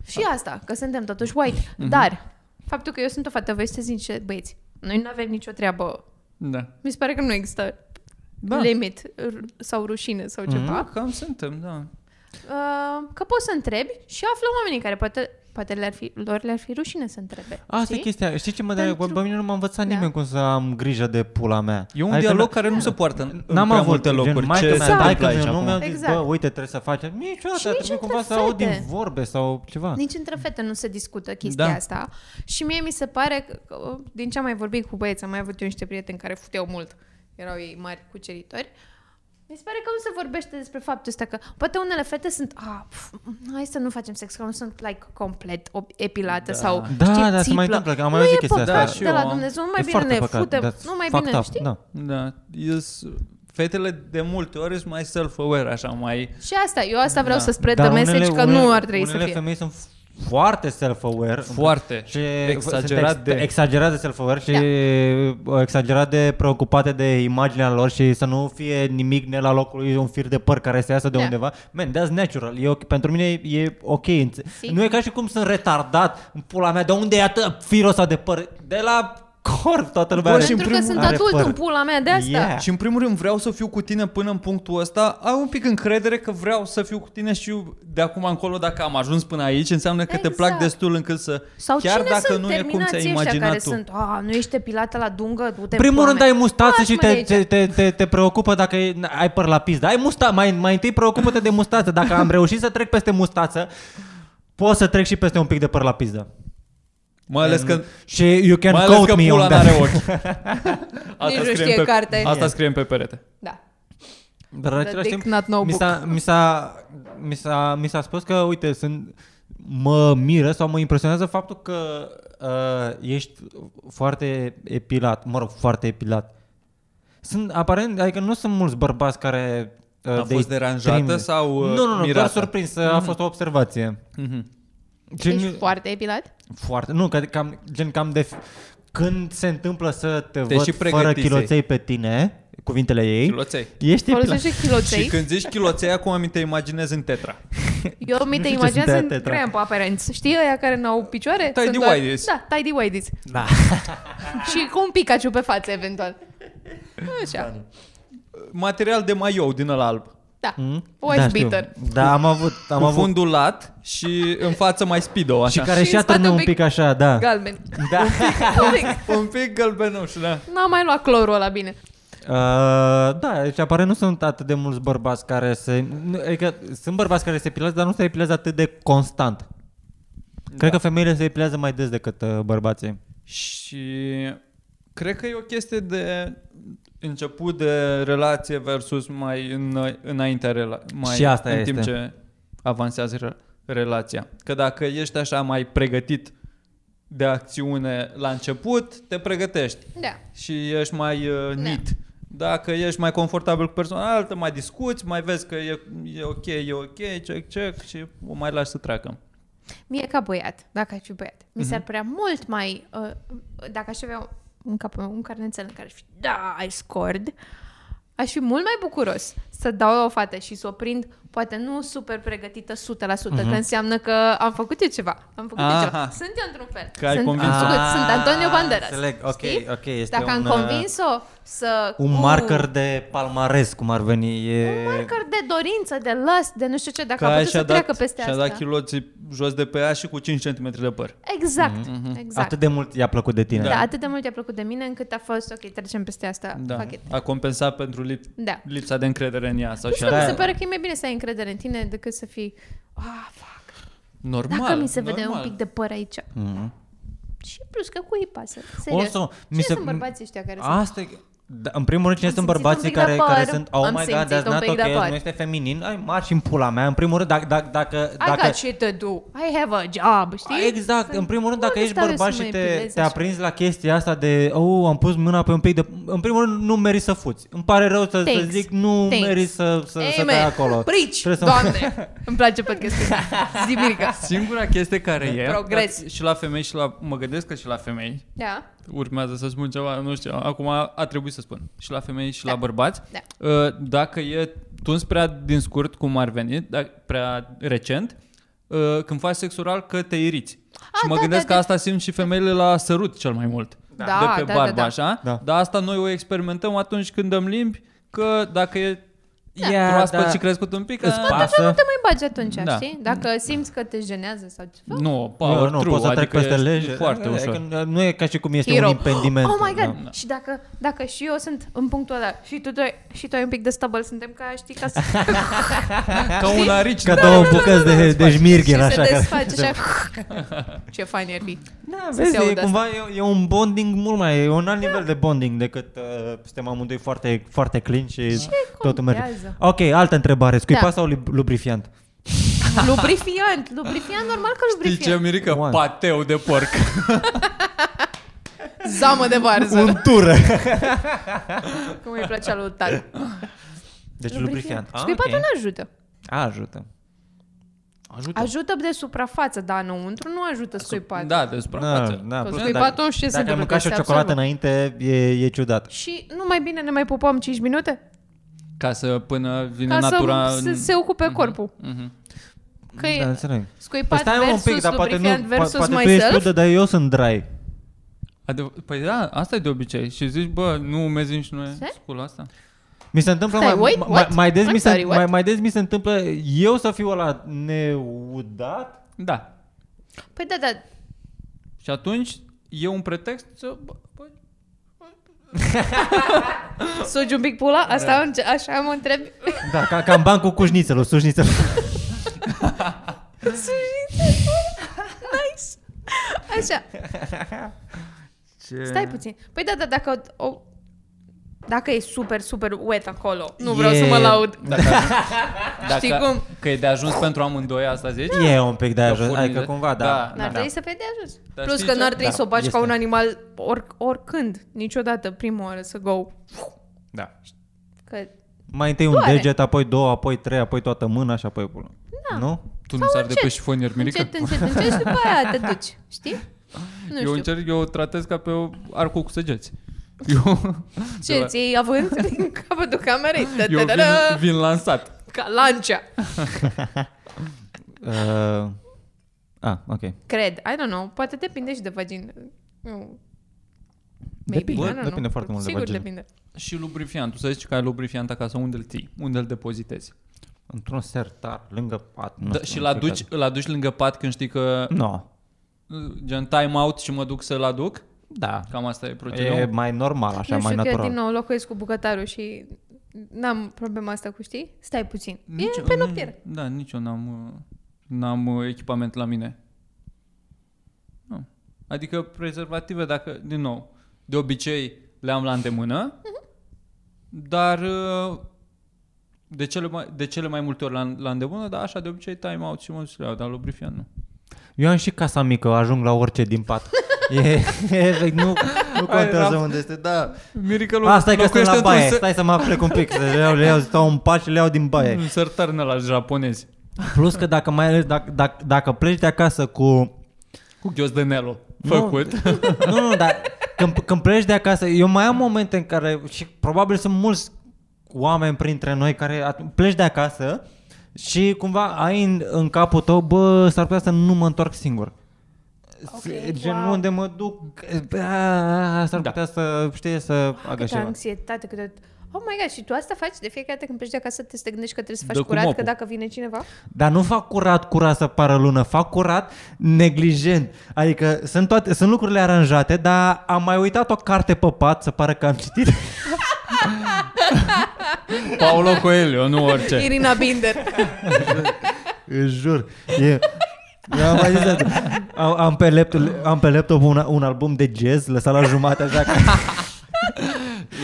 Speaker 1: Și asta, că suntem totuși white.
Speaker 3: Mhm.
Speaker 1: Dar faptul că eu sunt o fată, voi să zice, băieți, noi nu avem nicio treabă.
Speaker 2: Da.
Speaker 1: Mi se pare că nu există
Speaker 2: Da.
Speaker 1: limit r- sau rușine sau
Speaker 3: Mhm.
Speaker 1: ceva.
Speaker 2: Da, cam suntem, da.
Speaker 1: Uh, că poți să întrebi și află oamenii care poate, poate le-ar fi, lor le-ar fi rușine să întrebe.
Speaker 3: Asta e
Speaker 1: știi?
Speaker 3: chestia. Știi ce mă dă?
Speaker 1: Pentru-
Speaker 3: Pe mine nu m-a învățat
Speaker 1: Da.
Speaker 3: nimeni cum să am grijă de pula mea.
Speaker 2: E un
Speaker 3: Adică
Speaker 2: dialog
Speaker 3: n-
Speaker 2: care nu se poartă în, în
Speaker 3: N-am
Speaker 2: prea
Speaker 3: avut
Speaker 2: multe locuri.
Speaker 3: Gen,
Speaker 2: Ce
Speaker 3: ce
Speaker 2: se
Speaker 1: mea,
Speaker 2: întâmplă
Speaker 3: maică
Speaker 2: aici
Speaker 3: mea, nu
Speaker 2: acum?
Speaker 3: mi-au zis,
Speaker 1: Exact.
Speaker 3: bă, uite, trebuie să facem.
Speaker 1: Și
Speaker 3: Niciodată, ar
Speaker 1: nici
Speaker 3: trebui
Speaker 1: între
Speaker 3: cumva să aud din
Speaker 1: fete.
Speaker 3: vorbe sau ceva.
Speaker 1: Nici între fete nu se discută chestia
Speaker 2: Da.
Speaker 1: da. asta. Și mie mi se pare că, că, din ce am mai vorbit cu băieți, am mai avut eu niște prieteni care futeau mult, erau ei mari cuceritori, mi se pare că nu se vorbește despre faptul ăsta că poate unele fete sunt a, pf, hai să nu facem sex, că nu sunt like complet op- epilată da. sau
Speaker 3: Da,
Speaker 1: știi,
Speaker 3: da, se mai
Speaker 1: țiplă.
Speaker 3: întâmplă, că am mai
Speaker 1: nu
Speaker 3: auzit
Speaker 1: e
Speaker 3: chestia asta.
Speaker 1: păcat
Speaker 2: Da, și
Speaker 1: de
Speaker 2: eu
Speaker 1: la
Speaker 2: am.
Speaker 1: Dumnezeu, nu
Speaker 3: E
Speaker 1: mai bine
Speaker 3: foarte
Speaker 1: ne
Speaker 3: păcat.
Speaker 1: futem,
Speaker 3: That's
Speaker 1: nu mai
Speaker 3: fucked
Speaker 1: bine,
Speaker 3: up.
Speaker 1: știi?
Speaker 3: Da.
Speaker 2: Da. Yes, fetele de multe ori sunt mai self-aware, așa, mai...
Speaker 1: Și asta, eu asta vreau
Speaker 2: Da.
Speaker 1: să spread
Speaker 3: Dar
Speaker 1: the message
Speaker 3: unele-
Speaker 1: că nu
Speaker 3: unele-
Speaker 1: ar trebui să
Speaker 3: Unele
Speaker 1: fie.
Speaker 3: femei sunt foarte self-aware.
Speaker 2: Foarte.
Speaker 3: Și
Speaker 2: Exagerat
Speaker 3: sunt
Speaker 2: de-
Speaker 3: Exagerat de self-aware și
Speaker 1: Da.
Speaker 3: exagerat de preocupate de imaginea lor și să nu fie nimic ne la locul lui, un fir de păr care să iasă de
Speaker 1: Da.
Speaker 3: undeva. Man, that's natural. E ok. Pentru mine e ok. Înțe-
Speaker 1: Sigur.
Speaker 3: Nu e ca și cum sunt retardat în pula mea. De unde e atât firul ăsta de păr? De la corp toată lumea
Speaker 2: Bă,
Speaker 3: are-
Speaker 2: și în
Speaker 1: Pentru că
Speaker 2: primul-
Speaker 1: sunt
Speaker 3: are
Speaker 1: adult
Speaker 3: păr.
Speaker 1: în pula mea de asta.
Speaker 3: Yeah.
Speaker 2: Și în primul rând vreau să fiu cu tine până în punctul ăsta. Ai un pic încredere că vreau să fiu cu tine și eu de acum încolo dacă am ajuns până aici, înseamnă că te
Speaker 1: Exact.
Speaker 2: plac destul încât să...
Speaker 1: Sau
Speaker 2: chiar
Speaker 1: cine
Speaker 2: dacă
Speaker 1: sunt
Speaker 2: nu e cum ți-ai
Speaker 1: terminații ăștia
Speaker 2: imaginat
Speaker 1: care
Speaker 2: tu.
Speaker 1: sunt, a, nu ești pilată la dungă, du-te
Speaker 3: În primul rând ai mustață și te,
Speaker 1: Te...
Speaker 3: te, te, te, te preocupă dacă e- ai păr la pizdă. Ai musta, mai, mai întâi preocupă-te de mustață. Dacă am reușit să trec peste mustață, pot să trec și peste un pic de păr la pizdă.
Speaker 2: Mai ales că...
Speaker 3: Și you
Speaker 2: Mai
Speaker 3: can
Speaker 2: ales
Speaker 3: quote
Speaker 2: că
Speaker 3: me
Speaker 2: pula
Speaker 3: on
Speaker 2: n-are
Speaker 3: [laughs] that.
Speaker 2: ochi.
Speaker 1: Nici nu
Speaker 2: scriem
Speaker 1: știe
Speaker 2: pe,
Speaker 1: carte.
Speaker 2: Asta scriem pe perete.
Speaker 1: Da.
Speaker 3: Dar în
Speaker 1: The
Speaker 3: același
Speaker 1: dick
Speaker 3: timp,
Speaker 1: not no
Speaker 3: mi s-a, mi, s-a, mi, s-a, mi s-a spus că, uite, sunt, mă miră sau mă impresionează faptul că uh, ești foarte epilat, mă rog, foarte epilat. Sunt, aparent, adică nu sunt mulți bărbați care... Uh,
Speaker 2: A fost
Speaker 3: they
Speaker 2: deranjată
Speaker 3: trim-
Speaker 2: sau, uh,
Speaker 3: Nu, nu, nu, doar
Speaker 2: mirată?
Speaker 3: surprins, mm-hmm. a fost o observație.
Speaker 2: Mhm.
Speaker 3: Ce
Speaker 1: Ești
Speaker 3: mi-
Speaker 1: foarte epilat?
Speaker 3: foarte, nu, că cam, gen cam de... f- Când se întâmplă să te,
Speaker 2: Te
Speaker 3: văd
Speaker 2: și
Speaker 3: fără
Speaker 2: pregătisei.
Speaker 3: chiloței pe tine, cuvintele ei,
Speaker 2: Chiloței.
Speaker 3: ești epilat.
Speaker 1: Folosește
Speaker 2: Și
Speaker 1: chiloței.
Speaker 2: când zici chiloței, acum mi te imaginezi în tetra.
Speaker 1: Eu mi
Speaker 3: Nu
Speaker 1: te
Speaker 3: știu ce sunt
Speaker 1: imaginez
Speaker 3: de
Speaker 1: în
Speaker 3: tetra.
Speaker 1: cramp aparenți. Știi ăia care n-au picioare?
Speaker 2: Tidy
Speaker 1: Sunt doar-
Speaker 2: whities.
Speaker 1: Da, tidy whities.
Speaker 3: Da.
Speaker 1: [laughs] Și cu un Pikachu pe față, eventual.
Speaker 3: Da.
Speaker 1: Așa.
Speaker 2: Material de maiou din ăla alb.
Speaker 1: Da.
Speaker 3: Mm?
Speaker 1: White
Speaker 3: da, știu.
Speaker 1: beater.
Speaker 3: Da, am avut, am
Speaker 2: Am cu
Speaker 3: avut.
Speaker 2: fundul lat și în față mai speedo,
Speaker 3: și
Speaker 2: așa.
Speaker 3: care
Speaker 1: Și
Speaker 3: și, și
Speaker 1: în spate
Speaker 3: atârnă
Speaker 1: un
Speaker 3: un
Speaker 1: pic-
Speaker 3: pic așa, da.
Speaker 1: Galben.
Speaker 3: da.
Speaker 1: Un
Speaker 3: [laughs]
Speaker 1: pic.
Speaker 2: Un pic gălbenuș, da.
Speaker 1: N-am mai luat clorul ăla bine.
Speaker 3: Uh, da, deci apare nu sunt atât de mulți bărbați care se... nu- Adică sunt bărbați care se epilează, dar nu se epilează atât de constant. Da. Cred că femeile se epilează mai des decât uh, bărbații.
Speaker 2: Și cred că e o chestie de început de relație versus mai în, înaintea rela- mai
Speaker 3: Și asta
Speaker 2: în
Speaker 3: este.
Speaker 2: timp ce avansează re- relația. Că dacă ești așa mai pregătit de acțiune la început, te pregătești.
Speaker 1: Da.
Speaker 2: și ești mai uh, neat. Dacă ești mai confortabil cu persoana altă, mai discuți, mai vezi că e, e ok, e ok, check, check și o mai lași să treacă.
Speaker 1: Mie ca băiat, dacă aș fi băiat, mi s-ar părea mult mai, uh, dacă aș avea un, cap, un carnețel în care aș fi, da, ai scored, aș fi mult mai bucuros să dau la o fată și să o prind, poate nu super pregătită 100%, mm-hmm. că înseamnă că am făcut eu ceva, am făcut eu
Speaker 2: Aha.
Speaker 1: ceva. Sunt eu într-un fel.
Speaker 2: Că ai
Speaker 1: sunt,
Speaker 2: convins-o.
Speaker 1: sunt- sunt Antonio Banderas.
Speaker 3: Ah, Înțeleg, ok,
Speaker 1: știi?
Speaker 3: ok. Este
Speaker 1: Dacă
Speaker 3: un, uh,
Speaker 1: am convins-o să...
Speaker 3: Un
Speaker 1: cu-
Speaker 3: marker de palmares, cum ar veni. E...
Speaker 1: Un marker de dorință, de lăs, de nu știu ce, dacă
Speaker 2: aia
Speaker 1: a putut să
Speaker 2: și-a dat,
Speaker 1: treacă peste
Speaker 2: și-a
Speaker 1: asta.
Speaker 2: dat chiloții jos de pe ea și cu 5 cm de păr.
Speaker 1: Exact, exact.
Speaker 3: Atât de mult i-a plăcut de tine.
Speaker 1: Da, atât de mult i-a plăcut de mine încât a fost, ok, trecem peste asta,
Speaker 2: Da.
Speaker 1: fuck it.
Speaker 2: A compensat pentru lip-
Speaker 1: Da.
Speaker 2: lipsa de încredere în ea. Sau
Speaker 1: Nu
Speaker 2: și
Speaker 1: știu, mi
Speaker 3: Da.
Speaker 1: se pare că e mai bine să ai încredere în tine decât să fii, ah, fuck,
Speaker 2: Normal.
Speaker 1: dacă mi se vede
Speaker 2: normal.
Speaker 1: un pic de păr aici.
Speaker 3: Mhm.
Speaker 1: Și plus că cui îi pasă, serios.
Speaker 3: Also, mi
Speaker 1: Cine
Speaker 3: se-
Speaker 1: sunt bărbații ăștia care sunt?
Speaker 3: Asta e... Da, în primul rând, cine
Speaker 1: Am
Speaker 3: sunt
Speaker 1: simțit
Speaker 3: bărbații
Speaker 1: un pic de
Speaker 3: care, care
Speaker 1: păr.
Speaker 3: sunt Oh
Speaker 1: Am
Speaker 3: my
Speaker 1: simțit
Speaker 3: god, that's
Speaker 1: un
Speaker 3: not
Speaker 1: pic de
Speaker 3: okay,
Speaker 1: păr.
Speaker 3: nu este feminin Ai mari și în pula mea În primul rând, dacă, dacă, dacă,
Speaker 1: I
Speaker 3: dacă
Speaker 1: got shit to do, I have a job, știi?
Speaker 3: Exact, în primul rând, dacă
Speaker 1: Poate
Speaker 3: ești
Speaker 1: stau eu
Speaker 3: bărbat
Speaker 1: să
Speaker 3: și
Speaker 1: mă
Speaker 3: te,
Speaker 1: epilez
Speaker 3: te
Speaker 1: așa.
Speaker 3: aprinzi la chestia asta de Oh, am pus mâna pe un pic de... În primul rând, nu meri să fuți Îmi pare rău să, să
Speaker 1: Thanks.
Speaker 3: zic, nu
Speaker 1: Thanks.
Speaker 3: meri să, să, să
Speaker 1: Amen. Păi-
Speaker 3: dai acolo
Speaker 1: Prici,
Speaker 3: Trebuie să-
Speaker 1: doamne,
Speaker 3: [laughs]
Speaker 1: îmi place podcastul ăsta. Zi, Mirica.
Speaker 2: Singura chestie care e,
Speaker 1: Progres.
Speaker 2: dar și la femei și la, mă gândesc că și la femei,
Speaker 1: Da,
Speaker 2: urmează să spun ceva, nu știu, acum a trebuit să spun, și la femei și la bărbați,
Speaker 1: Da.
Speaker 2: Uh, dacă e tuns prea din scurt, cum ar veni, dacă- prea recent, uh, când faci sex oral, că te iriți. și mă
Speaker 1: da,
Speaker 2: gândesc
Speaker 1: da,
Speaker 2: că
Speaker 1: da.
Speaker 2: asta simt și femeile la sărut cel mai mult.
Speaker 1: Da.
Speaker 2: de
Speaker 1: Da,
Speaker 2: pe
Speaker 1: da,
Speaker 2: barbă,
Speaker 1: da, da.
Speaker 2: așa?
Speaker 3: Da.
Speaker 2: Dar asta noi o experimentăm atunci când dăm limbi, că dacă e
Speaker 3: Ia,
Speaker 2: proaspăt
Speaker 3: da.
Speaker 2: și crescut un pic, uh,
Speaker 3: Îți
Speaker 2: a-
Speaker 1: nu
Speaker 3: pasă
Speaker 1: te mai bagi atunci,
Speaker 2: Da.
Speaker 1: știi? Dacă simți că te jenează sau ceva.
Speaker 2: nu, power
Speaker 3: nu, nu,
Speaker 2: through,
Speaker 3: poți să trec
Speaker 2: adică
Speaker 3: peste
Speaker 2: ești
Speaker 3: lege
Speaker 2: foarte
Speaker 3: Adică
Speaker 2: ușor.
Speaker 3: Nu e ca și cum este
Speaker 1: Hero.
Speaker 3: un impediment
Speaker 1: Oh my god!
Speaker 3: Da.
Speaker 1: Da. Și dacă, dacă și eu sunt în punctul ăla și tu, doi, și tu ai un pic de stubble, suntem ca, știi, ca să...
Speaker 2: Ca un arici da.
Speaker 3: Ca
Speaker 1: [laughs]
Speaker 2: de-
Speaker 3: două bucăți de, de
Speaker 2: Deci
Speaker 1: și
Speaker 3: șmirghin
Speaker 1: se
Speaker 3: așa care-
Speaker 1: desfaci așa. [laughs] Ce fain ar fi.
Speaker 3: Da,
Speaker 1: Să se
Speaker 3: vezi, e,
Speaker 1: audă Da.
Speaker 3: cumva e, e, un bonding mult mai, e un alt nivel de bonding decât uh, suntem amândoi foarte, foarte clean și totul merge.
Speaker 1: contează?
Speaker 3: Ok, altă întrebare, scuipa
Speaker 1: Da.
Speaker 3: sau lub- lubrifiant?
Speaker 1: Lubrifiant, lubrifiant, normal că
Speaker 2: Știi ce,
Speaker 1: lubrifiant.
Speaker 2: Mirica?
Speaker 3: One.
Speaker 2: Pateu de porc.
Speaker 1: Zamă de varză,
Speaker 3: tură. [laughs]
Speaker 1: cum îi plăcea lui Tad.
Speaker 3: Deci lubrifiant. Ah,
Speaker 1: Scuipatul
Speaker 3: ok.
Speaker 1: nu ajută.
Speaker 3: A, ajută.
Speaker 2: Ajută.
Speaker 1: Ajută de suprafață, dar înăuntru nu ajută scuipatul.
Speaker 2: Da, de suprafață.
Speaker 3: Da,
Speaker 1: Cu
Speaker 3: plus
Speaker 1: scuipatul
Speaker 3: dacă-
Speaker 1: și ce se
Speaker 3: Dacă ai
Speaker 1: întâmplă,
Speaker 3: mâncat și o
Speaker 1: se
Speaker 3: ciocolată
Speaker 1: absorbă.
Speaker 3: înainte, e, e ciudat.
Speaker 1: Și nu mai bine ne mai pupăm 5 minute?
Speaker 2: Ca să până
Speaker 1: Ca
Speaker 2: vine natura...
Speaker 1: să se, se ocupe corpul.
Speaker 2: Mhm.
Speaker 1: Că e
Speaker 3: Da, înțeleg. Păi
Speaker 1: scuipat
Speaker 3: stai mă, un
Speaker 1: versus
Speaker 3: pic, dar poate nu,
Speaker 1: lubrifiant
Speaker 3: po-
Speaker 1: versus
Speaker 3: poate tu ești
Speaker 1: myself.
Speaker 3: crudă, dar eu sunt dry.
Speaker 2: Adev- păi da, asta e de obicei. Și zici, bă, nu umezi nici nu e
Speaker 1: Ce?
Speaker 2: scula asta.
Speaker 3: Mi se întâmplă
Speaker 1: Stai,
Speaker 3: mai,
Speaker 1: wait,
Speaker 3: mai-
Speaker 1: what?
Speaker 3: mai, des
Speaker 1: I'm
Speaker 3: mi se,
Speaker 1: sorry, what?
Speaker 3: mai, mai des mi se întâmplă eu să fiu ăla neudat
Speaker 2: Da.
Speaker 1: Păi da, da,
Speaker 2: Și atunci e un pretext să... Bă, bă,
Speaker 3: [laughs]
Speaker 1: Sugi un pic pula? Asta am, așa mă
Speaker 3: [laughs]
Speaker 1: întreb.
Speaker 3: Da, ca, ca în bancul cu șnițelul, sus șnițelul.
Speaker 1: Nice! Așa,
Speaker 2: ce...
Speaker 1: stai puțin. Păi da, da, dacă o, dacă e super, super wet acolo, nu vreau să mă laud.
Speaker 3: Da,
Speaker 2: Dacă,
Speaker 1: știi cum? Da.
Speaker 2: Că e de ajuns pentru amândoi, asta zici?
Speaker 3: E un pic de
Speaker 2: Că
Speaker 3: ajuns,
Speaker 2: furnizezi-
Speaker 3: adică cumva, da.
Speaker 2: Da.
Speaker 1: N-ar trebui să fie de ajuns.
Speaker 2: Dar
Speaker 1: Plus
Speaker 2: știi
Speaker 1: că
Speaker 2: ce?
Speaker 1: n-ar trebui
Speaker 3: Da,
Speaker 1: să o bagi
Speaker 3: este.
Speaker 1: ca un animal or, oricând, niciodată, prima oară să go.
Speaker 3: da.
Speaker 1: Că,
Speaker 3: Mai întâi un
Speaker 1: Doare.
Speaker 3: deget, apoi două, apoi trei, apoi toată mâna și apoi pula. Da. Nu?
Speaker 2: Tu nu s-ar de pe
Speaker 1: încet.
Speaker 2: șifonier, Mirica?
Speaker 1: încet, încet, încet și după aia te duci. Știi? Nu
Speaker 2: Eu
Speaker 1: știu.
Speaker 2: încerc, eu o tratez ca pe o arcul cu săgeți. [laughs] Eu,
Speaker 3: da.
Speaker 1: Ce, ți iei având din [laughs] capătul camerei? Da,
Speaker 2: eu vin,
Speaker 1: Da-da-da!
Speaker 2: vin lansat.
Speaker 1: da. Ca lancea.
Speaker 3: Uh, a, ok.
Speaker 1: Cred, I don't know, poate depinde și de vagină. Nu.
Speaker 3: Depinde,
Speaker 1: I don't know.
Speaker 3: depinde foarte mult de
Speaker 1: Sigur
Speaker 3: vagină.
Speaker 1: depinde.
Speaker 2: Și lubrifiantul, să zici că ai lubrifiant acasă, unde îl ții? Unde îl depozitezi?
Speaker 3: Într-un sertar, lângă pat. Nu
Speaker 2: Da,
Speaker 3: știu,
Speaker 2: și
Speaker 3: nu
Speaker 2: îl
Speaker 3: știu
Speaker 2: aduci, îl aduci lângă pat când știi că
Speaker 3: care. Nu.
Speaker 2: gen time out și mă duc să-l aduc?
Speaker 3: Da.
Speaker 2: Cam asta e procedura.
Speaker 3: E mai normal, așa,
Speaker 1: nu
Speaker 3: mai
Speaker 1: știu, că eu
Speaker 3: natural.
Speaker 1: din nou locuiesc cu bucătarul și n-am problema asta cu știi? Stai puțin.
Speaker 2: Nici-
Speaker 1: e pe
Speaker 3: Mm.
Speaker 1: noptieră.
Speaker 2: nu- Da, nici eu n-am, uh, n-am uh, echipament la mine. Nu. Adică prezervative, dacă, din nou, de obicei le am la îndemână,
Speaker 1: Mhm.
Speaker 2: dar uh, de cele, mai, de cele mai multe ori la, la îndemână, dar așa de obicei time out și mă duc să le iau, dar lubrifiant nu.
Speaker 3: Eu am și casa mică, ajung la orice din
Speaker 1: [laughs]
Speaker 3: pat. e, efect, nu, nu contează
Speaker 2: Ai,
Speaker 3: unde este, da.
Speaker 2: Mirica lo-
Speaker 3: Asta e că sunt
Speaker 2: locuiește
Speaker 3: la
Speaker 2: într-un
Speaker 3: baie,
Speaker 2: să-
Speaker 3: stai să mă aplec un pic, să le iau, le iau, stau în pat și le iau din baie.
Speaker 2: un sertar în la japonezi.
Speaker 3: Plus că dacă mai ales, dacă, dacă, dacă pleci de acasă cu...
Speaker 2: Cu ghios de Nelo
Speaker 3: Nu,
Speaker 2: făcut.
Speaker 3: [laughs] Nu, nu, dar Când, când pleci de acasă, eu mai am momente în care, și probabil sunt mulți oameni printre noi care at- pleci de acasă și cumva ai în, în capul tău, bă, s-ar putea să nu mă întorc singur. Okay,
Speaker 1: Ok,
Speaker 3: Gen
Speaker 1: wow.
Speaker 3: unde mă duc, bă, s-ar
Speaker 2: Da.
Speaker 3: putea să știe să facă
Speaker 1: Câtă
Speaker 3: ceva.
Speaker 1: anxietate, câtă... Oh my god, și tu asta faci de fiecare dată când pleci de acasă, te, te gândești că trebuie să faci
Speaker 2: Dă cu
Speaker 1: curat, că
Speaker 2: mopul.
Speaker 1: dacă vine cineva?
Speaker 3: Dar nu fac curat, curat să pară lună, fac curat neglijent. Adică sunt, toate, sunt lucrurile aranjate, dar am mai uitat o carte pe pat să pară că am citit.
Speaker 2: Paolo Coelho, nu orice.
Speaker 1: Irina
Speaker 3: [laughs]
Speaker 1: Binder.
Speaker 3: [laughs] Îți jur. E... Eu [laughs] am, mai zis asta. am, am, pe laptop, am pe laptop un, un album de jazz lăsat la jumate așa
Speaker 2: [laughs]
Speaker 3: că...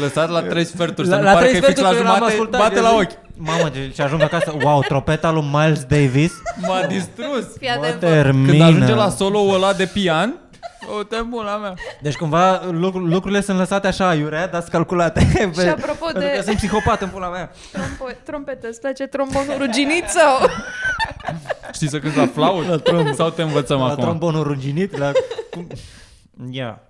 Speaker 2: Lăsat la trei sferturi, la, să nu pare că e fix la
Speaker 3: sferturi l-am
Speaker 2: jumate,
Speaker 3: ascultat,
Speaker 2: bate
Speaker 3: eu
Speaker 2: la
Speaker 3: zic,
Speaker 2: ochi.
Speaker 3: Mamă, ce- ce ajung acasă, wow, tropeta lui Miles Davis,
Speaker 2: M-a distrus.
Speaker 1: Fii
Speaker 3: mă
Speaker 1: atent.
Speaker 3: termină.
Speaker 2: Când ajunge la solo-ul ăla de pian, uite mula mea.
Speaker 3: Deci cumva lucru, lucrurile sunt lăsate așa aiurea, dar sunt calculate.
Speaker 1: Și apropo
Speaker 3: Pentru
Speaker 1: de-
Speaker 3: că sunt psihopat în pula mea.
Speaker 1: Trompo- trompetă, îți place trombonul ruginiță?
Speaker 2: Știi să cânti la flaut? La trom. Sau te învățăm
Speaker 3: la
Speaker 2: acum?
Speaker 3: trombonul ruginit, la... Cum... [laughs] Ia.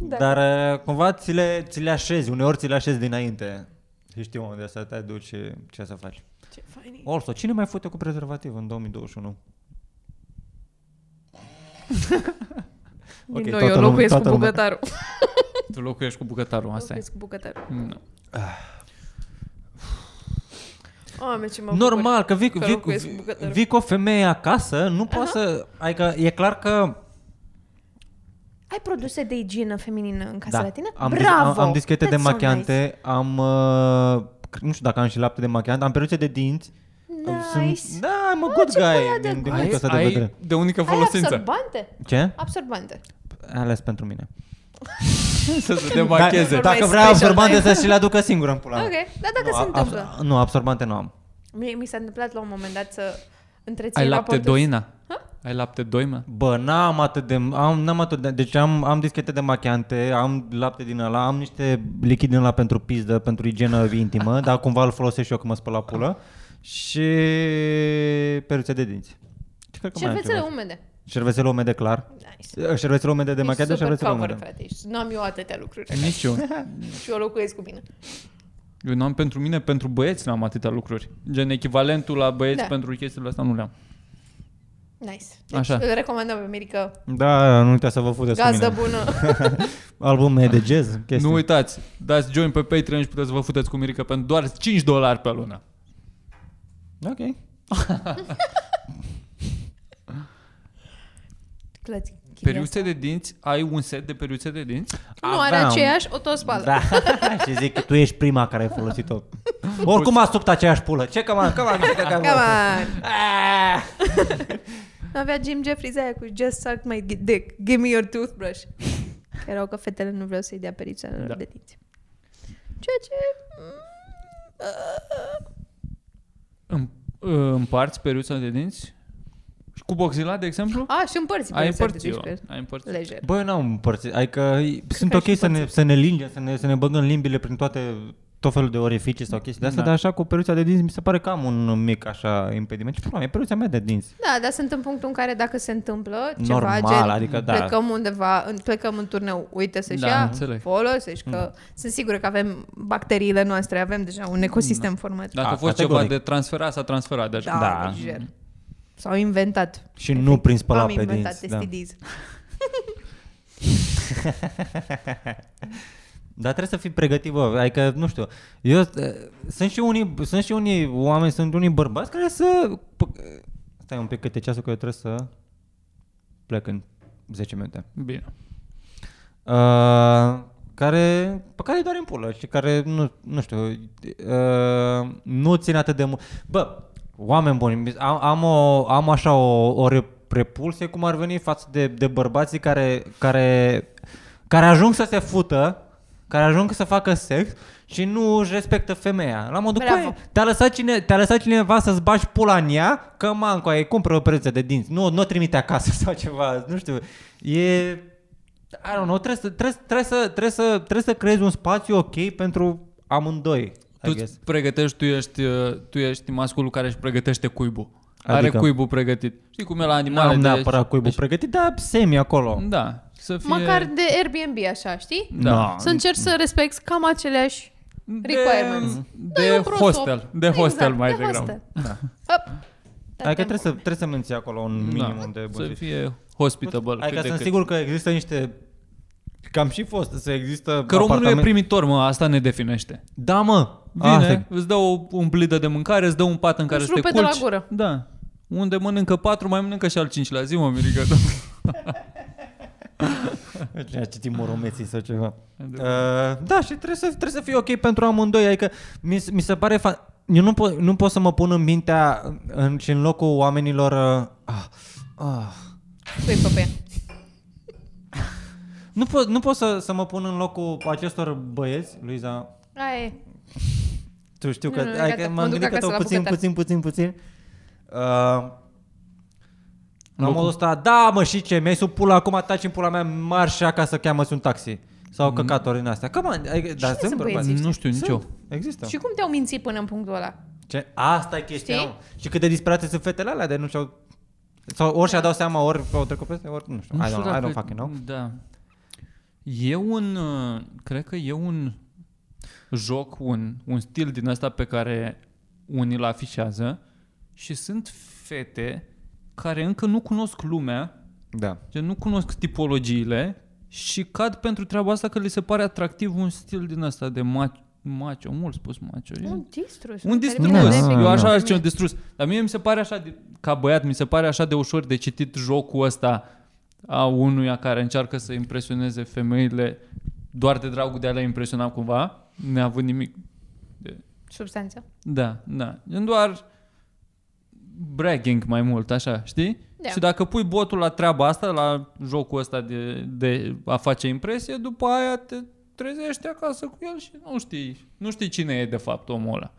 Speaker 1: Da.
Speaker 3: Dar uh, cumva ți le, ți le așezi, uneori ți le așezi dinainte. Și știu unde să te duci și ce să faci.
Speaker 1: Ce fain e.
Speaker 3: Also, cine mai fute cu prezervativ în 2021?
Speaker 1: Din
Speaker 3: Ok,
Speaker 1: nou,
Speaker 3: toată
Speaker 1: eu
Speaker 3: lumea-
Speaker 1: locuiesc
Speaker 3: toată
Speaker 1: cu
Speaker 3: lumea-
Speaker 1: bucătarul.
Speaker 2: Tu locuiești cu bucătarul, asta e.
Speaker 1: Locuiesc cu bucătarul.
Speaker 2: Nu.
Speaker 1: Oameni, ce mă bucur.
Speaker 3: Normal, că vii,
Speaker 1: că
Speaker 3: vii,
Speaker 1: locuiesc cu
Speaker 3: vii,
Speaker 1: bucătarul.
Speaker 3: vii cu o femeie acasă, nu poți să... Adică e clar că...
Speaker 1: Ai produse de igienă feminină în casa la tine?
Speaker 3: Da. Am, dis-
Speaker 1: Bravo!
Speaker 3: am, am dischete de
Speaker 1: That's so
Speaker 3: machiante, am... Uh, cr- nu știu dacă am și lapte de machiant, am peruțe de dinți.
Speaker 1: Nice.
Speaker 3: Sunt, da, mă,
Speaker 1: Mă,
Speaker 3: good
Speaker 1: ce
Speaker 3: guy
Speaker 1: băiat de
Speaker 3: din, din
Speaker 1: good.
Speaker 3: punctul ăsta de
Speaker 2: ai
Speaker 3: vedere.
Speaker 2: de unică
Speaker 1: Ai
Speaker 2: folosință.
Speaker 1: absorbante?
Speaker 3: Ce?
Speaker 1: Absorbante.
Speaker 3: Ales pentru mine.
Speaker 2: Să se demacheze.
Speaker 1: Vor
Speaker 3: Da,
Speaker 1: mai
Speaker 3: dacă vrea
Speaker 1: special,
Speaker 3: absorbante
Speaker 1: da.
Speaker 3: să și le aducă singură în pula mea.
Speaker 1: Ok, dar dacă
Speaker 3: Nu,
Speaker 1: se
Speaker 3: a-
Speaker 1: întâmplă.
Speaker 3: abs- Nu, absorbante nu am.
Speaker 1: Mie mi s-a întâmplat la un moment dat să întrețin
Speaker 2: Ai lapte
Speaker 1: raportul.
Speaker 2: doina? Ai lapte doina?
Speaker 3: Bă, n-am atât de... Am, n-am atât de deci am, am dischete de machiante, am lapte din ăla, am niște lichid din ăla pentru pizdă, pentru igienă intimă, dar cumva îl folosesc și eu când mă spăl la pulă. Și peruțe de dinți. Și cred că mai am
Speaker 1: Șervețele
Speaker 3: ceva.
Speaker 1: umede.
Speaker 3: Șervețele umede, clar.
Speaker 1: Nice.
Speaker 3: Eh, Șervețele umede de machiat,
Speaker 1: Ești super
Speaker 3: șervețele
Speaker 1: cover,
Speaker 3: umede.
Speaker 1: frate. Ești- N-am eu atâtea lucruri.
Speaker 2: Nici eu.
Speaker 1: Și eu locuiesc cu mine.
Speaker 2: Eu n-am pentru mine, pentru băieți n-am atâtea lucruri. Gen echivalentul la băieți
Speaker 1: Da.
Speaker 2: pentru chestiile astea nu le-am.
Speaker 1: Nice. Deci
Speaker 2: Așa.
Speaker 1: îl recomandăm pe Mirica.
Speaker 3: Da, nu uita să vă fudeți cu
Speaker 1: Gazdă
Speaker 3: mine. [laughs]
Speaker 1: bună.
Speaker 3: Albume de jazz, chestii.
Speaker 2: Nu uitați, dați join pe Patreon și puteți să vă futeți cu Mirica pentru doar 5 dolari pe lună.
Speaker 3: Ok.
Speaker 1: Clați.
Speaker 2: Periuțe de dinți, ai un set de periuțe de dinți?
Speaker 1: Nu are
Speaker 3: Aveam.
Speaker 1: aceeași, o tot spală.
Speaker 3: Da, [laughs] și zic că tu ești prima care ai
Speaker 1: [laughs]
Speaker 3: folosit-o. Oricum a subt aceeași pulă. Ce, come on, come on, ce că
Speaker 1: Come on.
Speaker 2: Ah.
Speaker 1: [laughs] Avea Jim Jeffries aia cu Just suck my dick, give me your toothbrush. Că Erau că fetele nu vreau să-i dea perițele lor
Speaker 2: Da.
Speaker 1: de dinți. Ceea ce... mm,
Speaker 2: Îm- Împarți periuța de dinți? Și cu boxila, de exemplu?
Speaker 1: A, și împărți periuțele
Speaker 2: Ai
Speaker 1: Ah, de
Speaker 2: împărțit-o.
Speaker 1: dinți pe-
Speaker 2: Ai împărțit.
Speaker 1: Lejer.
Speaker 3: Băi, eu n-am împărțit. Adică sunt
Speaker 1: că ai
Speaker 3: ok
Speaker 1: și
Speaker 3: să ne, să ne lingem, să ne, să ne băgăm limbile prin toate tot felul de orificii sau chestii de astea,
Speaker 2: Da.
Speaker 3: dar așa cu peruța de dinți mi se pare că am un mic așa impediment. Ce problemă e peruța mea de dinți?
Speaker 1: Da, dar sunt în punctul în care dacă se întâmplă ceva,
Speaker 3: Normal,
Speaker 1: gen,
Speaker 3: adică da.
Speaker 1: plecăm undeva, în, plecăm în turneu, uite să-și
Speaker 2: Da,
Speaker 1: ia,
Speaker 2: înțeleg. Mm.
Speaker 1: folosești, că sunt sigură că avem bacteriile noastre, avem deja un ecosistem
Speaker 2: Da.
Speaker 1: format.
Speaker 2: Dacă a
Speaker 3: A,
Speaker 2: fost
Speaker 3: Ah, categoric.
Speaker 2: ceva de transferat, s-a transferat
Speaker 1: da,
Speaker 2: deja.
Speaker 3: da.
Speaker 1: lejer. S-au inventat.
Speaker 3: Și nu prin spălat
Speaker 1: Am
Speaker 3: pe
Speaker 1: inventat
Speaker 3: dinți. Da.
Speaker 1: STDs.
Speaker 3: Dar trebuie să fii pregătit, bă, adică, nu știu, eu uh, sunt și unii, sunt și unii oameni, sunt unii bărbați care să... p- Stai un pic câte ceasul că eu trebuie să plec în 10 minute.
Speaker 2: Bine.
Speaker 3: Uh, care, pe care îi doare în pulă și care, nu, nu știu, uh, nu țin atât de mult. Bă, oameni buni, am, am, o, am așa o, o re- repulsie cum ar veni față de, de bărbații care, care, care ajung să se fută, care ajung să facă sex și nu își respectă femeia. La modul,
Speaker 1: Bravo.
Speaker 3: "Coaie, te-a lăsat, cine, te-a lăsat cineva să-ți bagi pula în ea, că manco, ai cumpără o prețe de dinți, nu, nu o trimite acasă [laughs] sau ceva, nu știu. E, I don't know, trebuie să, trebuie, să- trebuie, să, trebuie, să, trebuie să creezi un spațiu ok pentru amândoi, I
Speaker 2: Tu
Speaker 3: guess.
Speaker 2: îți pregătești, tu ești, uh, tu ești masculul care își pregătește cuibul. Are
Speaker 3: Adică-
Speaker 2: cuibul pregătit. Știi cum e la
Speaker 3: Nu am
Speaker 2: animale?
Speaker 3: neapărat cuibul
Speaker 2: deci-
Speaker 3: pregătit, dar semi acolo.
Speaker 2: Da, să fie...
Speaker 1: Măcar de Airbnb așa, știi?
Speaker 2: Da.
Speaker 3: Da.
Speaker 1: Să încerci să respecti cam aceleași
Speaker 2: de,
Speaker 1: requirements. Dă-i
Speaker 2: de
Speaker 1: un prosop.
Speaker 2: hostel. De hostel
Speaker 1: exact,
Speaker 2: mai
Speaker 1: de
Speaker 2: degrabă.
Speaker 1: Hostel.
Speaker 3: Da.
Speaker 1: Hop.
Speaker 3: Adică trebuie să, trebuie să menții acolo un minimum de bun
Speaker 2: Da, Să
Speaker 3: simț.
Speaker 2: fie hospitable.
Speaker 3: Adică
Speaker 2: cât de
Speaker 3: sunt
Speaker 2: cât.
Speaker 3: sigur că există niște... Că am și fost, să există
Speaker 2: Că românul e
Speaker 3: apartament-
Speaker 2: primitor, mă, asta ne definește.
Speaker 3: Da, mă!
Speaker 2: Vine,
Speaker 3: Asta e.
Speaker 2: îți dă o umblidă de mâncare, îți dă un pat în care
Speaker 1: Își
Speaker 2: să te
Speaker 1: rupe de la
Speaker 2: culci.
Speaker 1: gură.
Speaker 2: Da. Unde mănâncă patru, mai mănâncă și al cincilea zi, mă, Mirica. [laughs]
Speaker 3: Ne-a citit Deci, moromeții sau ceva. Uh,
Speaker 2: Adevărat.
Speaker 3: da, și trebuie să, trebuie să fie ok pentru amândoi. Adică mi, se- mi se pare... Fa- eu nu, po- nu pot să mă pun în mintea în, și în locul oamenilor... Uh, ah, ah.
Speaker 1: Pui pe pe.
Speaker 3: Nu pot, nu pot să, să mă pun în locul acestor băieți, Luiza.
Speaker 1: Aia e.
Speaker 3: Tu știu că...
Speaker 1: Nu, nu,
Speaker 3: ai
Speaker 1: gata,
Speaker 3: că
Speaker 1: mă
Speaker 3: m-am
Speaker 1: duc
Speaker 3: gândit că
Speaker 1: acasă
Speaker 3: tău
Speaker 1: la
Speaker 3: puțin,
Speaker 1: bucătar.
Speaker 3: puțin, puțin, puțin, Uh, la
Speaker 2: Locul-
Speaker 3: modul ăsta, da mă, și ce, mi-ai sub pula, acum taci în pula mea, marș acasă, cheamă un taxi. Sau
Speaker 2: Mhm.
Speaker 3: căcaturi din astea. Come on, adică, dar
Speaker 1: sunt
Speaker 3: sunt
Speaker 1: băieții
Speaker 3: bărbați.
Speaker 1: ăștia?
Speaker 2: nu știu nici eu.
Speaker 3: Sunt,
Speaker 2: Da.
Speaker 3: există.
Speaker 1: Și cum te-au mințit până în punctul ăla?
Speaker 3: Ce? Asta e chestia.
Speaker 1: Știi?
Speaker 3: mă. Și cât de disperate sunt fetele alea de nu și-au... Sau ori și-a dau seama, ori au trecut peste, ori nu știu. I don't, know, I don't fucking know.
Speaker 2: Da. E un, uh, cred că e un joc, un, un stil din asta pe care unii îl afișează și sunt fete care încă nu cunosc lumea,
Speaker 3: Da.
Speaker 2: gen nu cunosc tipologiile și cad pentru treaba asta că li se pare atractiv un stil din asta de macho, macho mult spus macho. e-
Speaker 1: Un distrus.
Speaker 2: Un distrus.
Speaker 3: care vine de
Speaker 2: Eu
Speaker 3: picnic.
Speaker 2: așa aș zice un distrus. Dar mie mi se pare așa, de, ca băiat, mi se pare așa de ușor de citit jocul ăsta a unuia care încearcă să impresioneze femeile doar de dragul de a le impresiona cumva, neavând nimic.
Speaker 1: Substanță.
Speaker 2: Da, da. E doar bragging mai mult, așa, știi?
Speaker 1: Da.
Speaker 2: Și dacă pui botul la treaba asta, la jocul ăsta de, de a face impresie, după aia te trezești acasă cu el și nu știi, nu știi cine e de fapt omul ăla.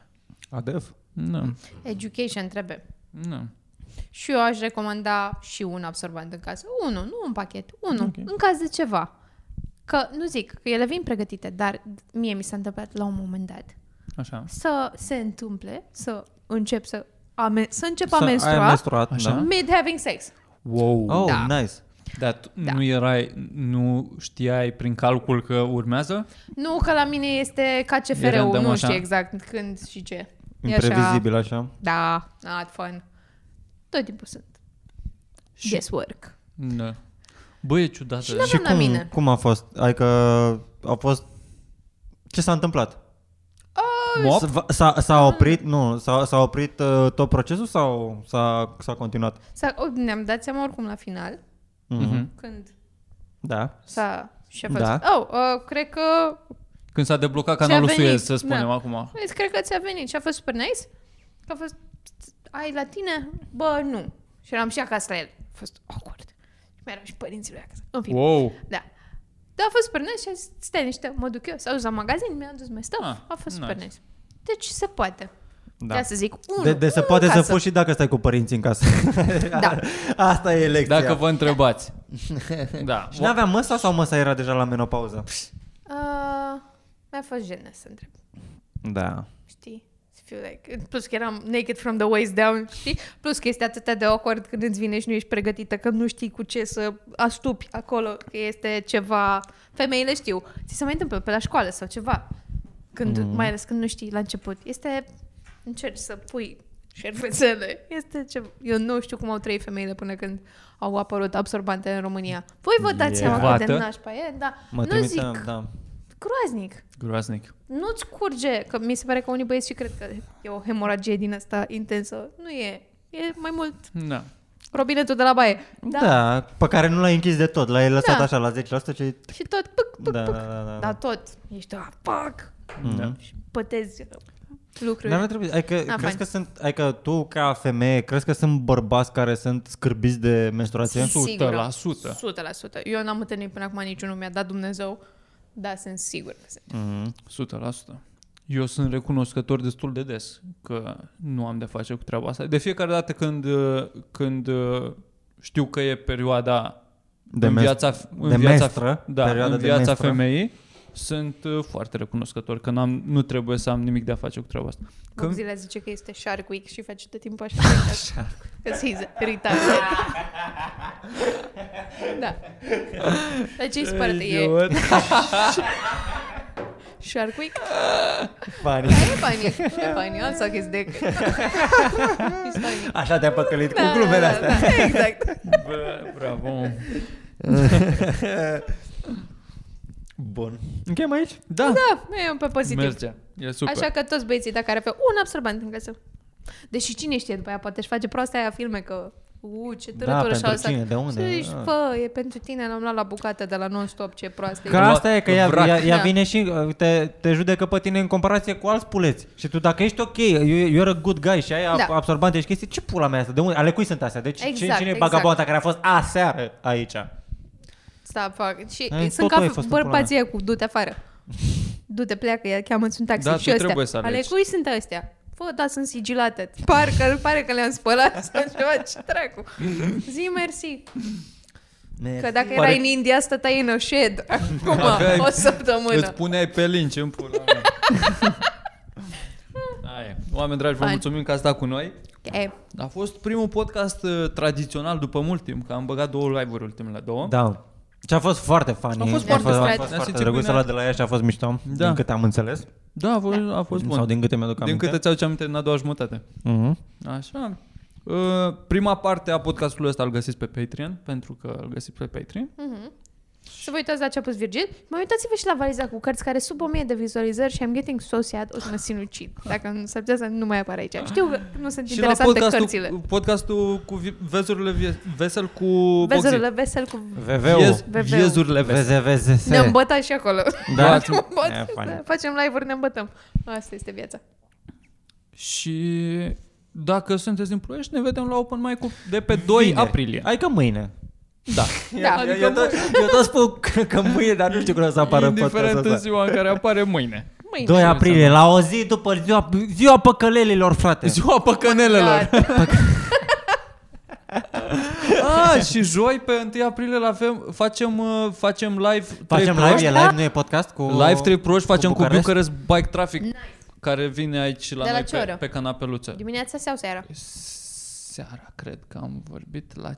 Speaker 3: Adev.
Speaker 2: Nu,
Speaker 1: Education trebuie.
Speaker 2: nu.
Speaker 1: Și eu aș recomanda și un absorbant în casă. Unul, nu un pachet. Unul, okay. în caz de ceva. Că, nu zic, că ele vin pregătite, dar mie mi s-a întâmplat la un moment dat
Speaker 2: Așa.
Speaker 1: să se întâmple, să încep să, ame- să încep a
Speaker 3: Să- Ai
Speaker 1: menstrua
Speaker 3: menstruat,
Speaker 2: Așa.
Speaker 3: da.
Speaker 1: mid having sex.
Speaker 2: Wow.
Speaker 3: Oh,
Speaker 1: Da.
Speaker 3: nice.
Speaker 2: Dar tu
Speaker 1: Da.
Speaker 2: nu erai, nu știai prin calcul că urmează?
Speaker 1: Nu că la mine este ca CFR-ul,
Speaker 2: random
Speaker 1: nu
Speaker 2: așa.
Speaker 1: știu exact când și ce. E așa-
Speaker 3: Imprevizibil așa.
Speaker 1: Da, not fun. Tot timpul sunt.
Speaker 2: Și-
Speaker 1: Guesswork.
Speaker 2: Da. Bă, e ciudată.
Speaker 1: Și n-aveam
Speaker 3: Și
Speaker 1: la
Speaker 3: cum,
Speaker 1: Da, mine.
Speaker 3: cum a fost? Adică a fost... Ce s-a întâmplat?
Speaker 1: Uh,
Speaker 2: Mop?
Speaker 3: S- va- S-a, s-a oprit, nu, s-a, s-a oprit uh, tot procesul sau s-a, s-a continuat?
Speaker 1: S-a, o, ne-am dat seama oricum la final,
Speaker 2: Mhm.
Speaker 1: când
Speaker 3: Da.
Speaker 1: s-a și a
Speaker 3: Da.
Speaker 1: făcut. Oh, uh, cred că
Speaker 2: Când s-a deblocat canalul
Speaker 1: venit,
Speaker 2: Suez, să spunem
Speaker 1: da.
Speaker 2: acum.
Speaker 1: Vezi, cred că ți-a venit și a fost super nice. Că a fost, ai la tine? Bă, nu. Și eram și acasă la el. A fost awkward. Și mai erau și părinții lui acasă. În fine,
Speaker 2: Wow.
Speaker 1: da. Dar a fost super nice și a zis, stai niște, mă duc eu. S-a dus la magazin, mi-a adus mai stuff.
Speaker 2: Ah,
Speaker 1: a fost super
Speaker 2: nice.
Speaker 1: nice. Deci se poate.
Speaker 3: Da.
Speaker 1: Da. să zic, unul,
Speaker 3: De, de se
Speaker 1: unul
Speaker 3: poate
Speaker 1: în
Speaker 3: să
Speaker 1: casă.
Speaker 3: fugi și dacă stai cu părinții în casă. [laughs]
Speaker 1: Da.
Speaker 3: Asta e lecția.
Speaker 2: Dacă vă întrebați. [laughs] Da.
Speaker 3: Și n-aveam măsa sau măsa era deja la menopauză?
Speaker 1: Uh, mi-a fost jenă să întreb.
Speaker 3: Da.
Speaker 1: Știi? Să fiu like... Plus că eram naked from the waist down, știi? Plus că este atât de awkward când îți vine și nu ești pregătită, că nu știi cu ce să astupi acolo, că este ceva... Femeile știu. Ți se mai întâmplă pe la școală sau ceva. Când,
Speaker 3: Mhm.
Speaker 1: mm. Mai ales când nu știi la început. Este... Încerci să pui șervețele. Este ce... Eu nu știu cum au trăit femeile până când au apărut absorbante în România. Voi vă dați
Speaker 3: E
Speaker 1: seama cât de
Speaker 2: vată.
Speaker 1: nașpa e, dar
Speaker 3: Mă
Speaker 1: nu zic
Speaker 3: trimiteam, da.
Speaker 1: groaznic
Speaker 2: Groaznic.
Speaker 1: nu-ți curge, că mi se pare că unii băieți și cred că e o hemoragie din asta intensă. Nu e. E mai mult
Speaker 2: Da.
Speaker 1: robinetul de la baie. Da.
Speaker 3: Da. da. pe care nu l-ai închis de tot, l-ai lăsat
Speaker 1: Da.
Speaker 3: așa la 10% și...
Speaker 1: Și tot, pâc, pâc,
Speaker 3: Da,
Speaker 1: pâc.
Speaker 3: da, da, da,
Speaker 1: Dar
Speaker 3: da.
Speaker 1: tot. Ești, ah, pac!
Speaker 2: Da.
Speaker 1: Și pătezi lucruri.
Speaker 3: Dar nu trebuie, adică,
Speaker 1: Na,
Speaker 3: crezi
Speaker 1: fine.
Speaker 3: că sunt, adică tu ca femeie, crezi că sunt bărbați care sunt scârbiți de menstruație?
Speaker 1: Sigură.
Speaker 2: 100%.
Speaker 1: 100%. Eu n-am întâlnit până acum niciunul, mi-a dat Dumnezeu, dar sunt sigur că sunt.
Speaker 3: Mhm.
Speaker 2: 100%. Eu sunt recunoscător destul de des că nu am de face cu treaba asta. De fiecare dată când, uh, când uh, știu că e perioada
Speaker 3: De
Speaker 2: în
Speaker 3: mes-
Speaker 2: viața, în
Speaker 3: de
Speaker 2: viața,
Speaker 3: mestră,
Speaker 2: da,
Speaker 3: perioada
Speaker 2: în
Speaker 3: de
Speaker 2: viața
Speaker 3: mestră.
Speaker 2: femeii, Sunt uh, foarte recunoscător că n-am, nu trebuie să am nimic de a face cu treaba asta. Că,
Speaker 1: Godzilla zice că este Shark Week și face tot timpul așa. Shark. Because he's retarded. da. Dar ce-i sparte e?
Speaker 2: Idiot.
Speaker 1: Shark Week?
Speaker 3: Funny.
Speaker 1: Care e funny? E funny. I'll suck his
Speaker 3: [laughs]
Speaker 1: dick. He's funny.
Speaker 3: Așa te-am păcălit cu
Speaker 1: Da,
Speaker 3: glumele
Speaker 1: da,
Speaker 3: astea.
Speaker 1: Da, exact.
Speaker 2: Bă, bravo.
Speaker 1: [laughs]
Speaker 3: Bun. Încheiem aici?
Speaker 2: Da,
Speaker 1: Da, e un pe pozitiv.
Speaker 2: merge. E super.
Speaker 1: Așa că toți băieții, dacă ar avea un absorbant în casă. Deși cine știe după aia, poate își face proastea aia filme că U, ce tărătură
Speaker 3: Da, pentru
Speaker 1: și-a lăsat.
Speaker 3: cine, de unde?
Speaker 1: Zici,
Speaker 3: Ah.
Speaker 1: bă, e pentru tine, l-am luat la bucată de la non-stop, ce proastă
Speaker 3: Că
Speaker 1: e.
Speaker 3: asta e, că ea,
Speaker 2: Vrac.
Speaker 3: ea, ea
Speaker 1: Da.
Speaker 3: vine și uh, te, te judecă pe tine în comparație cu alți puleți. Și tu dacă ești ok, you- you're a good guy și ai da.
Speaker 1: Da.
Speaker 3: absorbante și chestii, ce pula mea e asta? De unde? Ale cui sunt astea? Deci exact, cine,
Speaker 1: Exact,
Speaker 3: cine e
Speaker 1: exact.
Speaker 3: vagabonda care a fost aseară aici?
Speaker 1: Stop, fuck. Și
Speaker 3: Ai,
Speaker 1: sunt
Speaker 3: tot tu ai
Speaker 1: ca
Speaker 3: fost în
Speaker 1: bărbații cu du-te afară. Du-te, pleacă, ea cheamă un taxi
Speaker 2: Da,
Speaker 1: și
Speaker 2: tu
Speaker 1: ăstea.
Speaker 2: trebuie să
Speaker 1: Ale
Speaker 2: alegi.
Speaker 1: cui sunt ăstea? Bă, da, sunt sigilate. Parcă, pare că le-am
Speaker 2: [laughs]
Speaker 1: spălat sau ceva, ce dracu. Zi mersi. Că dacă
Speaker 3: Pare-
Speaker 1: erai în India, stăteai în a
Speaker 2: [laughs]
Speaker 1: shed. Acum,
Speaker 2: Aveai-
Speaker 1: o săptămână.
Speaker 2: Îți puneai pe linci în pula
Speaker 1: [laughs]
Speaker 2: mea. Aia. Oameni dragi, vă
Speaker 1: Fain.
Speaker 2: mulțumim că ați stat cu noi.
Speaker 1: E,
Speaker 2: A fost primul podcast uh, tradițional după mult timp, că am băgat două live-uri ultimele două.
Speaker 3: Da. Și a fost foarte funny.
Speaker 2: A fost
Speaker 3: a
Speaker 1: foarte
Speaker 3: fost,
Speaker 1: drăguț.
Speaker 3: a fost
Speaker 2: Ne-a
Speaker 3: foarte
Speaker 2: simțit
Speaker 3: drăguț
Speaker 2: bine.
Speaker 3: ăla de la ea și a fost mișto, da.
Speaker 2: Da.
Speaker 3: din câte am înțeles.
Speaker 2: Da, a fost, a fost bun.
Speaker 3: Sau din câte mi-aduc
Speaker 2: Din
Speaker 3: aminte.
Speaker 2: câte ți-au aminte în a doua jumătate.
Speaker 3: Mhm.
Speaker 2: Așa. Uh, Prima parte a podcastului ăsta îl găsiți pe Patreon, pentru că îl găsiți pe Patreon.
Speaker 1: Să vă uitați la ce a pus Virgil. Mai uitați-vă și la valiza cu cărți care sub 1000 de vizualizări și I'm getting so sad, o să mă sinucid. Dacă nu s-ar putea să nu mai apar aici. Știu că nu sunt
Speaker 2: Și la
Speaker 1: interesante cărțile.
Speaker 2: podcastul, podcastul cu vi- vezurile vie- vesel cu
Speaker 1: Vezelurile vesel cu...
Speaker 3: VV-ul.
Speaker 2: Viez,
Speaker 1: VV-ul.
Speaker 2: viezurile vesel.
Speaker 3: VZVZS.
Speaker 1: Ne-am bătat și acolo. [laughs]
Speaker 3: Da.
Speaker 1: Ne-am bătat.
Speaker 3: E, fain.
Speaker 1: Facem live-uri, ne îmbătăm. Asta este viața.
Speaker 2: Și dacă sunteți în Ploiești, ne vedem la Open Mic de pe 2
Speaker 3: Vineri.
Speaker 2: aprilie.
Speaker 3: Adică mâine.
Speaker 2: Da.
Speaker 1: [laughs] Da.
Speaker 3: Eu, eu, tot, eu tot spun că, că mâine, dar nu știu când o să apară
Speaker 2: Indiferent
Speaker 3: podcastul
Speaker 2: în
Speaker 3: ăsta.
Speaker 2: ziua în care apare mâine.
Speaker 1: Mâine.
Speaker 3: 2 aprilie, la o zi după ziua, ziua păcălelilor, frate.
Speaker 2: Ziua păcănelelor.
Speaker 1: Gata.
Speaker 2: Ah, și joi pe 1 aprilie la fel, facem, uh, facem live
Speaker 3: Facem
Speaker 2: trei
Speaker 3: live,
Speaker 2: proști.
Speaker 3: e live, nu e podcast cu...
Speaker 2: Live 3 proști, facem cu
Speaker 3: București?
Speaker 2: Bucharest Bike Traffic care vine aici la
Speaker 1: De la
Speaker 2: noi
Speaker 1: ce
Speaker 2: pe,
Speaker 1: oră?
Speaker 2: pe canapeluță.
Speaker 1: Dimineața sau seara?
Speaker 2: Seara, cred că am vorbit la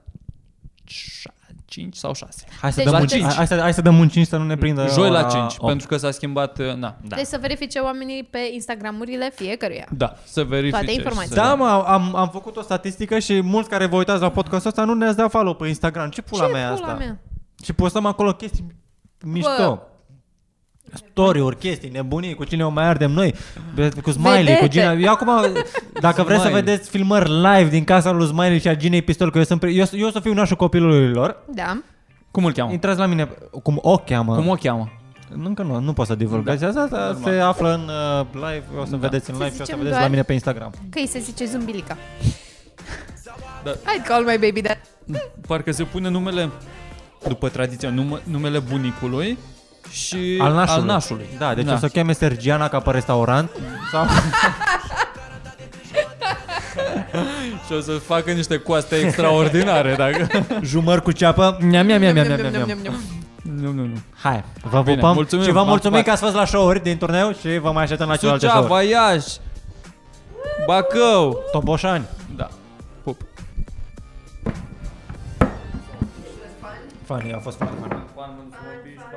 Speaker 2: 5 sau 6.
Speaker 3: Hai să,
Speaker 1: Deci
Speaker 3: dăm un,
Speaker 1: la
Speaker 3: cinci.
Speaker 2: cinci.
Speaker 3: hai, să, hai să dăm un 5 să nu ne prindă
Speaker 2: Joi la
Speaker 3: ora
Speaker 2: 5,
Speaker 3: opt.
Speaker 2: pentru că s-a schimbat, uh, na,
Speaker 1: Da. Deci să verifice oamenii pe Instagramurile fiecăruia.
Speaker 2: da, să verifice.
Speaker 1: Toate informații.
Speaker 2: Să...
Speaker 3: Da, mă, am, am făcut o statistică și mulți care vă uitați la podcastul ăsta nu ne-ați dat follow pe Instagram. Ce pula
Speaker 1: Ce
Speaker 3: mea e
Speaker 1: pula
Speaker 3: asta?
Speaker 1: mea?
Speaker 3: Și postăm acolo chestii mișto. Story-uri, chestii, nebunii, cu cine o mai ardem noi, Be- cu Smiley,
Speaker 1: Vedete.
Speaker 3: cu Gina. Eu acum, dacă vreți să
Speaker 2: Smiley.
Speaker 3: vedeți filmări live din casa lui Smiley și a Ginei Pistol, că eu, sunt, pri- eu, eu o să fiu nașul copilului lor,
Speaker 1: Da.
Speaker 2: Cum îl cheamă?
Speaker 3: intrați la mine, cum o cheamă.
Speaker 2: Cum o cheamă?
Speaker 3: Încă nu, nu pot să divulgați da. asta, asta se află în uh, live, o să da. vedeți în
Speaker 1: Să
Speaker 3: live și o să
Speaker 1: zicem
Speaker 3: vedeți
Speaker 1: doar-
Speaker 3: la mine pe Instagram.
Speaker 1: Că îi se zice zumbilica.
Speaker 2: Da.
Speaker 1: I'd call my baby that.
Speaker 2: Parcă se pune numele, după tradiția, num- numele bunicului și
Speaker 3: Al nașului.
Speaker 2: Al nașului.
Speaker 3: Da, deci da. o să o cheme Sergiana ca pe restaurant sau [laughs]
Speaker 2: Și o să facă niște coaste extraordinare, dacă...
Speaker 3: jumări cu ceapă. Miam, miam, miam, miam, miam, miam.
Speaker 2: [laughs] nu, nu, nu.
Speaker 3: Hai, vă
Speaker 2: Bine,
Speaker 3: pupăm
Speaker 2: mulțumim,
Speaker 3: și vă
Speaker 2: v-ați
Speaker 3: mulțumim
Speaker 2: bat.
Speaker 3: că ați fost la show-uri din turneu și vă mai așteptăm la celelalte show-uri.
Speaker 2: Suceava, Iași, Bacău.
Speaker 3: Toboșani.
Speaker 2: Da. Pup.
Speaker 3: Funny, a fost foarte funny.